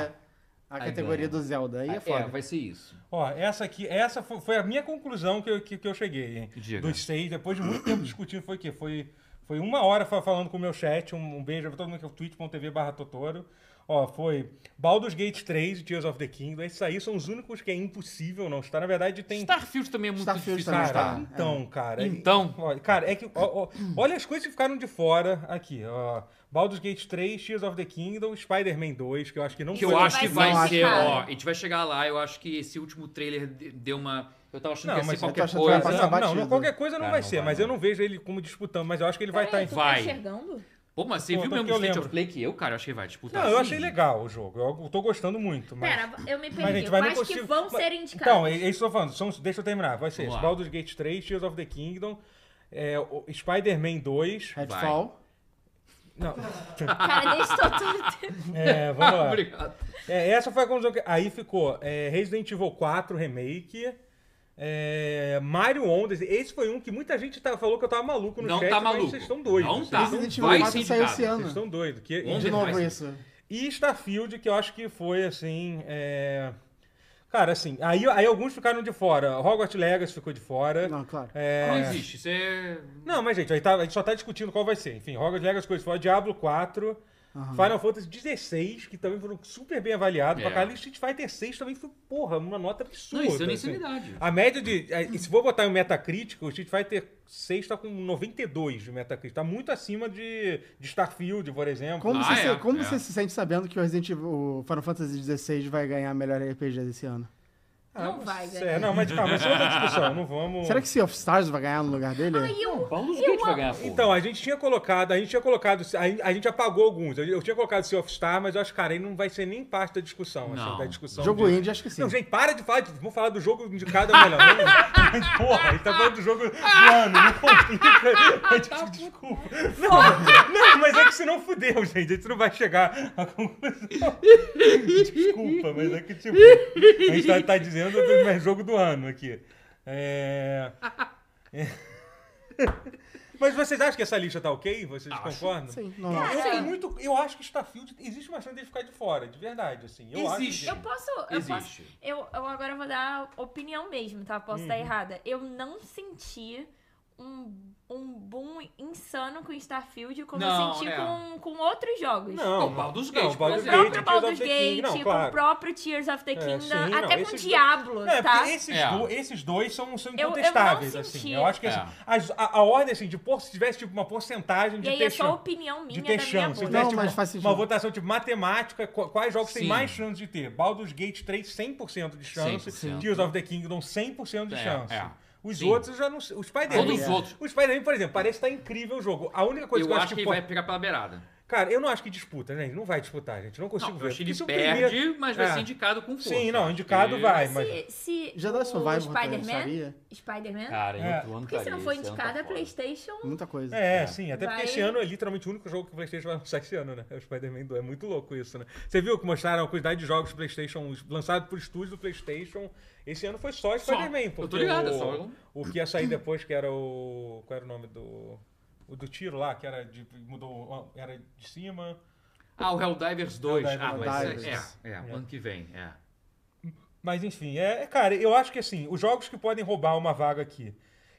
Speaker 3: a
Speaker 5: Aí
Speaker 3: categoria
Speaker 5: ganha.
Speaker 3: do Zelda. Aí é foda.
Speaker 5: vai ser isso.
Speaker 6: ó, essa aqui, essa fo- foi, a minha conclusão que eu, que, que eu cheguei, hein?
Speaker 5: Diga.
Speaker 6: Dos seis, depois de muito tempo discutindo, foi o quê? Foi, foi uma hora fa- falando com o meu chat, um, um beijo pra todo mundo que é o twitch.tv barra Totoro. Ó, foi Baldur's Gate 3, Tears of the Kingdom, esses aí são os únicos que é impossível não estar, na verdade tem...
Speaker 5: Starfield também é muito
Speaker 3: Starfield
Speaker 5: difícil.
Speaker 3: também tá. É.
Speaker 5: de
Speaker 6: Cara,
Speaker 3: está.
Speaker 5: estar.
Speaker 6: então, cara.
Speaker 5: Então?
Speaker 6: Olha, cara, é que. ó, ó, olha as coisas que ficaram de fora aqui, ó. Baldur's Gate 3, Tears of the Kingdom, Spider-Man 2, que eu acho que não
Speaker 5: Que
Speaker 6: foi.
Speaker 5: eu acho que
Speaker 2: vai
Speaker 5: vai
Speaker 3: ser
Speaker 5: ser,
Speaker 2: cara.
Speaker 5: ó. A gente vai chegar lá, eu acho que esse último trailer de- deu uma. Eu tava achando
Speaker 6: Não,
Speaker 5: que ia
Speaker 6: mas
Speaker 5: ser
Speaker 6: eu
Speaker 3: tô
Speaker 5: qualquer
Speaker 3: achando que vai
Speaker 5: coisa.
Speaker 3: passar
Speaker 6: não, não,
Speaker 3: batido.
Speaker 6: qualquer coisa não
Speaker 5: Cara,
Speaker 6: vai
Speaker 5: não
Speaker 6: ser,
Speaker 5: vai, É, então,
Speaker 6: mas
Speaker 5: não.
Speaker 6: eu não vejo ele como disputando, mas eu acho que ele vai estar
Speaker 2: Peraí,
Speaker 6: em.
Speaker 2: tu
Speaker 5: Vai.
Speaker 2: Tá enxergando?
Speaker 5: Pô, mas você
Speaker 6: Pô,
Speaker 5: viu
Speaker 6: tanto
Speaker 5: mesmo
Speaker 6: que
Speaker 5: o
Speaker 6: eu
Speaker 5: State
Speaker 6: lembro.
Speaker 5: of Play que eu, cara? Eu acho que ele vai disputar.
Speaker 6: Não, eu
Speaker 5: sim.
Speaker 6: achei legal o jogo. Eu tô gostando muito, mas.
Speaker 2: Pera, eu me perdi.
Speaker 6: Mas a gente
Speaker 2: eu
Speaker 6: vai
Speaker 2: acho
Speaker 6: no
Speaker 2: que
Speaker 6: possível-
Speaker 2: vão
Speaker 6: Mas-
Speaker 2: ser indicados.
Speaker 6: Então, é é isso que eu tô falando. São, deixa eu terminar. Vai ser
Speaker 5: Vamos lá.
Speaker 6: Baldur's Gate 3, Tears of the Kingdom, é, o- Spider-Man 2.
Speaker 3: É. Redfall.
Speaker 6: Não,
Speaker 2: Cara, deixa eu tô-
Speaker 6: é, vamos lá.
Speaker 5: Obrigado.
Speaker 6: É, essa foi a conclusão que... Aí ficou é, Resident Evil 4 Remake, é, Mario Ondas. Esse foi um que muita gente tá- falou que eu tava maluco no
Speaker 5: Não
Speaker 6: chat,
Speaker 5: tá
Speaker 6: mas
Speaker 5: maluco.
Speaker 6: vocês estão doidos.
Speaker 5: Não
Speaker 6: vocês
Speaker 5: tá.
Speaker 6: tão-
Speaker 3: Resident Evil
Speaker 5: Vai
Speaker 3: 4
Speaker 5: ser
Speaker 3: saiu
Speaker 5: indicado.
Speaker 3: esse ano.
Speaker 6: Vocês estão doidos. Que- é
Speaker 5: Ondas
Speaker 3: De novo
Speaker 5: vai ser.
Speaker 3: isso.
Speaker 6: E Starfield, que eu acho que foi assim... é, Cara, assim, aí, aí alguns ficaram de fora. Hogwarts Legacy ficou de fora.
Speaker 3: Não, claro.
Speaker 6: É,
Speaker 5: Não existe. Isso é.
Speaker 6: não, mas gente, aí tá- a gente só tá discutindo qual vai ser. Enfim, Hogwarts Legacy coisa fora, Diablo 4, Final Fantasy 16, que também foram super bem avaliados. Pra
Speaker 5: É.
Speaker 6: caralho, e Street Fighter 6 também foi, porra, uma nota
Speaker 5: Não,
Speaker 6: absurda.
Speaker 5: isso é nem
Speaker 6: assim.
Speaker 5: insanidade.
Speaker 6: A média de. eh, e Se for botar em Metacritic, o Street Fighter 6 tá com 92 de Metacritic. Tá muito acima de, de Starfield, por exemplo.
Speaker 3: Como,
Speaker 5: Ah,
Speaker 3: você, se,
Speaker 5: é,
Speaker 3: como
Speaker 5: é.
Speaker 3: você se sente sabendo que o Resident Evil, o Final Fantasy XVI vai ganhar melhor RPG desse ano?
Speaker 2: Não vai,
Speaker 6: Cê-
Speaker 2: velho.
Speaker 6: não, Ah, mas calma, isso é outra discussão. Não vamos.
Speaker 3: Será que Sea of Stars vai ganhar no lugar dele?
Speaker 2: Aí eu...
Speaker 5: Baldur's
Speaker 2: Eu
Speaker 5: Gate vai ganhar, pô.
Speaker 6: Então, a gente tinha colocado, a gente tinha colocado, a, a gente apagou alguns. Eu, eu tinha colocado Sea of Star, mas eu acho que, cara, aí não vai ser nem parte da discussão, assim,
Speaker 5: Não.
Speaker 6: da discussão.
Speaker 3: Jogo
Speaker 6: de-
Speaker 3: indie, acho que sim.
Speaker 6: Não, gente, para de falar. de- Vamos falar do jogo indicado é melhor. Não, Mas, porra, a gente tá falando do jogo do ano. Não complica. Mas, des- Desculpa. Não, não, mas é que senão fudeu, gente. A gente não vai chegar à conclusão. Desculpa, mas é que, tipo, a gente tá, tá dizendo do melhor jogo do ano aqui. É... é. Mas vocês acham que essa lista tá ok? Vocês concordam?
Speaker 3: Sim, não.
Speaker 6: Eu, tenho muito, eu acho que Starfield existe uma chance dele ficar de fora, de verdade, assim. Eu acho
Speaker 5: Existe.
Speaker 6: que-
Speaker 2: Eu posso, eu posso.
Speaker 5: Existe.
Speaker 2: Eu, eu agora vou dar opinião mesmo, tá? Posso
Speaker 5: Uhum.
Speaker 2: estar errada. Eu não senti um, um boom insano com Starfield como eu
Speaker 5: Não,
Speaker 2: senti
Speaker 5: é.
Speaker 2: com, com outros jogos.
Speaker 5: Não, É o Baldur's Gate,
Speaker 6: Não, o
Speaker 5: por
Speaker 2: O
Speaker 6: Baldur's
Speaker 5: exemplo.
Speaker 6: Gate,
Speaker 2: próprio
Speaker 6: Tears
Speaker 2: Baldur's
Speaker 6: of the King.
Speaker 2: Gate,
Speaker 6: Não,
Speaker 2: com
Speaker 6: claro.
Speaker 2: o próprio Tears of the
Speaker 6: É,
Speaker 2: Kingdom,
Speaker 6: sim, não,
Speaker 2: até com
Speaker 6: esses
Speaker 2: Diablo,
Speaker 6: Não, é
Speaker 2: tá?
Speaker 6: porque esses,
Speaker 5: É.
Speaker 6: do- esses dois são, são
Speaker 2: eu não
Speaker 6: incontestáveis,
Speaker 2: senti.
Speaker 6: assim. Eu acho que
Speaker 5: É.
Speaker 6: assim, as- a, a ordem, assim, de por, se tivesse tipo, uma porcentagem de
Speaker 2: E aí é
Speaker 6: ter
Speaker 2: só
Speaker 6: chance.
Speaker 2: opinião minha
Speaker 6: De
Speaker 2: da
Speaker 6: ter
Speaker 2: minha
Speaker 6: chance. Se
Speaker 2: bolha.
Speaker 6: tivesse,
Speaker 3: Não,
Speaker 6: tipo,
Speaker 3: mas faz sentido.
Speaker 6: uma votação tipo matemática, qu- quais jogos têm
Speaker 5: Sim.
Speaker 6: mais chance de ter? Baldur's Gate 3, 100% de chance.
Speaker 5: 100%.
Speaker 6: Tears of the Kingdom, 100% de
Speaker 5: É,
Speaker 6: chance.
Speaker 5: é.
Speaker 6: Os
Speaker 5: Sim.
Speaker 6: outros eu já não sei. Os Spider-Man.
Speaker 5: Todos os outros.
Speaker 6: O Spider-Man, por exemplo, parece estar incrível o jogo. A única coisa
Speaker 5: Eu
Speaker 6: que eu
Speaker 5: acho que ele
Speaker 6: pô-
Speaker 5: vai pegar pela beirada.
Speaker 6: Cara, eu não acho que disputa, né? Não vai disputar, gente. Não consigo
Speaker 5: Não, eu
Speaker 6: ver.
Speaker 5: acho que
Speaker 6: Porque
Speaker 5: ele
Speaker 6: se o
Speaker 5: perde,
Speaker 6: primeiro-
Speaker 5: mas vai
Speaker 6: É.
Speaker 5: ser indicado com força.
Speaker 6: Sim, não,
Speaker 5: Acho
Speaker 6: indicado
Speaker 5: que-
Speaker 6: vai, mas.
Speaker 2: Se, se
Speaker 3: Jedi
Speaker 2: o
Speaker 3: Survivor
Speaker 2: Spider-Man...
Speaker 3: estaria?
Speaker 2: Spider-Man?
Speaker 5: Cara,
Speaker 6: É.
Speaker 5: em outro ano
Speaker 2: Por que se
Speaker 5: estaria,
Speaker 2: não foi
Speaker 5: esse ano tá
Speaker 2: indicada a
Speaker 5: foda.
Speaker 2: Playstation? um?
Speaker 3: Muita coisa.
Speaker 6: É, sim. Até
Speaker 2: Vai-
Speaker 6: porque esse ano é literalmente o único jogo que o PlayStation vai lançar esse ano, né? É o Spider-Man 2. É muito louco isso, né? Você viu que mostraram a quantidade de jogos do PlayStation lançados por estúdio do PlayStation? Esse ano foi só Spider-Man.
Speaker 5: tô
Speaker 6: porque
Speaker 5: ligado, é
Speaker 6: o,
Speaker 5: só.
Speaker 6: O que ia sair depois, que era o. Qual era o nome do. O do tiro lá, que era de. Mudou. Era de cima.
Speaker 5: Ah, o Helldivers 2.
Speaker 6: Helldivers.
Speaker 5: ah, mas
Speaker 3: Helldivers.
Speaker 5: é, é, é, ano que vem, é.
Speaker 6: Mas enfim, é, é, cara, eu acho que assim, os jogos que podem roubar uma vaga aqui.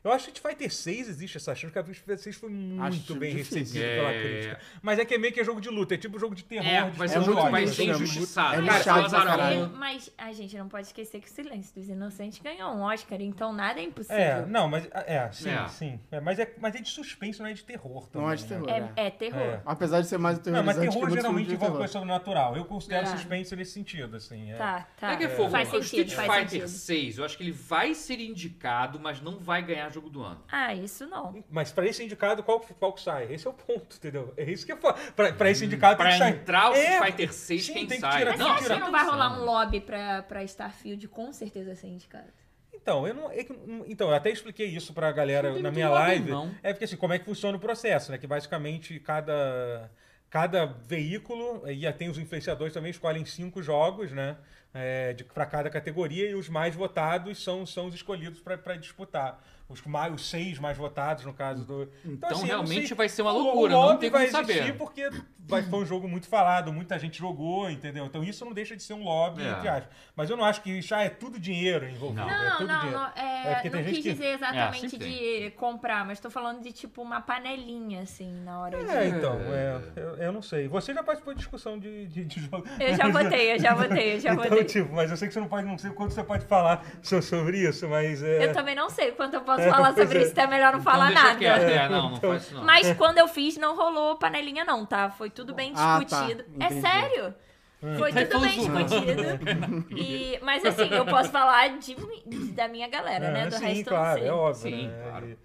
Speaker 6: Eu acho que Street Fighter 6 existe essa chance, porque a Street Fighter 6 foi muito
Speaker 3: Acho
Speaker 6: bem
Speaker 3: difícil.
Speaker 6: recebido pela
Speaker 5: É.
Speaker 6: crítica. Mas é que é meio que é jogo de luta, é tipo jogo de terror.
Speaker 5: É,
Speaker 6: de
Speaker 5: mas
Speaker 3: é
Speaker 5: é
Speaker 6: terror.
Speaker 5: muito
Speaker 3: muito
Speaker 5: mais
Speaker 3: nicho,
Speaker 5: bem
Speaker 3: é muito-
Speaker 5: injustiçado.
Speaker 3: é
Speaker 5: Cara,
Speaker 3: nichado
Speaker 5: elas
Speaker 3: pra
Speaker 5: falaram,
Speaker 3: caralho.
Speaker 5: "Ah,
Speaker 2: Mas a gente não pode esquecer que o Silêncio dos Inocentes ganhou um Oscar, então nada é
Speaker 6: É,
Speaker 2: impossível.
Speaker 6: não, mas é, sim,
Speaker 5: É.
Speaker 6: sim. É, mas, é, mas é de suspense, não é de terror também.
Speaker 3: Não é de
Speaker 6: né?
Speaker 3: terror. né?
Speaker 2: É, é terror.
Speaker 6: É.
Speaker 3: Apesar de ser mais
Speaker 6: Não, mas
Speaker 3: aterrorizante que
Speaker 6: terror
Speaker 3: muitos filmes
Speaker 6: geralmente
Speaker 3: de
Speaker 6: envolve
Speaker 3: terror.
Speaker 6: coisa sobrenatural. Eu considero
Speaker 2: É.
Speaker 6: suspense nesse sentido, assim. é.
Speaker 2: Tá, tá.
Speaker 5: É que é fogo.
Speaker 2: Faz
Speaker 5: O
Speaker 2: sentido,
Speaker 5: Street
Speaker 2: faz
Speaker 5: Fighter
Speaker 2: sentido.
Speaker 5: 6, eu acho que ele vai ser indicado, mas não vai ganhar jogo do ano.
Speaker 2: Ah, isso não.
Speaker 6: Mas pra esse indicado, qual, qual que sai? Esse é o ponto, entendeu? É isso que eu falo. Pra, pra esse indicado
Speaker 5: Hum,
Speaker 6: tem
Speaker 5: Pra
Speaker 6: que sair.
Speaker 5: entrar o
Speaker 6: É,
Speaker 5: Street Fighter 6,
Speaker 6: sim,
Speaker 5: quem
Speaker 6: tem que
Speaker 5: sai?
Speaker 6: tirar-
Speaker 2: Mas você acha
Speaker 5: sem
Speaker 2: que não vai
Speaker 5: condição.
Speaker 2: rolar um lobby pra, pra Starfield com certeza ser indicado?
Speaker 6: Então, eu não. é que- então, eu até expliquei isso pra galera
Speaker 5: Não tem
Speaker 6: na
Speaker 5: muito
Speaker 6: minha
Speaker 5: lobby,
Speaker 6: live.
Speaker 5: não.
Speaker 6: É porque assim, como é que funciona o processo, né? Que basicamente cada. Cada veículo, e aí tem os influenciadores também, escolhem cinco jogos, né? É, para cada categoria, e os mais votados são, são os escolhidos para disputar. Os, mais, os seis mais votados, no caso do. assim,
Speaker 5: Então,
Speaker 6: eu não
Speaker 5: realmente
Speaker 6: sei-
Speaker 5: vai ser uma
Speaker 6: o-
Speaker 5: loucura,
Speaker 6: o
Speaker 5: não
Speaker 6: lobby
Speaker 5: tem
Speaker 6: vai
Speaker 5: como
Speaker 6: existir
Speaker 5: saber.
Speaker 6: porque vai, foi um jogo muito falado, muita gente jogou, entendeu? Então isso não deixa de ser um lobby,
Speaker 5: É.
Speaker 6: entre aspas. Mas eu não acho que já é tudo dinheiro envolvido.
Speaker 5: Não,
Speaker 6: é
Speaker 2: Não,
Speaker 6: tudo
Speaker 2: não,
Speaker 6: dinheiro.
Speaker 2: não.
Speaker 6: É
Speaker 2: É,
Speaker 6: porque
Speaker 2: não
Speaker 6: tem gente
Speaker 2: quis
Speaker 6: que-
Speaker 2: dizer
Speaker 5: É,
Speaker 2: exatamente
Speaker 5: sempre
Speaker 2: de comprar, mas tô falando de tipo uma panelinha, assim, na hora de.
Speaker 6: É, então, é, eu, eu não sei. Você já participou de discussão de, de, de jogo.
Speaker 2: Eu já votei, eu já votei, eu já
Speaker 6: Então,
Speaker 2: votei.
Speaker 6: tipo, mas eu sei que você não pode, não sei quanto você pode falar so- sobre isso, mas é.
Speaker 2: Eu também não sei quanto eu posso
Speaker 6: É,
Speaker 2: falar
Speaker 6: pois
Speaker 2: sobre
Speaker 6: é.
Speaker 2: isso, então é melhor não
Speaker 5: Então
Speaker 2: falar
Speaker 5: deixa
Speaker 2: nada.
Speaker 5: quieto, é, não, não faz isso não.
Speaker 2: Mas quando eu fiz, não rolou panelinha, não, tá? Foi tudo bem
Speaker 3: Ah,
Speaker 2: discutido.
Speaker 3: tá.
Speaker 2: É
Speaker 3: Entendi.
Speaker 2: sério.
Speaker 6: Hum.
Speaker 2: Foi
Speaker 5: Tá,
Speaker 2: tudo bem
Speaker 5: foi zoando.
Speaker 2: discutido. E- mas assim, eu posso falar de mim- de- da minha galera, né?
Speaker 6: Ah,
Speaker 2: Do
Speaker 6: sim,
Speaker 2: resto
Speaker 6: claro, é
Speaker 2: eu não sei.
Speaker 6: óbvio.
Speaker 5: Sim,
Speaker 6: né?
Speaker 5: claro.
Speaker 6: E-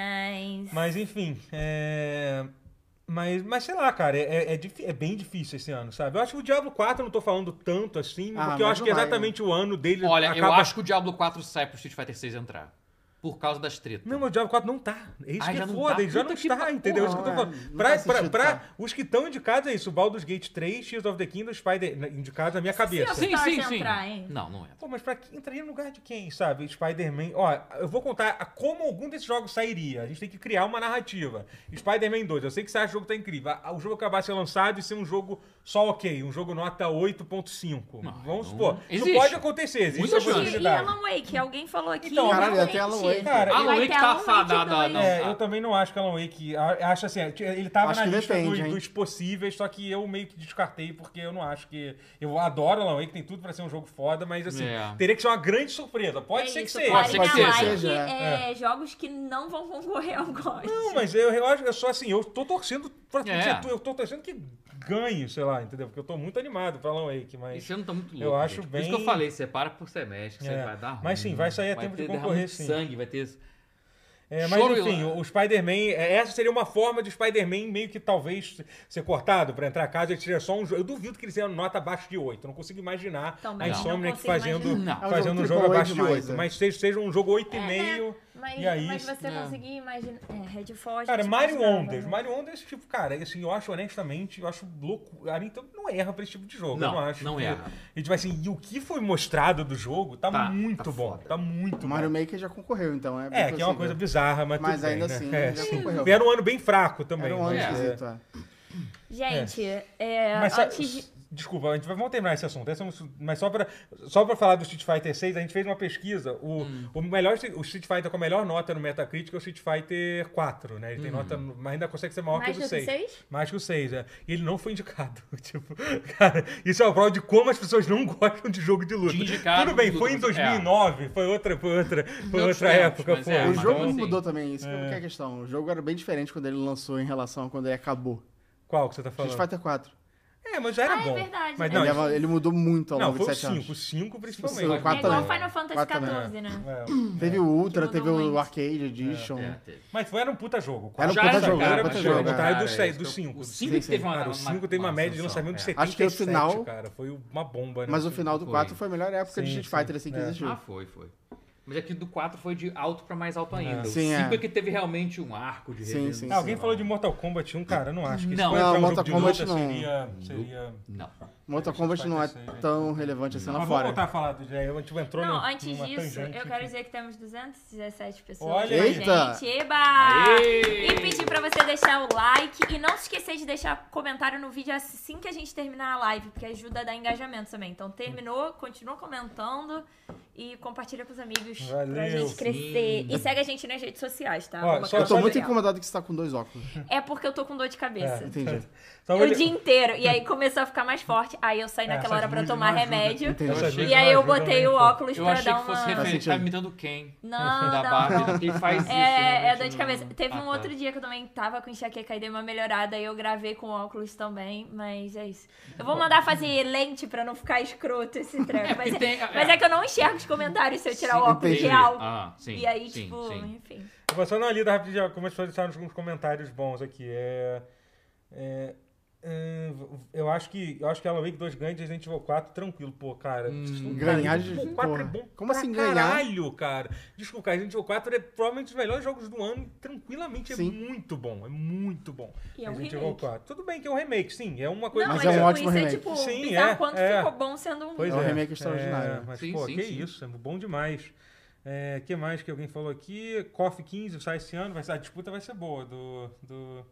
Speaker 2: Mas.
Speaker 6: Mas enfim, é. Mas, mas sei lá, cara, é, é, é difí- é bem difícil esse ano, sabe? Eu acho que o Diablo 4 eu não tô falando tanto assim,
Speaker 3: Ah,
Speaker 6: porque eu
Speaker 3: mas
Speaker 6: acho
Speaker 3: não
Speaker 6: que
Speaker 3: vai,
Speaker 6: exatamente o ano dele.
Speaker 5: Olha, eu
Speaker 6: acaba-
Speaker 5: acho que o Diablo 4 sai pro Street Fighter 6 entrar. Por causa das tretas.
Speaker 6: Não, mas o Diablo 4 não tá. É isso
Speaker 5: Ah,
Speaker 6: que
Speaker 5: já
Speaker 6: é
Speaker 5: não
Speaker 6: foda,
Speaker 5: tá?
Speaker 6: ele já
Speaker 5: Puta
Speaker 6: não
Speaker 5: que
Speaker 6: está,
Speaker 5: pa-
Speaker 6: entendeu? Isso que eu tô
Speaker 3: Não,
Speaker 6: falando.
Speaker 3: é, não
Speaker 6: pra,
Speaker 3: faz
Speaker 6: pra,
Speaker 3: sentido,
Speaker 6: pra
Speaker 3: tá.
Speaker 6: os que estão indicados é isso, Baldur's Gate 3, Tears of the Kingdom, Spider... na- Indicados na minha cabeça.
Speaker 2: Sim, Stars entrar, hein?
Speaker 5: Não, não entra.
Speaker 6: Pô, mas pra que entraria no lugar de quem, sabe? Spider-Man. Ó, eu vou contar a- como algum desses jogos sairia. A gente tem que criar uma narrativa. Spider-Man 2, eu sei que você acha que o jogo tá incrível. A- O jogo acabar de ser lançado e ser um jogo só ok, um jogo nota 8.5.
Speaker 5: Não,
Speaker 6: Vamos
Speaker 5: não-
Speaker 6: supor.
Speaker 5: Existe.
Speaker 6: Isso pode acontecer, existe
Speaker 5: Muita
Speaker 6: essa
Speaker 5: chance.
Speaker 2: E, é e
Speaker 6: possibilidade.
Speaker 2: Alan Wake, alguém falou aqui.
Speaker 6: Então,
Speaker 3: caralho,
Speaker 2: Alan
Speaker 3: até Alan
Speaker 2: Wake.
Speaker 3: Wake.
Speaker 6: Cara,
Speaker 5: Alan
Speaker 2: Vai
Speaker 5: Wake
Speaker 2: ter
Speaker 5: tá
Speaker 2: Alan Wake
Speaker 5: fadada,
Speaker 2: dois.
Speaker 5: não.
Speaker 6: É,
Speaker 5: Ah.
Speaker 6: eu também não acho que Alan Wake. a- Acho assim, ele tava
Speaker 3: Acho
Speaker 6: na
Speaker 3: que
Speaker 6: lista
Speaker 3: depende,
Speaker 6: dos,
Speaker 3: hein?
Speaker 6: dos possíveis, só que eu meio que descartei, porque eu não acho que. Eu adoro Alan Wake, tem tudo pra ser um jogo foda, mas assim,
Speaker 5: É.
Speaker 6: teria que ser uma grande surpresa. Pode
Speaker 2: É
Speaker 6: ser que
Speaker 2: isso,
Speaker 6: seja.
Speaker 5: pode ser que
Speaker 2: Pode
Speaker 5: seja.
Speaker 3: Seja,
Speaker 2: É, jogos que não vão concorrer ao GOT.
Speaker 6: Não, mas eu, eu acho, eu sou assim, eu tô torcendo pra. assim,
Speaker 5: É.
Speaker 6: Eu tô torcendo que ganhe, sei lá, entendeu? Porque eu tô muito animado pra Alan Wake, mas.
Speaker 5: Esse ano tá muito louco.
Speaker 6: Eu acho
Speaker 5: gente. Por isso que
Speaker 6: bem-
Speaker 5: eu falei, separa por semestre, isso
Speaker 6: É.
Speaker 5: aí vai dar ruim.
Speaker 6: Mas sim, vai sair a
Speaker 5: vai
Speaker 6: tempo de
Speaker 5: ter derrame
Speaker 6: concorrer,
Speaker 5: de
Speaker 6: sim.
Speaker 5: sangue, vai ter...
Speaker 6: É, mas
Speaker 5: Choro e
Speaker 6: enfim,
Speaker 5: lá.
Speaker 6: o Spider-Man, é, essa seria uma forma de o Spider-Man meio que talvez ser cortado pra entrar a casa e tirar só um jogo. Eu duvido que ele tenha nota abaixo de 8. Não consigo imaginar
Speaker 2: Também
Speaker 6: a
Speaker 5: não
Speaker 6: Insomniac
Speaker 2: consigo
Speaker 6: fazendo,
Speaker 5: imaginar. Não.
Speaker 3: É um
Speaker 6: fazendo
Speaker 3: jogo
Speaker 6: um jogo
Speaker 3: AAA
Speaker 6: abaixo de 8.
Speaker 3: demais, é.
Speaker 6: Mas seja, seja um jogo 8,5.
Speaker 2: É, né? Mas,
Speaker 6: e aí,
Speaker 2: mas você
Speaker 5: é.
Speaker 2: conseguir imaginar. É, Redfall. a
Speaker 6: Cara,
Speaker 2: gente
Speaker 6: Mario
Speaker 2: imaginava,
Speaker 6: Wonders.
Speaker 2: né?
Speaker 6: Mario Wonders, tipo, cara, assim, eu acho honestamente, eu acho louco. A Nintendo não erra pra esse tipo de jogo, eu
Speaker 5: Não,
Speaker 6: não acho.
Speaker 5: não
Speaker 6: que-
Speaker 5: erra.
Speaker 6: E tipo assim, e o que foi mostrado do jogo tá,
Speaker 5: Tá, tá
Speaker 6: muito bom.
Speaker 5: foda.
Speaker 6: Tá muito
Speaker 3: O Mario
Speaker 6: bom.
Speaker 3: Maker já concorreu, então. É, bem
Speaker 6: É, que é uma coisa
Speaker 3: possível.
Speaker 6: bizarra, mas
Speaker 3: Mas
Speaker 6: tudo bem,
Speaker 3: ainda
Speaker 6: né?
Speaker 3: assim,
Speaker 6: É,
Speaker 3: já
Speaker 6: sim.
Speaker 3: concorreu.
Speaker 6: Era um ano bem fraco também.
Speaker 3: Era um ano
Speaker 6: mas, é.
Speaker 3: esquisito, é.
Speaker 2: Gente, é,
Speaker 6: Mas sa-
Speaker 2: antes de.
Speaker 6: Desculpa, a gente vai, vamos terminar esse assunto. Esse é um assunto- mas só pra, só pra falar do Street Fighter 6, a gente fez uma pesquisa. O,
Speaker 3: Hum.
Speaker 6: o, melhor, o Street Fighter com a melhor nota no Metacritic é o Street Fighter 4, né?
Speaker 3: Hum.
Speaker 6: Ele tem nota, mas ainda consegue ser maior
Speaker 2: Mais
Speaker 6: que o
Speaker 2: do que
Speaker 6: 6.
Speaker 2: seis?
Speaker 6: Mais que o 6, é. E ele não foi indicado. tipo, cara, isso é uma prova de como as pessoas não gostam de jogo de luta.
Speaker 5: De indicado,
Speaker 6: Tudo bem,
Speaker 5: luta,
Speaker 6: foi em
Speaker 5: mas-
Speaker 3: É.
Speaker 6: 2009, foi outra, foi outra, foi
Speaker 5: Outros
Speaker 6: outra
Speaker 5: tempos,
Speaker 6: época.
Speaker 5: mas
Speaker 6: Foi,
Speaker 5: é,
Speaker 3: O
Speaker 5: mas
Speaker 6: Então,
Speaker 3: jogo
Speaker 5: assim,
Speaker 3: mudou também, isso que é a questão. O jogo era bem diferente quando ele lançou em relação a quando ele acabou.
Speaker 6: Qual que você tá falando?
Speaker 3: Street Fighter 4.
Speaker 6: É, mas já era
Speaker 2: Ah, é
Speaker 6: bom.
Speaker 2: verdade,
Speaker 6: mas
Speaker 2: né?
Speaker 6: não,
Speaker 3: ele,
Speaker 6: isso-
Speaker 3: ava- ele mudou muito ao
Speaker 6: não,
Speaker 3: longo de
Speaker 6: foi o
Speaker 3: 7 anos.
Speaker 6: 5, o 5 principalmente.
Speaker 3: Sim, o
Speaker 2: É
Speaker 3: quatro
Speaker 2: igual
Speaker 3: também.
Speaker 2: Final Fantasy
Speaker 3: Quatro também.
Speaker 2: XIV, né?
Speaker 6: É.
Speaker 3: Teve o Ultra,
Speaker 2: Que mudou
Speaker 3: teve o
Speaker 2: muito.
Speaker 3: Arcade Edition.
Speaker 5: É, teve.
Speaker 6: Mas foi, era um puta jogo.
Speaker 3: Era um
Speaker 6: Já
Speaker 3: puta jogo,
Speaker 6: cara,
Speaker 3: era um
Speaker 6: mas
Speaker 3: puta
Speaker 6: foi
Speaker 3: jogo,
Speaker 6: o
Speaker 3: cara,
Speaker 6: contrário dos
Speaker 5: é,
Speaker 6: seis- dos
Speaker 5: esse é o-
Speaker 6: 5.
Speaker 5: O 5
Speaker 3: Sim,
Speaker 5: teve uma
Speaker 6: Cara, o 5 teve uma média de lançamento de
Speaker 5: é.
Speaker 6: 77,
Speaker 3: Acho que o final-
Speaker 6: cara. Foi uma bomba, né?
Speaker 3: Mas o final do
Speaker 5: Foi.
Speaker 3: 4 foi a melhor época de
Speaker 6: Sim,
Speaker 3: Street Fighter
Speaker 2: Ah,
Speaker 3: assim
Speaker 6: sim,
Speaker 3: que
Speaker 6: é.
Speaker 3: existiu.
Speaker 5: Ah, foi, foi. Mas aqui do 4 foi de alto pra mais alto ainda.
Speaker 3: Sim,
Speaker 5: o 5 é.
Speaker 3: é
Speaker 5: que teve realmente um arco de
Speaker 3: Sim,
Speaker 5: redenção.
Speaker 3: sim,
Speaker 6: Ah, alguém falou de Mortal Kombat 1, cara, eu não acho que
Speaker 5: Não.
Speaker 6: isso foi
Speaker 3: Não,
Speaker 6: entrar um
Speaker 3: Mortal
Speaker 6: jogo de
Speaker 3: Kombat
Speaker 6: luta,
Speaker 3: não.
Speaker 6: seria... seria...
Speaker 5: Não.
Speaker 3: Mortal Kombat não é tão relevante assim lá
Speaker 6: Mas vamos
Speaker 3: fora.
Speaker 6: Ah, voltar a falar do Jair, a gente entrou
Speaker 2: Não,
Speaker 6: num-
Speaker 2: antes
Speaker 6: numa
Speaker 2: disso,
Speaker 6: tangente
Speaker 2: eu
Speaker 6: aqui.
Speaker 2: quero dizer que temos 217 pessoas.
Speaker 6: Olha
Speaker 2: com a
Speaker 3: aí. Eita!
Speaker 2: Gente, eba!
Speaker 5: Aê!
Speaker 2: E pedir pra você deixar o like e não se esquecer de deixar comentário no vídeo assim que a gente terminar a live, porque ajuda a dar engajamento também. Então terminou, continua comentando e compartilha com os amigos pra
Speaker 6: Valeu.
Speaker 2: gente crescer. E segue a gente nas redes sociais, tá?
Speaker 6: Ó,
Speaker 2: Arroba
Speaker 6: só-
Speaker 3: Eu tô
Speaker 2: Carol
Speaker 3: muito
Speaker 2: Gabriel.
Speaker 3: incomodado que você tá com dois óculos.
Speaker 2: É porque eu tô com dor de cabeça.
Speaker 3: Entendi.
Speaker 6: Só
Speaker 2: O
Speaker 6: olha-
Speaker 2: dia inteiro. E aí começou a ficar mais forte. Aí eu saí
Speaker 6: É, essas
Speaker 2: naquela hora pra
Speaker 6: luzes
Speaker 2: tomar
Speaker 6: não ajudam.
Speaker 2: remédio.
Speaker 3: Entendi.
Speaker 6: Essas
Speaker 2: E
Speaker 6: luzes
Speaker 2: aí
Speaker 6: não
Speaker 2: eu
Speaker 6: ajudam
Speaker 2: botei
Speaker 6: nem um
Speaker 2: o
Speaker 6: pouco.
Speaker 2: óculos
Speaker 5: Eu
Speaker 2: pra
Speaker 5: achei
Speaker 2: dar
Speaker 5: que fosse
Speaker 2: uma.
Speaker 5: referente.
Speaker 3: sentido.
Speaker 5: Tá imitando quem?
Speaker 2: Não,
Speaker 5: da
Speaker 2: não,
Speaker 5: Barbie.
Speaker 2: não.
Speaker 5: Ele faz isso.
Speaker 2: É, é
Speaker 5: realmente
Speaker 2: dor de
Speaker 5: não-
Speaker 2: cabeça. Teve
Speaker 5: Ah,
Speaker 2: um
Speaker 5: tá.
Speaker 2: outro dia que eu também tava com enxaqueca e dei uma melhorada e eu gravei com óculos também, mas é isso. Eu vou mandar fazer lente pra não ficar escroto esse treco.
Speaker 5: porque
Speaker 2: Mas, é,
Speaker 5: tem-
Speaker 2: mas é que eu não enxergo os comentários se eu tirar o óculos
Speaker 3: entendi.
Speaker 2: real.
Speaker 5: Ah, sim.
Speaker 2: e aí,
Speaker 5: sim,
Speaker 2: tipo,
Speaker 5: sim.
Speaker 2: enfim.
Speaker 6: Eu vou só dar uma lida rapidinho, ó, como as pessoas deixaram alguns comentários bons aqui. É, é, é, eu, acho que, eu acho que Alan Wake 2 ganha de Resident Evil 4 tranquilo, pô, cara.
Speaker 3: Ganhar de-
Speaker 6: Resident Evil 4 é
Speaker 3: porra.
Speaker 6: bom
Speaker 3: Como
Speaker 6: pra
Speaker 3: assim ganhar?
Speaker 6: caralho, cara. Desculpa, cara, Resident Evil 4 é provavelmente um dos melhores jogos do ano, tranquilamente.
Speaker 3: Sim.
Speaker 6: É muito bom, é muito bom.
Speaker 2: E é um
Speaker 6: Resident Evil
Speaker 2: remake.
Speaker 6: 4. Tudo bem que é um remake, sim, é uma
Speaker 2: Não,
Speaker 6: coisa...
Speaker 3: Mas
Speaker 2: mas,
Speaker 3: é um
Speaker 2: tipo,
Speaker 3: ótimo
Speaker 2: isso
Speaker 3: remake.
Speaker 2: é tipo,
Speaker 6: Sim,
Speaker 2: bizarro
Speaker 6: é,
Speaker 2: quanto
Speaker 6: é.
Speaker 2: ficou bom sendo um.
Speaker 6: Pois
Speaker 3: É um remake extraordinário.
Speaker 6: É, mas,
Speaker 5: Sim,
Speaker 6: pô,
Speaker 5: sim,
Speaker 6: que
Speaker 5: sim.
Speaker 6: isso, é bom demais. É, que mais que alguém falou aqui? KOF 15 sai esse ano, vai ser- a disputa vai ser boa. Do, do,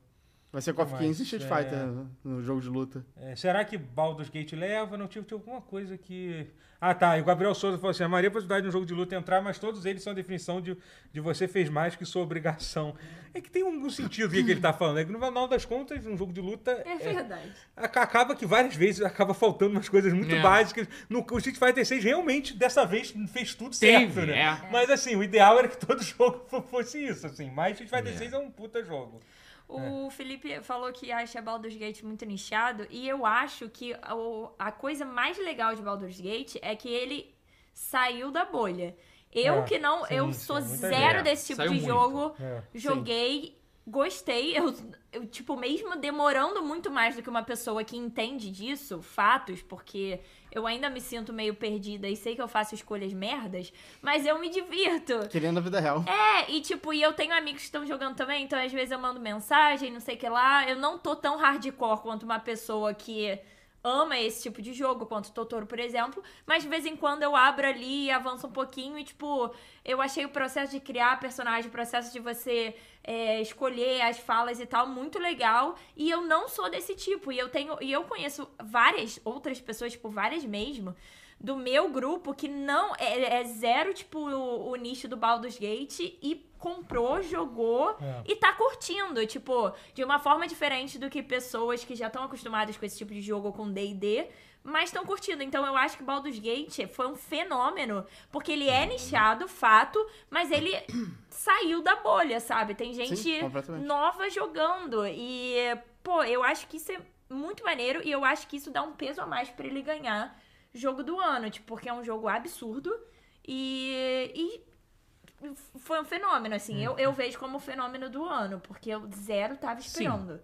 Speaker 3: Vai ser KOF
Speaker 6: Mas,
Speaker 3: 15 e Street
Speaker 6: é.
Speaker 3: Fighter no jogo de luta.
Speaker 6: é, será que Baldur's Gate leva? Não tive, tive alguma coisa que. Ah, tá. E o Gabriel Souza falou assim: a maioria possibilidade de um jogo de luta é entrar, mas todos eles são a definição de, de você fez mais que sua obrigação. É que tem um sentido o que que ele tá falando. É que no final das contas, um jogo de luta
Speaker 2: É verdade.
Speaker 6: Ac- Acaba que várias vezes acaba faltando umas coisas muito
Speaker 5: É.
Speaker 6: básicas. No, o Street Fighter 6 realmente, dessa vez, fez tudo
Speaker 5: Teve,
Speaker 6: certo, né?
Speaker 5: é.
Speaker 6: Mas assim, o ideal era que todo jogo fo- fosse isso, assim. Mas Street Fighter
Speaker 5: É.
Speaker 6: 6 é um puta jogo.
Speaker 2: O Felipe falou que acha Baldur's Gate muito nichado, e eu acho que o- a coisa mais legal de Baldur's Gate é que ele saiu da bolha. Eu
Speaker 6: É,
Speaker 2: que não,
Speaker 6: sim,
Speaker 2: eu
Speaker 6: sim,
Speaker 2: sou
Speaker 6: muita
Speaker 2: zero
Speaker 5: gente.
Speaker 2: desse tipo
Speaker 5: Saiu
Speaker 2: de
Speaker 5: muito.
Speaker 2: jogo.
Speaker 6: É.
Speaker 2: Joguei, gostei. Eu, eu, tipo, mesmo demorando muito mais do que uma pessoa que entende disso, fatos, porque eu ainda me sinto meio perdida e sei que eu faço escolhas merdas, mas eu me divirto.
Speaker 3: Querendo a vida real.
Speaker 2: É, e tipo, e eu tenho amigos que estão jogando também, então às vezes eu mando mensagem, não sei o que lá. Eu não tô tão hardcore quanto uma pessoa que ama esse tipo de jogo, quanto o Totoro, por exemplo. Mas de vez em quando eu abro ali e avanço um pouquinho e, tipo, eu achei o processo de criar personagem, o processo de você é, escolher as falas e tal, muito legal. E eu não sou desse tipo. E eu tenho. E eu conheço várias outras pessoas, tipo, várias mesmo, do meu grupo que não é, é zero, tipo, o, o nicho do Baldur's Gate e comprou, jogou
Speaker 6: É.
Speaker 2: e tá curtindo, tipo, de uma forma diferente do que pessoas que já estão acostumadas com esse tipo de jogo com D&D, mas estão curtindo. Então eu acho que Baldur's Gate foi um fenômeno, porque ele é nichado, fato, mas ele saiu da bolha, sabe? Tem gente
Speaker 3: Sim, completamente.
Speaker 2: nova jogando e pô, eu acho que isso é muito maneiro e eu acho que isso dá um peso a mais pra ele ganhar jogo do ano, tipo, porque é um jogo absurdo e, e foi um fenômeno, assim. Eu, eu vejo como o fenômeno do ano, porque eu zero tava esperando.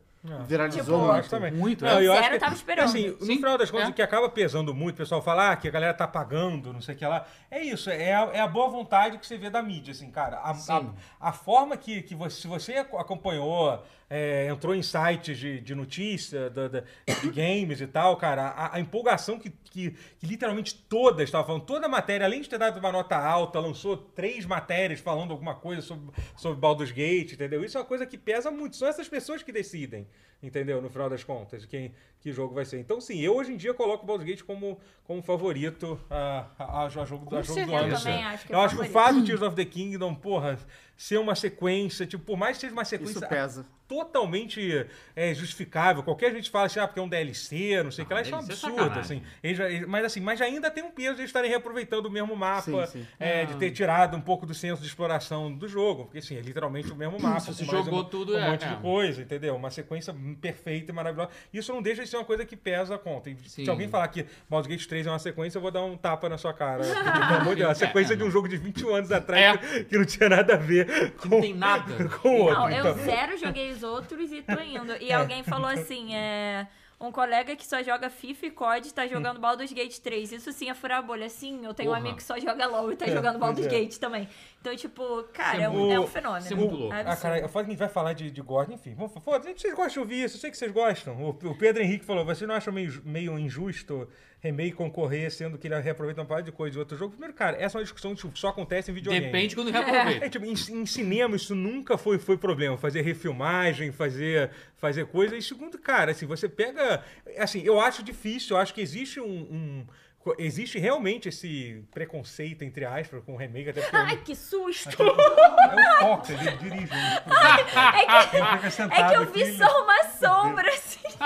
Speaker 3: Viralizou
Speaker 2: Tipo,
Speaker 6: Eu acho
Speaker 3: muito.
Speaker 6: também.
Speaker 5: Muito,
Speaker 6: Não,
Speaker 5: é.
Speaker 6: eu
Speaker 2: Zero
Speaker 6: acho que,
Speaker 2: tava esperando.
Speaker 6: Assim, no
Speaker 5: Sim.
Speaker 6: final das contas,
Speaker 5: É.
Speaker 6: o que acaba pesando muito, o pessoal fala ah, que a galera tá pagando, não sei o que lá. É isso, é a, é a boa vontade que você vê da mídia, assim, cara. A,
Speaker 5: Sim.
Speaker 6: a, a forma que, que você, se você ac- acompanhou, é, entrou em sites de, de notícia, da- da- de games e tal, cara, a, a empolgação que, que, que literalmente toda estava falando, toda a matéria, além de ter dado uma nota alta, lançou três matérias falando alguma coisa sobre, sobre Baldur's Gate, entendeu? Isso é uma coisa que pesa muito. São essas pessoas que decidem, entendeu? No final das contas, quem, que jogo vai ser. Então, sim, eu hoje em dia coloco o Baldur's Gate como, como favorito a, a, a jogo, a jogo do
Speaker 5: certeza.
Speaker 6: ano.
Speaker 5: Eu
Speaker 6: esse
Speaker 2: também
Speaker 6: ano.
Speaker 2: acho que é
Speaker 6: eu acho que o
Speaker 2: favorito.
Speaker 6: fato de Tears of the Kingdom, porra, ser uma sequência, tipo, por mais que seja uma sequência
Speaker 3: Isso pesa.
Speaker 6: totalmente é, justificável. Qualquer gente fala assim, ah, porque é um DLC, não sei o que lá, isso é um
Speaker 5: DLC é
Speaker 6: absurdo,
Speaker 5: sacanagem.
Speaker 6: assim. Eles já- eles- mas assim, mas ainda tem um peso de eles estarem reaproveitando o mesmo mapa,
Speaker 3: Sim, sim.
Speaker 5: Ah.
Speaker 6: é, de ter tirado um pouco do senso de exploração do jogo, porque assim, é literalmente o mesmo mapa.
Speaker 5: você
Speaker 6: com mais
Speaker 5: jogou
Speaker 6: um,
Speaker 5: tudo,
Speaker 6: um
Speaker 5: é,
Speaker 6: monte de
Speaker 5: é.
Speaker 6: coisa, entendeu? Uma sequência perfeita e maravilhosa. Isso não deixa de ser uma coisa que pesa a conta. E
Speaker 5: Sim.
Speaker 6: se alguém falar que Baldur's Gate 3 é uma sequência, eu vou dar um tapa na sua cara. Porque, pelo amor de Deus, a sequência de um jogo de 21 anos atrás que, que não tinha nada a ver com,
Speaker 5: Não É. tem nada.
Speaker 6: com o outro.
Speaker 2: Não, eu
Speaker 6: então.
Speaker 2: zero joguei os outros e tô indo. E alguém falou assim, é... Um colega que só joga FIFA e COD tá jogando Baldur's Gate 3. Isso sim é furar a bolha. Sim, eu tenho um
Speaker 5: Porra.
Speaker 2: amigo que só joga LOL e tá jogando Baldur's
Speaker 6: pois é.
Speaker 2: Gate também. Então, tipo, cara, é, um,
Speaker 6: muito-
Speaker 2: é um fenômeno.
Speaker 5: isso é muito louco.
Speaker 2: É
Speaker 6: Ah, cara, eu falo que a gente vai falar de, de God, enfim. Vamos- Foda-se, gente, vocês gostam de ouvir isso, eu sei que vocês gostam. O, o Pedro Henrique falou: vocês não acham meio, meio injusto remake concorrer, sendo que ele reaproveita uma parada de coisa de outro jogo? Primeiro, cara, essa é uma discussão que só acontece em videogame.
Speaker 5: Depende quando reaproveita.
Speaker 6: É, tipo, em, em cinema isso nunca foi, foi problema. Fazer refilmagem, fazer, fazer coisa. E segundo, cara, assim, você pega. Assim, eu acho difícil, eu acho que existe um. um- co- existe realmente esse preconceito, entre aspas, com o remake, até porque.
Speaker 2: Ai, que
Speaker 6: Tá
Speaker 2: susto!
Speaker 6: É o Fox, ele dirige. um,
Speaker 2: É que,
Speaker 6: Ele fica
Speaker 2: é
Speaker 6: sentado
Speaker 2: que eu vi
Speaker 6: aqui. né?
Speaker 2: só uma sombra, assim.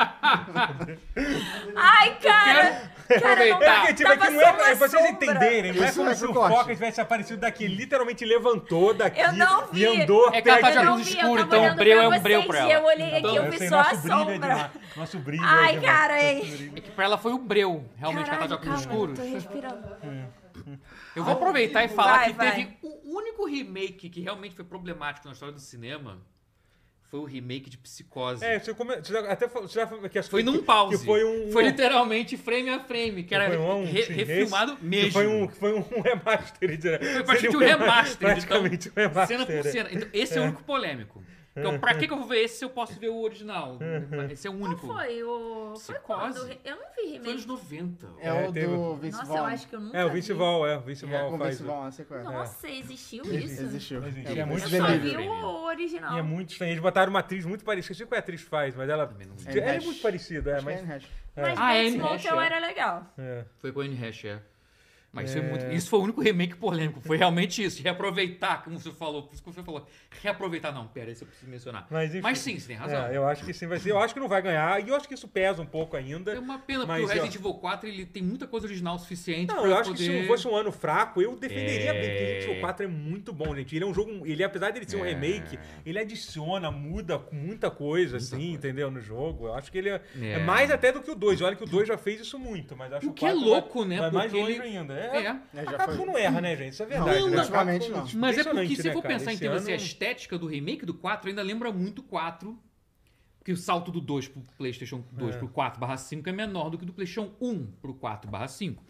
Speaker 2: Ai, cara! Cara, não
Speaker 5: aproveitar.
Speaker 2: dá.
Speaker 6: Porque, tipo, é que
Speaker 2: Tava
Speaker 6: não é,
Speaker 2: só uma
Speaker 6: pra vocês
Speaker 2: sombra.
Speaker 6: entenderem, não é
Speaker 3: Isso
Speaker 6: como
Speaker 3: é
Speaker 6: se o
Speaker 3: pro corte.
Speaker 6: Foca tivesse aparecido daqui. Ele literalmente levantou daqui
Speaker 2: Eu não vi.
Speaker 6: e andou
Speaker 5: É que ela tá
Speaker 2: Eu
Speaker 6: até
Speaker 5: de
Speaker 2: não
Speaker 5: óculos
Speaker 2: vi, eu
Speaker 5: escuros,
Speaker 2: tava
Speaker 5: então
Speaker 2: olhando
Speaker 5: breu é um
Speaker 2: pra
Speaker 5: breu
Speaker 2: vocês
Speaker 5: pra
Speaker 2: e
Speaker 5: ela.
Speaker 2: Eu olhei aqui, eu
Speaker 6: Então, Eu
Speaker 2: vi
Speaker 6: sei,
Speaker 2: só a
Speaker 6: nosso brilho é
Speaker 2: sombra.
Speaker 6: demais. Nosso brilho é
Speaker 2: Ai,
Speaker 6: demais.
Speaker 2: cara, hein?
Speaker 5: É que pra ela foi um breu, realmente, que ela tá de
Speaker 2: Caralho,
Speaker 5: óculos
Speaker 2: calma, eu
Speaker 5: escuros.
Speaker 2: tô respirando.
Speaker 5: Eu vou aproveitar e falar
Speaker 2: Vai,
Speaker 5: que
Speaker 2: vai.
Speaker 5: teve o único remake que realmente foi problemático na história do cinema foi o remake de Psicose.
Speaker 6: É, você, come... você já- até fa- você já falou que acho
Speaker 5: Foi
Speaker 6: que-
Speaker 5: num pause.
Speaker 6: Que foi um.
Speaker 5: Foi literalmente frame a frame, que
Speaker 6: que
Speaker 5: era
Speaker 6: foi um-
Speaker 5: re-
Speaker 6: sim,
Speaker 5: refilmado
Speaker 6: esse- que
Speaker 5: mesmo.
Speaker 6: Foi um, que foi um remaster. Né?
Speaker 5: Foi praticamente um remaster.
Speaker 6: Praticamente
Speaker 5: então,
Speaker 6: um remaster.
Speaker 5: Cena por
Speaker 6: né?
Speaker 5: cena. Então, esse é. o único polêmico. Então, pra que, que eu vou ver esse se eu posso ver o original?
Speaker 6: Uhum.
Speaker 5: Esse é o
Speaker 2: Qual
Speaker 5: único.
Speaker 2: foi o... Foi
Speaker 5: Psicose?
Speaker 2: quando? Eu não vi
Speaker 5: Foi
Speaker 2: remake.
Speaker 5: nos 90.
Speaker 3: É,
Speaker 6: É,
Speaker 3: o
Speaker 6: teve-
Speaker 3: do Vince
Speaker 2: Nossa,
Speaker 3: Vaughn.
Speaker 2: eu acho que eu nunca
Speaker 6: É, o é.
Speaker 2: vi.
Speaker 6: Vince Val, é. O Vince Val
Speaker 3: Com o
Speaker 6: faz.
Speaker 3: Vince Vaughn, essa coisa.
Speaker 2: Nossa, existiu isso?
Speaker 3: é. Existiu.
Speaker 6: Existe.
Speaker 3: É,
Speaker 6: É
Speaker 3: muito
Speaker 2: Eu
Speaker 6: muito
Speaker 2: só
Speaker 3: verídico.
Speaker 2: vi o original.
Speaker 6: E é muito estranho. Eles botaram uma atriz muito parecida. Eu sei qual é a atriz que faz, mas ela.
Speaker 5: Também não lembro.
Speaker 6: Ela é
Speaker 3: Hash.
Speaker 6: muito parecida, é,
Speaker 3: Acho que é
Speaker 6: mas.
Speaker 3: Anne Hash.
Speaker 2: Mas
Speaker 5: Ah, é,
Speaker 2: Bates
Speaker 5: né?
Speaker 2: Motel
Speaker 5: É.
Speaker 2: era legal.
Speaker 6: é.
Speaker 5: Foi com o Anne Hash, é. Mas Isso, é muito, isso foi o único remake polêmico. Foi realmente isso. Reaproveitar, como você falou. Por isso que você falou. Reaproveitar, não. Pera, isso eu preciso mencionar.
Speaker 6: Mas, enfim.
Speaker 5: sim, você tem razão.
Speaker 6: É, eu acho que sim vai ser. Eu acho que não vai ganhar. E eu acho que isso pesa um pouco
Speaker 5: É
Speaker 6: ainda.
Speaker 5: uma pena, porque
Speaker 6: Mas,
Speaker 5: o Resident Evil 4 ele tem muita coisa original o suficiente
Speaker 6: Não,
Speaker 5: pra
Speaker 6: eu acho que
Speaker 5: poder...
Speaker 6: se não fosse um ano fraco, eu defenderia
Speaker 5: É.
Speaker 6: bem. Porque Resident Evil 4 é muito bom, gente. Ele é um jogo. Ele, apesar dele ser um
Speaker 5: É.
Speaker 6: remake, ele adiciona, muda com muita coisa, assim,
Speaker 5: coisa.
Speaker 6: entendeu? No jogo. Eu acho que ele é,
Speaker 5: É.
Speaker 6: é mais até do que o 2. Olha que o 2 já fez isso muito, mas acho
Speaker 5: O que é
Speaker 6: quatro
Speaker 5: louco,
Speaker 6: vai,
Speaker 5: né?
Speaker 6: Vai mais
Speaker 5: Porque
Speaker 6: longe
Speaker 5: ele-
Speaker 6: ainda.
Speaker 5: É.
Speaker 6: É.
Speaker 3: É,
Speaker 6: A
Speaker 3: já
Speaker 6: Capcom
Speaker 3: foi.
Speaker 6: não erra, né, gente? Isso é verdade.
Speaker 3: Não,
Speaker 6: né? A
Speaker 3: ultimamente
Speaker 6: Capcom-
Speaker 3: não.
Speaker 5: Mas é porque
Speaker 6: impressionante,
Speaker 5: se
Speaker 6: né,
Speaker 5: for
Speaker 6: cara?
Speaker 5: pensar em
Speaker 6: Esse
Speaker 5: termos assim, a
Speaker 6: ano-
Speaker 5: estética do remake do 4 ainda lembra muito o 4. Porque o salto do 2 pro PlayStation 2 pro 4 barra 5 é menor do que do PlayStation 1 pro 4 barra 5.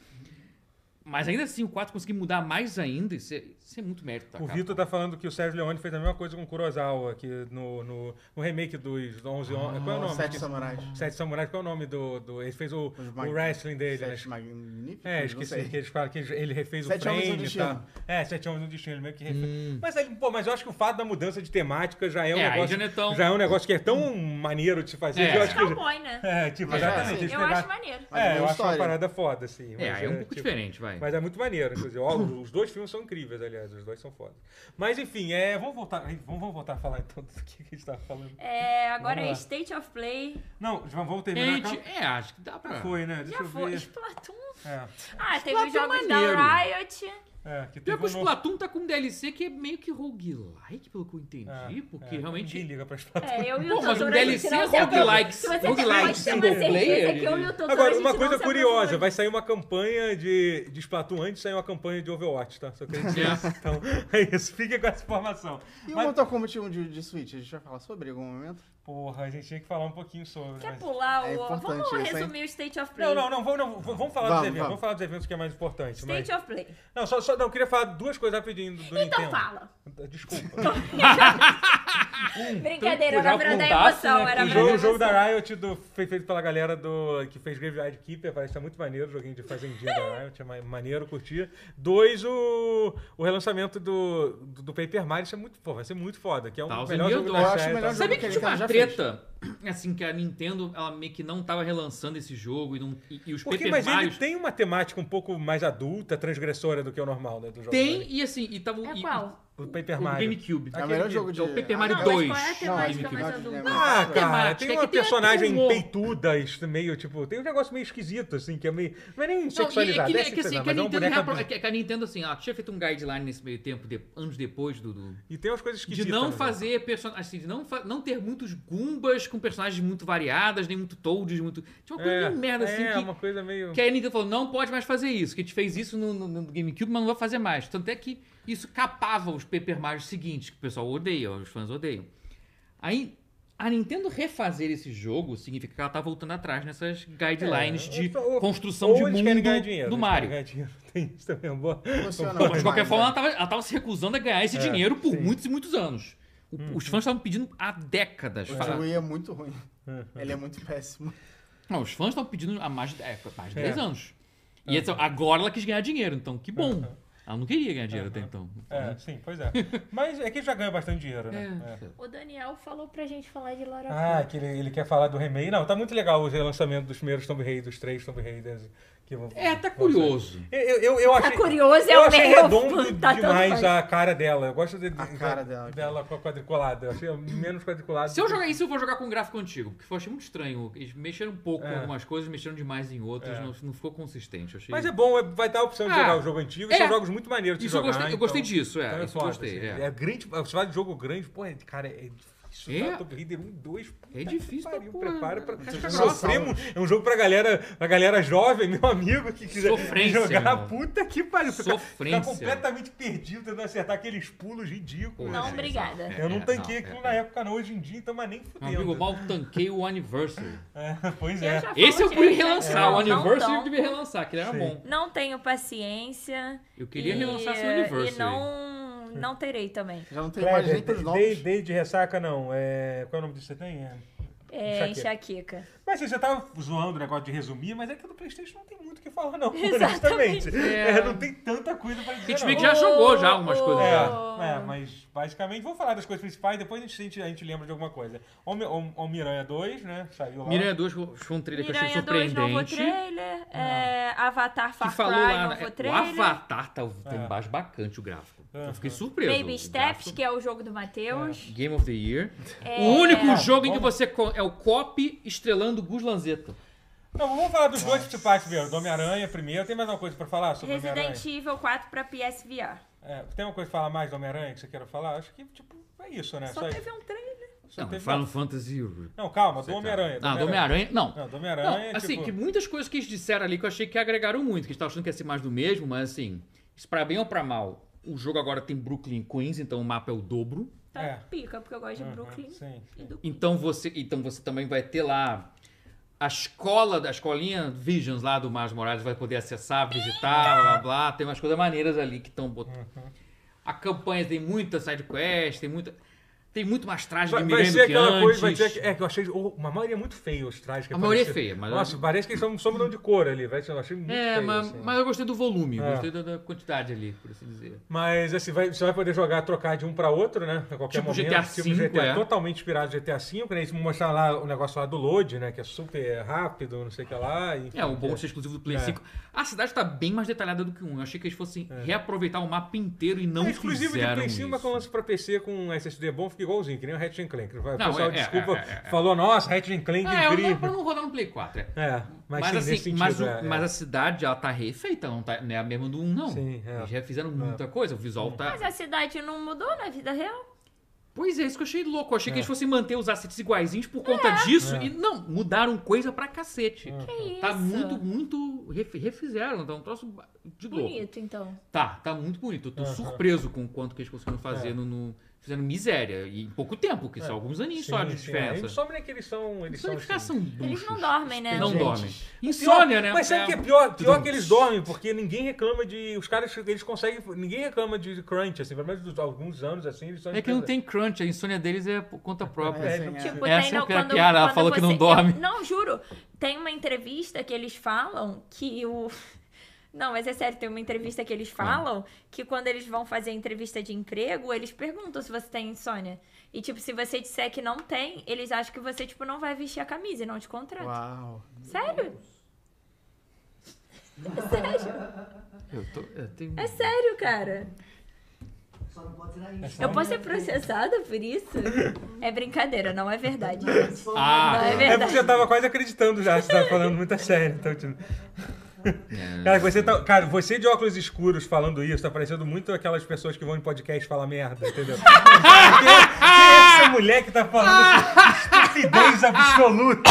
Speaker 5: Mas ainda assim, o 4 conseguir mudar mais ainda, isso é, isso é muito mérito. da
Speaker 6: O
Speaker 5: Capcom.
Speaker 6: Vitor tá falando que o Sérgio Leone fez a mesma coisa com o Kurosawa, que no, no, no remake dos 11 Homens. Qual é o nome?
Speaker 3: Sete
Speaker 6: Esqueci.
Speaker 3: Samurais.
Speaker 6: Sete Samurais, qual é o nome do. do ele fez o,
Speaker 3: Os
Speaker 6: o
Speaker 3: mag-
Speaker 6: wrestling dele, né?
Speaker 3: Sete Magníficos?
Speaker 6: É,
Speaker 3: não
Speaker 6: esqueci
Speaker 3: sei.
Speaker 6: que eles falam que ele- ele refez o
Speaker 3: Sete Homens e um
Speaker 6: frame e tal.
Speaker 3: Destino. Hum.
Speaker 6: É, Sete Homens no Destino, ele meio que refez. Mas, aí, pô, mas eu acho que o fato da mudança de temática já é um
Speaker 5: É, aí
Speaker 6: negócio.
Speaker 5: já não é tão-
Speaker 6: já é um negócio que é tão maneiro de se fazer.
Speaker 5: É.
Speaker 6: que eu acho que.
Speaker 2: Cowboy, né?
Speaker 6: É, tipo, exatamente. esse
Speaker 2: Eu
Speaker 6: negócio-
Speaker 2: acho maneiro.
Speaker 3: Mas
Speaker 6: é,
Speaker 3: é
Speaker 6: eu acho uma
Speaker 3: assim, história.
Speaker 6: parada foda, assim.
Speaker 5: É,
Speaker 6: mas
Speaker 5: aí é um pouco
Speaker 6: tipo,
Speaker 5: diferente, vai.
Speaker 6: mas é muito maneiro, inclusive. Ó, os dois filmes são incríveis, aliás. Os dois são foda. Mas enfim, é, vamos, voltar, vamos, vamos voltar a falar então do que a gente tava falando.
Speaker 2: É, agora
Speaker 6: Vamos
Speaker 2: é
Speaker 6: lá.
Speaker 2: State of Play.
Speaker 6: Não, já vamos terminar.
Speaker 5: Gente,
Speaker 6: calma.
Speaker 5: é, acho que dá pra...
Speaker 6: Já foi, né? Deixa
Speaker 2: Já
Speaker 6: eu
Speaker 2: foi.
Speaker 6: ver.
Speaker 2: Splatoon.
Speaker 6: É,
Speaker 2: Ah, teve os
Speaker 5: Splatoon é
Speaker 2: jogos da
Speaker 5: maneiro.
Speaker 2: Riot.
Speaker 6: é, que
Speaker 5: Pior
Speaker 6: teve
Speaker 5: que o
Speaker 6: um novo-
Speaker 5: Splatoon tá com um DLC que é meio que roguelike, pelo que eu entendi,
Speaker 6: É,
Speaker 5: porque
Speaker 6: é,
Speaker 5: realmente...
Speaker 6: Ninguém liga pra Splatoon.
Speaker 2: É, eu e o
Speaker 5: Pô,
Speaker 2: Totoro.
Speaker 5: mas um
Speaker 2: a gente
Speaker 5: DLC
Speaker 2: não se
Speaker 5: roguelike,
Speaker 2: Se você
Speaker 5: roguelike
Speaker 2: pode ter uma
Speaker 5: single player,
Speaker 2: certeza que eu e o Totoro, a
Speaker 6: então. Agora,
Speaker 2: gente
Speaker 6: uma
Speaker 2: não
Speaker 6: coisa
Speaker 2: se
Speaker 6: curiosa,
Speaker 2: aprofundou.
Speaker 6: vai sair uma campanha de, de Splatoon antes de sair uma campanha de Overwatch, tá? Só queria dizer
Speaker 5: É.
Speaker 6: isso. Então, é isso. Fiquem com essa informação.
Speaker 3: E o
Speaker 6: Mas-
Speaker 3: Mortal Kombat 1 de, de Switch? A gente vai falar sobre em algum momento?
Speaker 6: Porra, a gente tinha que falar um pouquinho sobre.
Speaker 2: Quer
Speaker 6: mas-
Speaker 2: pular
Speaker 3: É
Speaker 2: o...
Speaker 3: importante
Speaker 2: Vamos
Speaker 3: isso, hein?
Speaker 2: resumir o State of Play.
Speaker 6: Não, não, não, vamos, não, vamos falar dos
Speaker 3: Vamos,
Speaker 6: eventos.
Speaker 3: vamos.
Speaker 6: Vamos falar dos eventos que é mais importante. mas-
Speaker 2: State of Play.
Speaker 6: Não, só, só não, eu queria falar duas coisas rapidinho do, do Nintendo.
Speaker 2: Então fala.
Speaker 6: Desculpa. Então,
Speaker 2: Brincadeira,
Speaker 5: já
Speaker 2: era pra dar
Speaker 5: apontasse,
Speaker 2: emoção.
Speaker 5: né,
Speaker 2: Era
Speaker 6: o
Speaker 2: pra
Speaker 6: jogo,
Speaker 2: dar
Speaker 6: o jogo
Speaker 2: emoção.
Speaker 6: da Riot do, foi feito pela galera do, que fez Graveyard Keeper, parece que tá muito maneiro, o joguinho de fazendinha da Riot, é ma- maneiro, curtia. Dois, o, o relançamento do, do, do Paper Mario, isso é muito, pô, vai ser muito foda, que é um dos
Speaker 5: Thousand
Speaker 6: melhores
Speaker 5: Year
Speaker 6: jogos
Speaker 5: Door.
Speaker 6: da
Speaker 5: Eu
Speaker 3: acho
Speaker 6: série.
Speaker 3: o melhor
Speaker 6: tá?
Speaker 3: jogo
Speaker 5: Sabia
Speaker 3: que
Speaker 5: que
Speaker 3: ele
Speaker 5: tinha
Speaker 3: tá-
Speaker 5: uma
Speaker 3: já
Speaker 5: treta, assim, que a Nintendo, ela meio que não tava relançando esse jogo e, não, e, e os
Speaker 6: Porque,
Speaker 5: Paper
Speaker 6: mas ele
Speaker 5: Marios-
Speaker 6: tem uma temática um pouco mais adulta, transgressora do que o normal, né, do jogo.
Speaker 5: Tem,
Speaker 6: né?
Speaker 5: e assim, e tava...
Speaker 2: É
Speaker 5: e-
Speaker 2: qual?
Speaker 6: O Paper
Speaker 5: O
Speaker 6: Mario.
Speaker 5: GameCube.
Speaker 3: É o melhor
Speaker 6: Aquele-
Speaker 3: jogo de...
Speaker 5: É o Paper Mario
Speaker 2: Não,
Speaker 5: 2.
Speaker 2: mas qual é a
Speaker 5: Não,
Speaker 2: temática
Speaker 5: GameCube.
Speaker 2: mais
Speaker 3: Não,
Speaker 2: adulta?
Speaker 3: não. Tem
Speaker 6: Ah, cara,
Speaker 5: temática,
Speaker 6: tem
Speaker 5: é
Speaker 6: uma
Speaker 5: que tem
Speaker 6: personagem
Speaker 5: humor.
Speaker 6: peituda, isso, meio tipo. Tem um negócio meio esquisito, assim, que é meio. Não é nem
Speaker 5: Não, e é
Speaker 6: sexualizado,
Speaker 5: que,
Speaker 6: é
Speaker 5: é que, assim,
Speaker 6: sexualizado,
Speaker 5: que, a
Speaker 6: mas é um
Speaker 5: Nintendo
Speaker 6: boneco.
Speaker 5: reapro- é que a Nintendo, assim, ela tinha feito um guideline nesse meio tempo, de- anos depois do... do-
Speaker 6: E tem umas coisas esquisitas.
Speaker 5: de não
Speaker 6: né?
Speaker 5: fazer personagens, assim, de não, fa- não ter muitos Goombas com personagens muito variadas, nem muito Toads, muito... Tinha uma coisa
Speaker 6: É,
Speaker 5: meio merda, assim,
Speaker 6: é,
Speaker 5: que...
Speaker 6: uma coisa meio.
Speaker 5: Que aí a Nintendo falou, não pode mais fazer isso, que a gente fez isso no, no- no GameCube, mas não vai fazer mais. Tanto é que isso capava os Paper Mario seguintes, que o pessoal odeia, os fãs odeiam. Aí A Nintendo refazer esse jogo significa que ela tá voltando atrás nessas guidelines
Speaker 6: É,
Speaker 5: de
Speaker 6: ou-
Speaker 5: construção
Speaker 6: ou
Speaker 5: de
Speaker 6: eles
Speaker 5: mundo
Speaker 6: querem ganhar dinheiro,
Speaker 5: do
Speaker 6: eles
Speaker 5: Mario.
Speaker 6: querem ganhar dinheiro. Tem isso também, é boa.
Speaker 3: Funciona
Speaker 5: Mas de qualquer
Speaker 3: demais,
Speaker 5: forma,
Speaker 3: né?
Speaker 5: ela tava, ela tava se recusando a ganhar esse
Speaker 6: É,
Speaker 5: dinheiro por
Speaker 6: sim.
Speaker 5: muitos e muitos anos. O- Os fãs estavam pedindo há décadas.
Speaker 3: O
Speaker 5: fala-
Speaker 3: Wii é muito ruim.
Speaker 6: Uhum.
Speaker 3: Ele é muito péssimo.
Speaker 5: Não, os fãs estavam pedindo há mais de, é, mais de
Speaker 6: É.
Speaker 5: 10 anos. E então, agora ela quis ganhar dinheiro, então que bom. Ela não queria ganhar dinheiro até então.
Speaker 6: É, sim, pois é. Mas é que ele já ganha bastante dinheiro, né? É.
Speaker 2: O Daniel falou pra gente falar de Lara
Speaker 6: Ah, que ele, ele quer falar do remake. Não, tá muito legal o relançamento dos primeiros Tomb Raider, dos três Tomb Raiders. Que vão,
Speaker 5: É, tá
Speaker 6: vão
Speaker 5: curioso.
Speaker 6: sair. Eu, eu, eu achei,
Speaker 2: curioso é
Speaker 6: eu
Speaker 2: o
Speaker 6: achei
Speaker 2: meio-
Speaker 6: redondo
Speaker 2: tá tanto
Speaker 6: demais
Speaker 2: faz.
Speaker 6: a cara dela. Eu gosto de,
Speaker 3: A cara dela.
Speaker 6: dela com a quadriculada. Eu achei menos quadriculada.
Speaker 5: Se eu jogar isso, eu vou jogar com um gráfico antigo, porque eu achei muito estranho. Eles mexeram um pouco
Speaker 6: É.
Speaker 5: em algumas coisas, mexeram demais em outras, não, não ficou consistente. eu achei-
Speaker 6: Mas é bom, é- vai dar a opção de
Speaker 5: Ah,
Speaker 6: jogar o jogo antigo. e São
Speaker 5: é.
Speaker 6: jogos muito maneiros de
Speaker 5: Isso eu
Speaker 6: jogar.
Speaker 5: gostei, eu gostei
Speaker 6: então-
Speaker 5: disso, é.
Speaker 6: então
Speaker 5: isso eu
Speaker 6: foda,
Speaker 5: gostei.
Speaker 6: assim.
Speaker 5: é.
Speaker 6: É grande, você fala de jogo grande, porra, cara, é difícil.
Speaker 5: É.
Speaker 6: tá? Tomb Raider 1, 2,
Speaker 5: É difícil pra
Speaker 6: pariu,
Speaker 5: porra.
Speaker 6: prepara pra né?
Speaker 5: Casca
Speaker 6: casca
Speaker 5: grossa.
Speaker 6: grossa. É um jogo pra galera, pra galera jovem, meu amigo, que quiser
Speaker 5: Sofrência,
Speaker 6: jogar.
Speaker 5: irmão.
Speaker 6: Puta que pariu. Você tá-
Speaker 5: Sofrência.
Speaker 6: Tá completamente perdido tentando acertar aqueles pulos ridículos.
Speaker 2: Não,
Speaker 5: Porra,
Speaker 6: assim.
Speaker 2: obrigada.
Speaker 5: é,
Speaker 6: Eu não
Speaker 5: é,
Speaker 6: tanquei
Speaker 5: não,
Speaker 6: aquilo
Speaker 5: é,
Speaker 6: na
Speaker 5: é.
Speaker 6: época, não. Hoje em dia, então, mas nem
Speaker 5: Meu amigo,
Speaker 6: fudendo.
Speaker 5: eu mal tanquei o Anniversary.
Speaker 6: É, pois
Speaker 2: Eu
Speaker 6: é.
Speaker 2: já falo
Speaker 5: Esse eu
Speaker 2: que
Speaker 5: fui
Speaker 2: já
Speaker 5: relançar.
Speaker 2: não
Speaker 5: O Anniversary eu
Speaker 2: tanco,
Speaker 5: devia relançar, que ele era
Speaker 6: Sim.
Speaker 5: bom.
Speaker 2: Não tenho paciência.
Speaker 5: Eu queria
Speaker 2: e-
Speaker 5: relançar esse Anniversary.
Speaker 2: E não, não terei também.
Speaker 3: Já não tem mais
Speaker 6: Kleber,
Speaker 3: nem pros novos.
Speaker 6: Dei dei de ressaca, não. É, Qual é o nome disso que você tem? É...
Speaker 2: É,
Speaker 6: Enxaqueca.
Speaker 2: enxaqueca.
Speaker 6: Mas assim, você tava zoando o negócio de resumir, mas é que no Playstation não tem muito o que falar, não,
Speaker 2: Exatamente.
Speaker 6: honestamente. É, não tem tanta coisa pra dizer,
Speaker 5: Hit
Speaker 6: não.
Speaker 5: Big já jogou já algumas
Speaker 2: Oh,
Speaker 5: coisas. já.
Speaker 2: Oh.
Speaker 6: É, é, mas basicamente, vamos falar das coisas principais, depois a gente, a gente, a gente lembra de alguma coisa. O, Miranha 2, né, saiu lá.
Speaker 5: Miranha 2 foi um trailer que eu achei
Speaker 2: Miranha 2, novo
Speaker 5: surpreendente. Ah.
Speaker 2: trailer. é, Avatar
Speaker 5: Que
Speaker 2: Far Cry,
Speaker 5: falou lá.
Speaker 2: novo
Speaker 5: é, O
Speaker 2: trailer.
Speaker 5: Avatar tá, tá
Speaker 6: É.
Speaker 5: embaixo bacante o gráfico. Eu fiquei
Speaker 6: Aham.
Speaker 5: surpreso.
Speaker 2: Baby
Speaker 5: o
Speaker 2: Steps,
Speaker 5: gráfico.
Speaker 2: que é o jogo do
Speaker 6: É,
Speaker 2: Matheus.
Speaker 5: Game of the Year.
Speaker 2: É.
Speaker 5: O único jogo em que você co- é o copy estrelando Gus Lanzetta.
Speaker 6: Não, vamos falar dos dois principais primeiro. Do Homem-Aranha primeiro. Tem mais alguma coisa pra falar sobre o Homem-Aranha?
Speaker 2: Resident Evil 4 pra PSVR.
Speaker 6: É, tem alguma coisa pra falar mais do Homem-Aranha que você queira falar? Acho que, tipo, é isso, né?
Speaker 2: Só
Speaker 6: Só-
Speaker 2: teve um trailer.
Speaker 6: só
Speaker 5: Não,
Speaker 6: teve-
Speaker 5: Final Fantasy. Não,
Speaker 6: Não, calma, do Homem-Aranha.
Speaker 5: Ah, do Homem-Aranha. Não.
Speaker 6: Não, do
Speaker 5: Não,
Speaker 6: Homem-Aranha,
Speaker 5: assim,
Speaker 6: tipo...
Speaker 5: que muitas coisas que eles disseram ali que eu achei que agregaram muito, que eles estavam achando que ia ser mais do mesmo, mas assim, isso pra bem ou pra mal, o jogo agora tem Brooklyn e Queens, então o mapa é o dobro.
Speaker 2: Tá
Speaker 6: É.
Speaker 2: pica, porque eu gosto de
Speaker 6: Aham,
Speaker 2: Brooklyn.
Speaker 6: sim,
Speaker 2: E do...
Speaker 5: Então você, então você também vai ter lá a escola, a escolinha Visions lá do Miles Morales vai poder acessar, visitar, blá blá blá. Tem umas coisas maneiras ali que estão botando.
Speaker 6: Uhum.
Speaker 5: A campanha tem muita side quest, tem muita tem muito mais traje de
Speaker 6: Vai, vai
Speaker 5: Miranha
Speaker 6: ser
Speaker 5: do que
Speaker 6: aquela
Speaker 5: antes.
Speaker 6: coisa, vai ser, é que eu achei oh, uma maioria muito feia os trajes. que
Speaker 5: A maioria é
Speaker 6: apareceram.
Speaker 5: feia, mas-
Speaker 6: Nossa, parece que eles são sobrenome de cor ali, vai ser, eu achei muito
Speaker 5: É,
Speaker 6: feio.
Speaker 5: mas,
Speaker 6: assim.
Speaker 5: mas eu gostei do volume,
Speaker 6: É.
Speaker 5: gostei da, da quantidade ali, por assim dizer.
Speaker 6: Mas, assim, vai- você vai poder jogar, trocar de um pra outro, né? A qualquer
Speaker 5: Tipo
Speaker 6: momento.
Speaker 5: GTA
Speaker 6: tipo
Speaker 5: V,
Speaker 6: GTA,
Speaker 5: é.
Speaker 6: totalmente inspirado no GTA V, né? Eles vão mostrar lá o negócio lá do load, né? Que é super rápido, não sei o que lá. enfim,
Speaker 5: É, o bom
Speaker 6: que-
Speaker 5: de ser exclusivo do Play
Speaker 6: É.
Speaker 5: 5. A cidade tá bem mais detalhada do que um. Eu achei que eles fossem reaproveitar o mapa inteiro e não
Speaker 6: É exclusivo de
Speaker 5: fizeram
Speaker 6: Play 5, mas
Speaker 5: isso.
Speaker 6: quando lança pra PC com um SSD bom, fica igualzinho, que nem o Ratchet and Clank. O pessoal,
Speaker 5: é, é,
Speaker 6: desculpa,
Speaker 5: é, é, é.
Speaker 6: falou, nossa, Ratchet and Clank
Speaker 5: É, eu não,
Speaker 6: incrível.
Speaker 5: eu não vou rodar no Play 4. É.
Speaker 6: É,
Speaker 5: Mas,
Speaker 6: mas, sim,
Speaker 5: assim,
Speaker 6: nesse sentido,
Speaker 5: mas, o-
Speaker 6: é, é.
Speaker 5: mas a cidade, ela tá refeita, não, tá, não é a mesma do 1, não.
Speaker 6: Sim, é.
Speaker 5: Eles já fizeram muita coisa, o visual tá...
Speaker 2: Mas é- a cidade não mudou na vida real?
Speaker 5: Pois é, isso que eu achei louco. Eu achei que eles fossem manter os assets iguaizinhos por conta disso
Speaker 6: É.
Speaker 5: e não, mudaram coisa pra cacete.
Speaker 2: Que isso?
Speaker 5: Tá muito, muito... ref- Refizeram, tá um troço de louco.
Speaker 2: bonito, então.
Speaker 5: Tá, tá muito bonito. Eu tô surpreso com o quanto que eles conseguiram
Speaker 6: É.
Speaker 5: fazer no, no- Fizeram miséria. E em pouco tempo, que são alguns aninhos assim, só de
Speaker 6: A
Speaker 5: diferença. é
Speaker 6: gente soube, né, que eles são. Eles são,
Speaker 5: Eles ficar
Speaker 6: assim,
Speaker 5: são bruxos.
Speaker 2: Eles não dormem, né?
Speaker 5: Não
Speaker 2: gente?
Speaker 5: dormem.
Speaker 6: pior-
Speaker 5: Insônia, né?
Speaker 6: Mas sabe o que é pior? Pior que eles dormem, porque ninguém reclama de. Os caras, eles conseguem. Ninguém reclama de crunch, assim, pelo menos dos- alguns anos, assim, eles são.
Speaker 5: É que não tem crunch, a insônia deles é por conta própria.
Speaker 6: É, não
Speaker 3: É.
Speaker 6: tinha-
Speaker 2: Tipo,
Speaker 5: Essa
Speaker 2: tem
Speaker 5: é
Speaker 2: no-
Speaker 5: a pior piada, ela falou que não dorme.
Speaker 2: Eu- não, juro. Tem uma entrevista que eles falam que o. Não, mas é sério, tem uma entrevista que
Speaker 5: Ah.
Speaker 2: eles falam que quando eles vão fazer a entrevista de emprego, eles perguntam se você tem insônia. E, tipo, se você disser que não tem, eles acham que você, tipo, não vai vestir a camisa e não te contratam.
Speaker 3: Uau.
Speaker 2: Sério?
Speaker 5: Eu tô, eu tenho...
Speaker 2: É sério, cara.
Speaker 8: Só não pode tirar isso.
Speaker 2: Eu posso ser processada por isso? É brincadeira, não é verdade.
Speaker 5: Ah,
Speaker 2: Não é
Speaker 6: É
Speaker 2: verdade.
Speaker 6: porque eu tava quase acreditando já, você tava falando muito a sério. Então, tipo... Cara, você tá, cara, você de óculos escuros falando isso, tá parecendo muito aquelas pessoas que vão em podcast falar merda, entendeu? quem, é- quem é essa mulher que tá falando essa estupidez absoluta?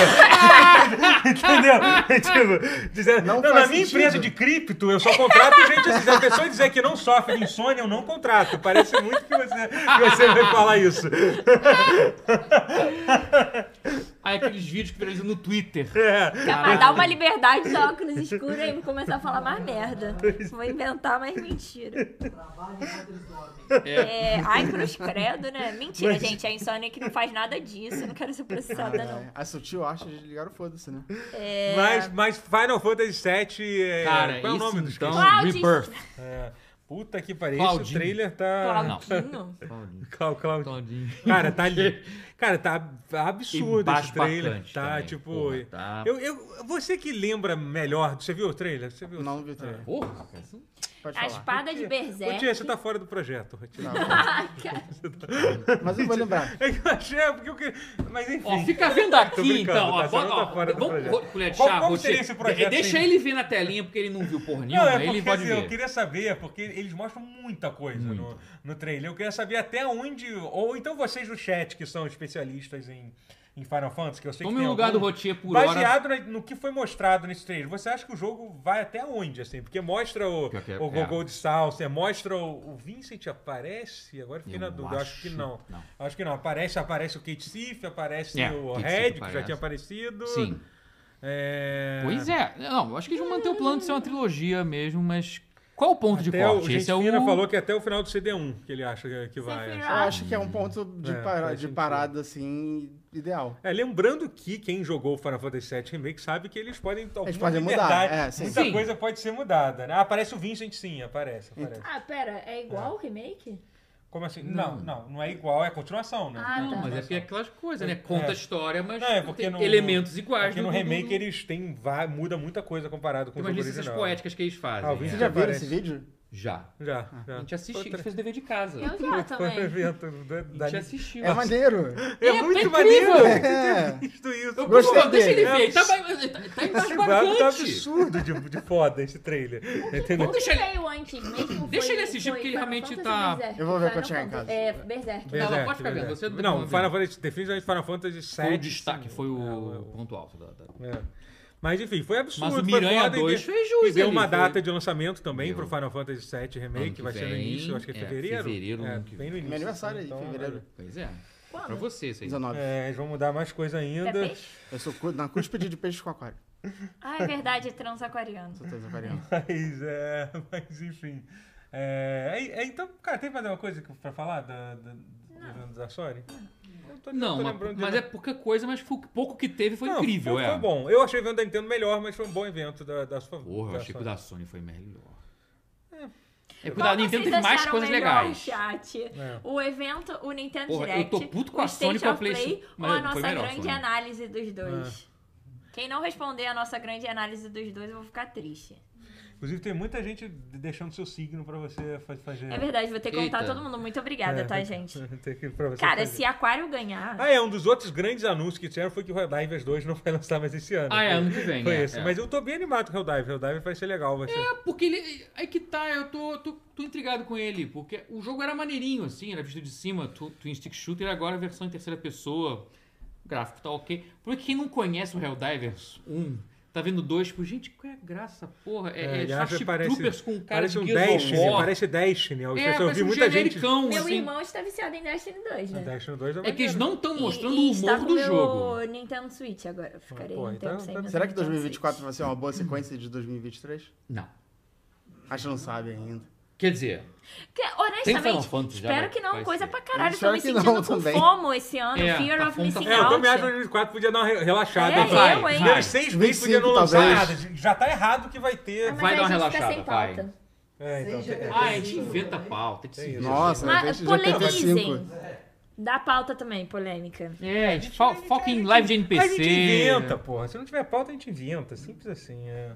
Speaker 6: Entendeu? tipo, dizendo,
Speaker 3: Não
Speaker 6: não,
Speaker 3: faz
Speaker 6: na minha
Speaker 3: sentido.
Speaker 6: empresa de cripto, eu só contrato gente assim. Se a pessoa dizer que não sofre de insônia, eu não contrato. Parece muito que você, que você vai falar isso.
Speaker 5: Aí aqueles vídeos que viralizam no Twitter.
Speaker 6: É.
Speaker 2: Quer mais dar uma liberdade de óculos escuros e vou começar a falar mais merda. Vou inventar mais mentira.
Speaker 8: Trabalho enquanto eles dormem.
Speaker 2: É, ai, cruz credo, né? Mentira,
Speaker 6: Mas-
Speaker 2: gente. A insônia é que não faz nada disso. Eu não quero ser processada, não.
Speaker 3: Caralho. A é. Ah, sutil acha de ligar o foda-se, né?
Speaker 2: É...
Speaker 6: Mas, mas Final Fantasy VII. É...
Speaker 5: Cara,
Speaker 6: qual é o nome
Speaker 5: isso
Speaker 6: dos
Speaker 3: Ah,
Speaker 5: então...
Speaker 6: caras?
Speaker 2: Cloud-
Speaker 5: Rebirth.
Speaker 6: É, Puta que pariu, o
Speaker 5: Claudinho.
Speaker 6: trailer
Speaker 5: Ah,
Speaker 6: tá.
Speaker 2: Claudinho?
Speaker 6: Clau- Clau-
Speaker 5: Claudinho.
Speaker 6: Cara, tá ali. Cara, tá absurdo esse
Speaker 5: Embaixo
Speaker 6: trailer.
Speaker 5: bacante
Speaker 6: Tá,
Speaker 5: também,
Speaker 6: tipo.
Speaker 5: porra, tá.
Speaker 6: Eu, eu, você que lembra melhor. Você viu o trailer? Você viu?
Speaker 3: Não, Vitor.
Speaker 5: Porra, cara, isso-
Speaker 3: Pode
Speaker 2: A
Speaker 3: falar.
Speaker 2: espada de
Speaker 6: Ô, tia, você
Speaker 2: Berserk.
Speaker 6: tá fora do projeto. Rotinha.
Speaker 3: Não, Mas eu vou lembrar.
Speaker 6: É que eu achei, é porque eu queria. Mas enfim.
Speaker 5: Ó, fica vendo
Speaker 6: Tô
Speaker 5: aqui,
Speaker 6: brincando,
Speaker 5: então. Ó,
Speaker 6: tá? Você
Speaker 5: bota,
Speaker 6: não tá
Speaker 5: ó,
Speaker 6: fora do
Speaker 5: vamos,
Speaker 6: projeto.
Speaker 5: vou- colher de
Speaker 6: Como-
Speaker 5: chá,
Speaker 6: como
Speaker 5: você-
Speaker 6: seria esse projeto,
Speaker 5: de- Deixa
Speaker 6: hein?
Speaker 5: ele ver na telinha, porque ele não viu porra nenhuma,
Speaker 6: Não, é
Speaker 5: ele
Speaker 6: porque
Speaker 5: pode
Speaker 6: assim,
Speaker 5: ver.
Speaker 6: eu queria saber, porque eles mostram muita coisa no, no trailer. Eu queria saber até onde. Ou então vocês do chat, que são especialistas em, em Final Fantasy, que eu sei
Speaker 5: Tome
Speaker 6: que.
Speaker 5: o
Speaker 6: tem
Speaker 5: lugar
Speaker 6: algum,
Speaker 5: do Rotier por hora.
Speaker 6: Baseado na- no que foi mostrado nesse trailer, você acha que o jogo vai até onde, assim? Porque mostra o,
Speaker 5: Pior que é-
Speaker 6: o
Speaker 5: é.
Speaker 6: Gogol de Salsa, mostra o, o Vincent aparece? Agora fiquei na
Speaker 5: Eu
Speaker 6: dúvida, acho, que
Speaker 5: acho-
Speaker 6: não.
Speaker 5: não.
Speaker 6: Acho que não. Aparece, aparece o Kate Sif, aparece
Speaker 5: É,
Speaker 6: o
Speaker 5: Kate
Speaker 6: Red,
Speaker 5: Sif
Speaker 6: que já tinha aparecido.
Speaker 5: Sim.
Speaker 6: É...
Speaker 5: Pois é. Não, eu acho que eles vão manter o plano de ser uma trilogia mesmo, mas qual o ponto de
Speaker 6: Até o
Speaker 5: corte? Esse é o.
Speaker 6: Gentfina falou que até o final do CD1 que ele acha que- que vai.
Speaker 2: Sephiroth.
Speaker 6: acho.
Speaker 3: Eu acho que é um ponto de,
Speaker 6: É,
Speaker 3: para-
Speaker 6: faz
Speaker 3: de
Speaker 6: sentido.
Speaker 3: parada, assim, ideal.
Speaker 6: É, lembrando que quem jogou o Final Fantasy VII Remake sabe que eles podem alguma
Speaker 3: podem mudar,
Speaker 6: liberdade,
Speaker 3: é, sim.
Speaker 6: muita
Speaker 5: Sim.
Speaker 6: coisa pode ser mudada, né? Ah, Aparece o Vincent, sim, aparece, aparece.
Speaker 2: Ah, pera, é igual o remake?
Speaker 6: Como assim? Não, não, não é igual, é continuação, né?
Speaker 2: Ah,
Speaker 5: Não,
Speaker 2: tá.
Speaker 5: mas é porque é aquelas coisas, né? Conta
Speaker 6: É.
Speaker 5: a história, mas
Speaker 6: Não, é porque
Speaker 5: tem
Speaker 6: no-
Speaker 5: elementos iguais.
Speaker 6: Porque no
Speaker 5: do- do-
Speaker 6: remake
Speaker 5: do-
Speaker 6: eles têm, vai, muda muita coisa comparado com
Speaker 5: Tem
Speaker 6: o
Speaker 5: umas
Speaker 6: jogo
Speaker 5: licenças
Speaker 6: original.
Speaker 5: poéticas que eles fazem.
Speaker 6: Ah, o
Speaker 5: né?
Speaker 3: Vocês
Speaker 6: Vincent
Speaker 3: já viram
Speaker 6: Aparece.
Speaker 3: esse vídeo?
Speaker 5: Já.
Speaker 6: Já, já.
Speaker 5: A gente assistiu, a gente
Speaker 6: Outra-
Speaker 5: fez o dever de casa.
Speaker 2: Eu já
Speaker 6: Outro
Speaker 2: também.
Speaker 6: evento da-
Speaker 5: A
Speaker 6: da-
Speaker 5: gente assistiu.
Speaker 3: É maneiro.
Speaker 6: É
Speaker 5: é
Speaker 6: muito
Speaker 5: incrível.
Speaker 6: maneiro eu
Speaker 3: É.
Speaker 6: ter visto isso.
Speaker 5: Eu
Speaker 3: Gostei
Speaker 5: gostei, deixa ele
Speaker 6: dele.
Speaker 5: ver. Ele tá, ele tá, ele tá
Speaker 6: Esse
Speaker 5: embaixo
Speaker 6: bagulho tá
Speaker 5: marcante.
Speaker 6: absurdo de, de foda esse trailer. Entendeu?
Speaker 2: Como
Speaker 5: Deixa ele-
Speaker 2: veio antes mesmo? foi-
Speaker 5: Deixa ele assistir,
Speaker 2: foi
Speaker 5: porque ele
Speaker 2: Final
Speaker 5: realmente
Speaker 2: Fantasy
Speaker 5: tá-
Speaker 2: ou Berserk?
Speaker 3: Eu vou ver
Speaker 2: Final
Speaker 3: quando chegar em casa.
Speaker 2: Fantasy- É, Berserk.
Speaker 5: Não, não, pode ficar
Speaker 6: Berserk,
Speaker 5: vendo, você
Speaker 6: Berserk. Não,
Speaker 5: não
Speaker 6: Final
Speaker 5: viu.
Speaker 6: Fantasy, definitivamente Final Fantasy VII.
Speaker 5: Foi o destaque,
Speaker 6: sim.
Speaker 5: foi
Speaker 6: É,
Speaker 5: o ponto alto da. da-
Speaker 6: é, é. Mas enfim, foi
Speaker 5: Mas
Speaker 6: absurdo.
Speaker 5: o
Speaker 6: foi
Speaker 5: Miranha
Speaker 6: foda e
Speaker 5: 2
Speaker 6: de-
Speaker 5: fez jus
Speaker 6: E deu
Speaker 5: ali,
Speaker 6: uma
Speaker 5: foi-
Speaker 6: data de lançamento também
Speaker 5: Deu.
Speaker 6: pro Final Fantasy VII Remake,
Speaker 5: Ano
Speaker 6: que
Speaker 5: que
Speaker 6: vai ser no
Speaker 5: vem,
Speaker 6: início, acho que é
Speaker 5: é,
Speaker 6: fevereiro.
Speaker 5: fevereiro,
Speaker 6: é,
Speaker 5: ano que
Speaker 6: bem no início.
Speaker 3: Meu aniversário é em
Speaker 6: então,
Speaker 3: fevereiro.
Speaker 5: Pois é. Pra
Speaker 2: Quando?
Speaker 5: você, isso aí.
Speaker 3: 19.
Speaker 6: É, eles vão mudar mais coisa
Speaker 2: É
Speaker 6: ainda.
Speaker 2: peixe?
Speaker 3: Eu sou cu- na cúspide de peixe com aquário.
Speaker 2: Ah, é verdade, é transaquariano.
Speaker 3: Sou toda variando.
Speaker 6: Mas, é, mas enfim. É, é, é, então, cara, tem mais alguma coisa que- pra falar da, da, da, da Sony? Eu tô-
Speaker 5: Não,
Speaker 6: tô
Speaker 5: mas,
Speaker 6: lembrando de
Speaker 5: mas é
Speaker 6: nada.
Speaker 5: pouca coisa, mas foi- o pouco que teve foi
Speaker 6: tá. Não,
Speaker 5: incrível,
Speaker 6: foi,
Speaker 5: é.
Speaker 6: foi bom. Eu achei o evento da Nintendo melhor, mas foi um bom evento da, da sua.
Speaker 5: Porra, eu
Speaker 6: da
Speaker 5: achei que o
Speaker 6: Sony.
Speaker 5: da Sony foi melhor. É, porque o
Speaker 2: Qual
Speaker 5: da Nintendo
Speaker 2: vocês
Speaker 5: teve mais
Speaker 2: acharam
Speaker 5: coisas
Speaker 2: melhor,
Speaker 5: legais.
Speaker 2: Chat?
Speaker 6: É.
Speaker 2: O evento, o Nintendo
Speaker 5: Porra,
Speaker 2: Direct,
Speaker 5: eu tô puto com
Speaker 2: o
Speaker 5: a Sony
Speaker 2: State
Speaker 5: com a
Speaker 2: of Play
Speaker 5: PlayStation.
Speaker 2: ou
Speaker 5: Mas
Speaker 2: a
Speaker 5: foi
Speaker 2: nossa
Speaker 5: melhor a
Speaker 2: grande
Speaker 5: Sony.
Speaker 2: análise dos dois? Quem não responder a nossa grande análise dos dois, eu vou ficar triste.
Speaker 6: Inclusive, tem muita gente deixando seu signo pra você fa- fazer.
Speaker 2: É verdade, vou ter que contar
Speaker 5: Eita.
Speaker 2: todo mundo. Muito obrigada,
Speaker 6: É,
Speaker 2: tá, gente?
Speaker 6: tem que- pra você
Speaker 2: Cara,
Speaker 6: fazer.
Speaker 2: se Aquário ganhar...
Speaker 6: Ah, é, um dos outros grandes anúncios que tiveram foi que o Helldivers 2 não vai lançar mais esse ano.
Speaker 5: Ah, é, ano que vem.
Speaker 6: Foi
Speaker 5: é,
Speaker 6: esse.
Speaker 5: é.
Speaker 6: Mas eu tô bem animado com o Helldiver. Helldiver vai ser legal, vai ser.
Speaker 5: É, porque ele. Aí que tá, eu tô, tô, tô intrigado com ele, porque o jogo era maneirinho, assim, era visto de cima, tu- Twin Stick Shooter, agora a versão em terceira pessoa, o gráfico tá ok. Porque quem não conhece o Helldivers 1, tá vendo o 2, tipo, gente, qual é a graça, porra? É, é,
Speaker 6: ele acha
Speaker 5: Starship
Speaker 6: que parece-
Speaker 5: Troopers com cara
Speaker 6: Parece
Speaker 5: de
Speaker 6: um
Speaker 5: Gears of
Speaker 6: Destiny,
Speaker 5: War.
Speaker 6: parece Destiny. Eu,
Speaker 5: É,
Speaker 6: eu
Speaker 5: parece
Speaker 6: vi
Speaker 5: um
Speaker 6: muita gente.
Speaker 5: genericão,
Speaker 2: Meu
Speaker 5: assim.
Speaker 2: irmão está viciado em Destiny 2, né?
Speaker 6: Ah, Destiny 2
Speaker 5: É que eles não estão mostrando
Speaker 2: e, e
Speaker 5: o
Speaker 2: está
Speaker 5: humor
Speaker 2: com
Speaker 5: do
Speaker 2: meu
Speaker 5: jogo.
Speaker 2: Nintendo Switch agora. Eu ficarei
Speaker 6: pô,
Speaker 2: um
Speaker 6: então-
Speaker 2: tempo sem
Speaker 6: então-
Speaker 2: meu
Speaker 3: Será que
Speaker 2: Nintendo
Speaker 3: 2024
Speaker 2: Switch.
Speaker 3: vai ser uma boa sequência de 2023?
Speaker 5: Não.
Speaker 3: Acho que não sabe ainda.
Speaker 5: Quer dizer,
Speaker 2: Que,
Speaker 5: Tem Final
Speaker 2: honestamente,
Speaker 5: Fantasy já,
Speaker 2: espero
Speaker 5: vai-
Speaker 2: que não.
Speaker 5: vai
Speaker 2: Coisa
Speaker 5: ser.
Speaker 2: pra caralho.
Speaker 3: Eu
Speaker 2: Estou me
Speaker 3: espero que
Speaker 2: sentindo
Speaker 3: não
Speaker 2: com
Speaker 3: também.
Speaker 2: FOMO esse ano.
Speaker 5: É,
Speaker 2: Fear
Speaker 5: tá
Speaker 2: of
Speaker 5: fome, tá
Speaker 2: Missing
Speaker 5: fome.
Speaker 6: É, eu
Speaker 2: Out.
Speaker 6: também acho que o 2024 podia dar uma re- relaxada.
Speaker 2: É,
Speaker 6: tá?
Speaker 2: Vai, eu, hein?
Speaker 6: Os
Speaker 2: vai.
Speaker 6: primeiros seis meses podia não
Speaker 3: 25
Speaker 6: lançar
Speaker 3: talvez.
Speaker 6: nada. Já tá errado que vai ter.
Speaker 2: Ah, mas
Speaker 5: Vai
Speaker 2: aí
Speaker 5: dar
Speaker 2: a
Speaker 5: uma
Speaker 2: gente fica sem
Speaker 5: relaxada, vai.
Speaker 2: pauta.
Speaker 6: É, então.
Speaker 8: Seja-
Speaker 6: tem-
Speaker 5: ah, a gente inventa pau, tem que
Speaker 6: Tem
Speaker 5: se
Speaker 6: isso.
Speaker 3: Nossa,
Speaker 2: Mas
Speaker 3: mas
Speaker 2: polemizem.
Speaker 3: GPT-5.
Speaker 2: Dá pauta também, polêmica.
Speaker 5: É, a gente fo- foca em live de NPC.
Speaker 6: A gente inventa, porra. Se não tiver pauta, a gente inventa. Simples assim, é.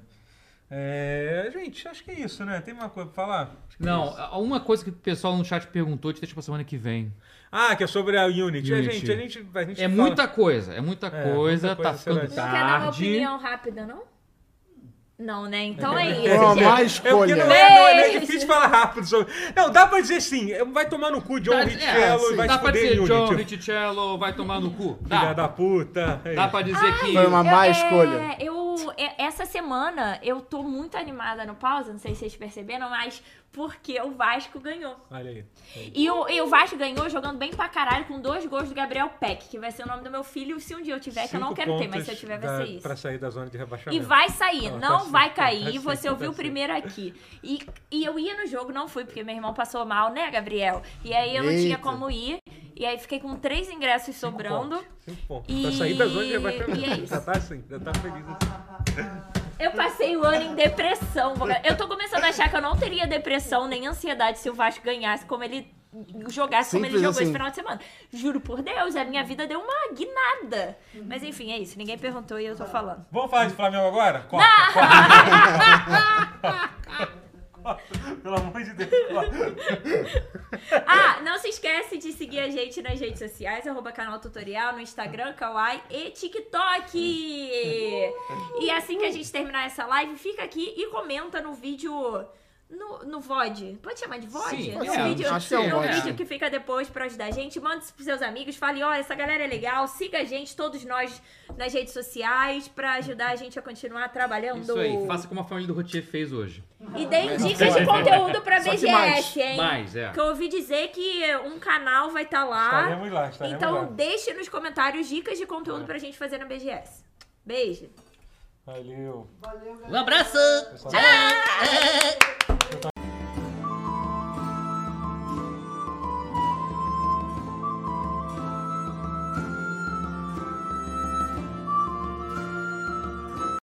Speaker 6: É, gente, acho que é isso, né? Tem uma coisa pra falar? Acho que é
Speaker 5: Não,
Speaker 6: isso.
Speaker 5: a- uma coisa que o pessoal no chat perguntou, te deixa pra semana que vem.
Speaker 6: Ah, que é sobre a Unity. É,
Speaker 5: Unity.
Speaker 6: gente, a gente, a gente
Speaker 5: É
Speaker 6: fala-
Speaker 5: muita coisa, é muita
Speaker 6: É, muita
Speaker 5: coisa, tá
Speaker 6: coisa será
Speaker 5: ficando
Speaker 6: dita.
Speaker 2: Não quer dar uma
Speaker 5: tarde.
Speaker 2: opinião rápida, não? Não, né? Então é isso.
Speaker 3: Uma
Speaker 2: gente.
Speaker 3: má
Speaker 6: É porque não
Speaker 3: escolha.
Speaker 6: é, não, é
Speaker 2: Beijo.
Speaker 6: difícil falar rápido sobre. Não, dá pra dizer sim. Vai tomar no cu John
Speaker 5: Dá-
Speaker 6: tá,
Speaker 5: é,
Speaker 6: Richello e
Speaker 5: sim.
Speaker 6: vai
Speaker 5: Dá
Speaker 6: se
Speaker 5: pra
Speaker 6: fuder
Speaker 5: dizer John
Speaker 6: Unity.
Speaker 5: Richello vai tomar no cu.
Speaker 6: Filha
Speaker 5: Dá.
Speaker 6: da puta. É
Speaker 5: Dá
Speaker 6: isso.
Speaker 5: pra dizer que.
Speaker 3: Ah, Foi uma
Speaker 2: Eu-
Speaker 3: má
Speaker 2: é,
Speaker 3: escolha.
Speaker 2: Eu, é, essa semana eu tô muito animada no pausa, não sei se vocês perceberam, mas porque o Vasco ganhou.
Speaker 6: Olha aí.
Speaker 2: E o, e o Vasco ganhou jogando bem pra caralho com dois gols do Gabriel Peck, que vai ser o nome do meu filho se um dia eu tiver, que eu não
Speaker 6: Cinco
Speaker 2: quero ter, mas
Speaker 6: pontos
Speaker 2: se eu tiver
Speaker 6: da-
Speaker 2: vai ser isso.
Speaker 6: Pra sair da zona de
Speaker 2: E
Speaker 6: rebaixamento.
Speaker 2: vai sair,
Speaker 6: Não,
Speaker 2: não
Speaker 6: tá
Speaker 2: vai
Speaker 6: certo, tá
Speaker 2: cair.
Speaker 6: certo,
Speaker 2: Você
Speaker 6: tá
Speaker 2: ouviu
Speaker 6: certo.
Speaker 2: primeiro aqui. E, e eu ia no jogo, não fui, porque meu irmão passou mal, né, Gabriel? E aí eu não tinha
Speaker 3: Eita.
Speaker 2: como ir. E aí fiquei com três ingressos sobrando.
Speaker 6: Cinco pontos.
Speaker 2: E-
Speaker 6: Pra sair da zona de rebaixamento.
Speaker 2: e é isso.
Speaker 6: Já tá assim, já tá feliz assim.
Speaker 2: Eu passei o ano em depressão. Boga- Eu tô começando a achar que eu não teria depressão nem ansiedade se o Vasco ganhasse como ele jogasse como ele
Speaker 3: Simples
Speaker 2: jogou
Speaker 3: assim.
Speaker 2: esse final de semana. Juro por Deus, a minha vida deu uma guinada. Mas enfim, é isso. Ninguém perguntou e eu tô falando.
Speaker 6: Vamos falar de Flamengo agora? Corta, corta. Corta, Pelo amor de Deus, corta.
Speaker 2: Ah, não se esquece de seguir a gente nas redes sociais, arroba canal tutorial, no Instagram, Kawaii e TikTok. E assim que a gente terminar essa live, fica aqui e comenta no vídeo. No, no VOD. Pode chamar de VOD?
Speaker 5: Sim,
Speaker 2: no
Speaker 5: é,
Speaker 2: vídeo,
Speaker 3: acho que é um
Speaker 2: no
Speaker 3: VOD,
Speaker 2: vídeo
Speaker 3: sim.
Speaker 2: que fica depois pra ajudar a gente. Manda isso pros seus amigos. Fale, olha, essa galera é legal. Siga a gente, todos nós, nas redes sociais, pra ajudar a gente a continuar trabalhando.
Speaker 5: Isso aí, faça como a família do Rotier fez hoje.
Speaker 2: E deem dicas de conteúdo pra
Speaker 3: Só que
Speaker 2: BGS, hein?
Speaker 5: Mais, é.
Speaker 2: Que eu ouvi dizer que um canal vai estar lá.
Speaker 6: Estaremos lá, estaremos
Speaker 2: Ah. Então
Speaker 6: lá. É.
Speaker 2: deixe nos comentários dicas de conteúdo pra gente fazer na BGS. Beijo.
Speaker 6: Valeu.
Speaker 8: Valeu, galera.
Speaker 1: Um abraço.
Speaker 2: Ah,
Speaker 6: Pessoal.
Speaker 1: Tchau.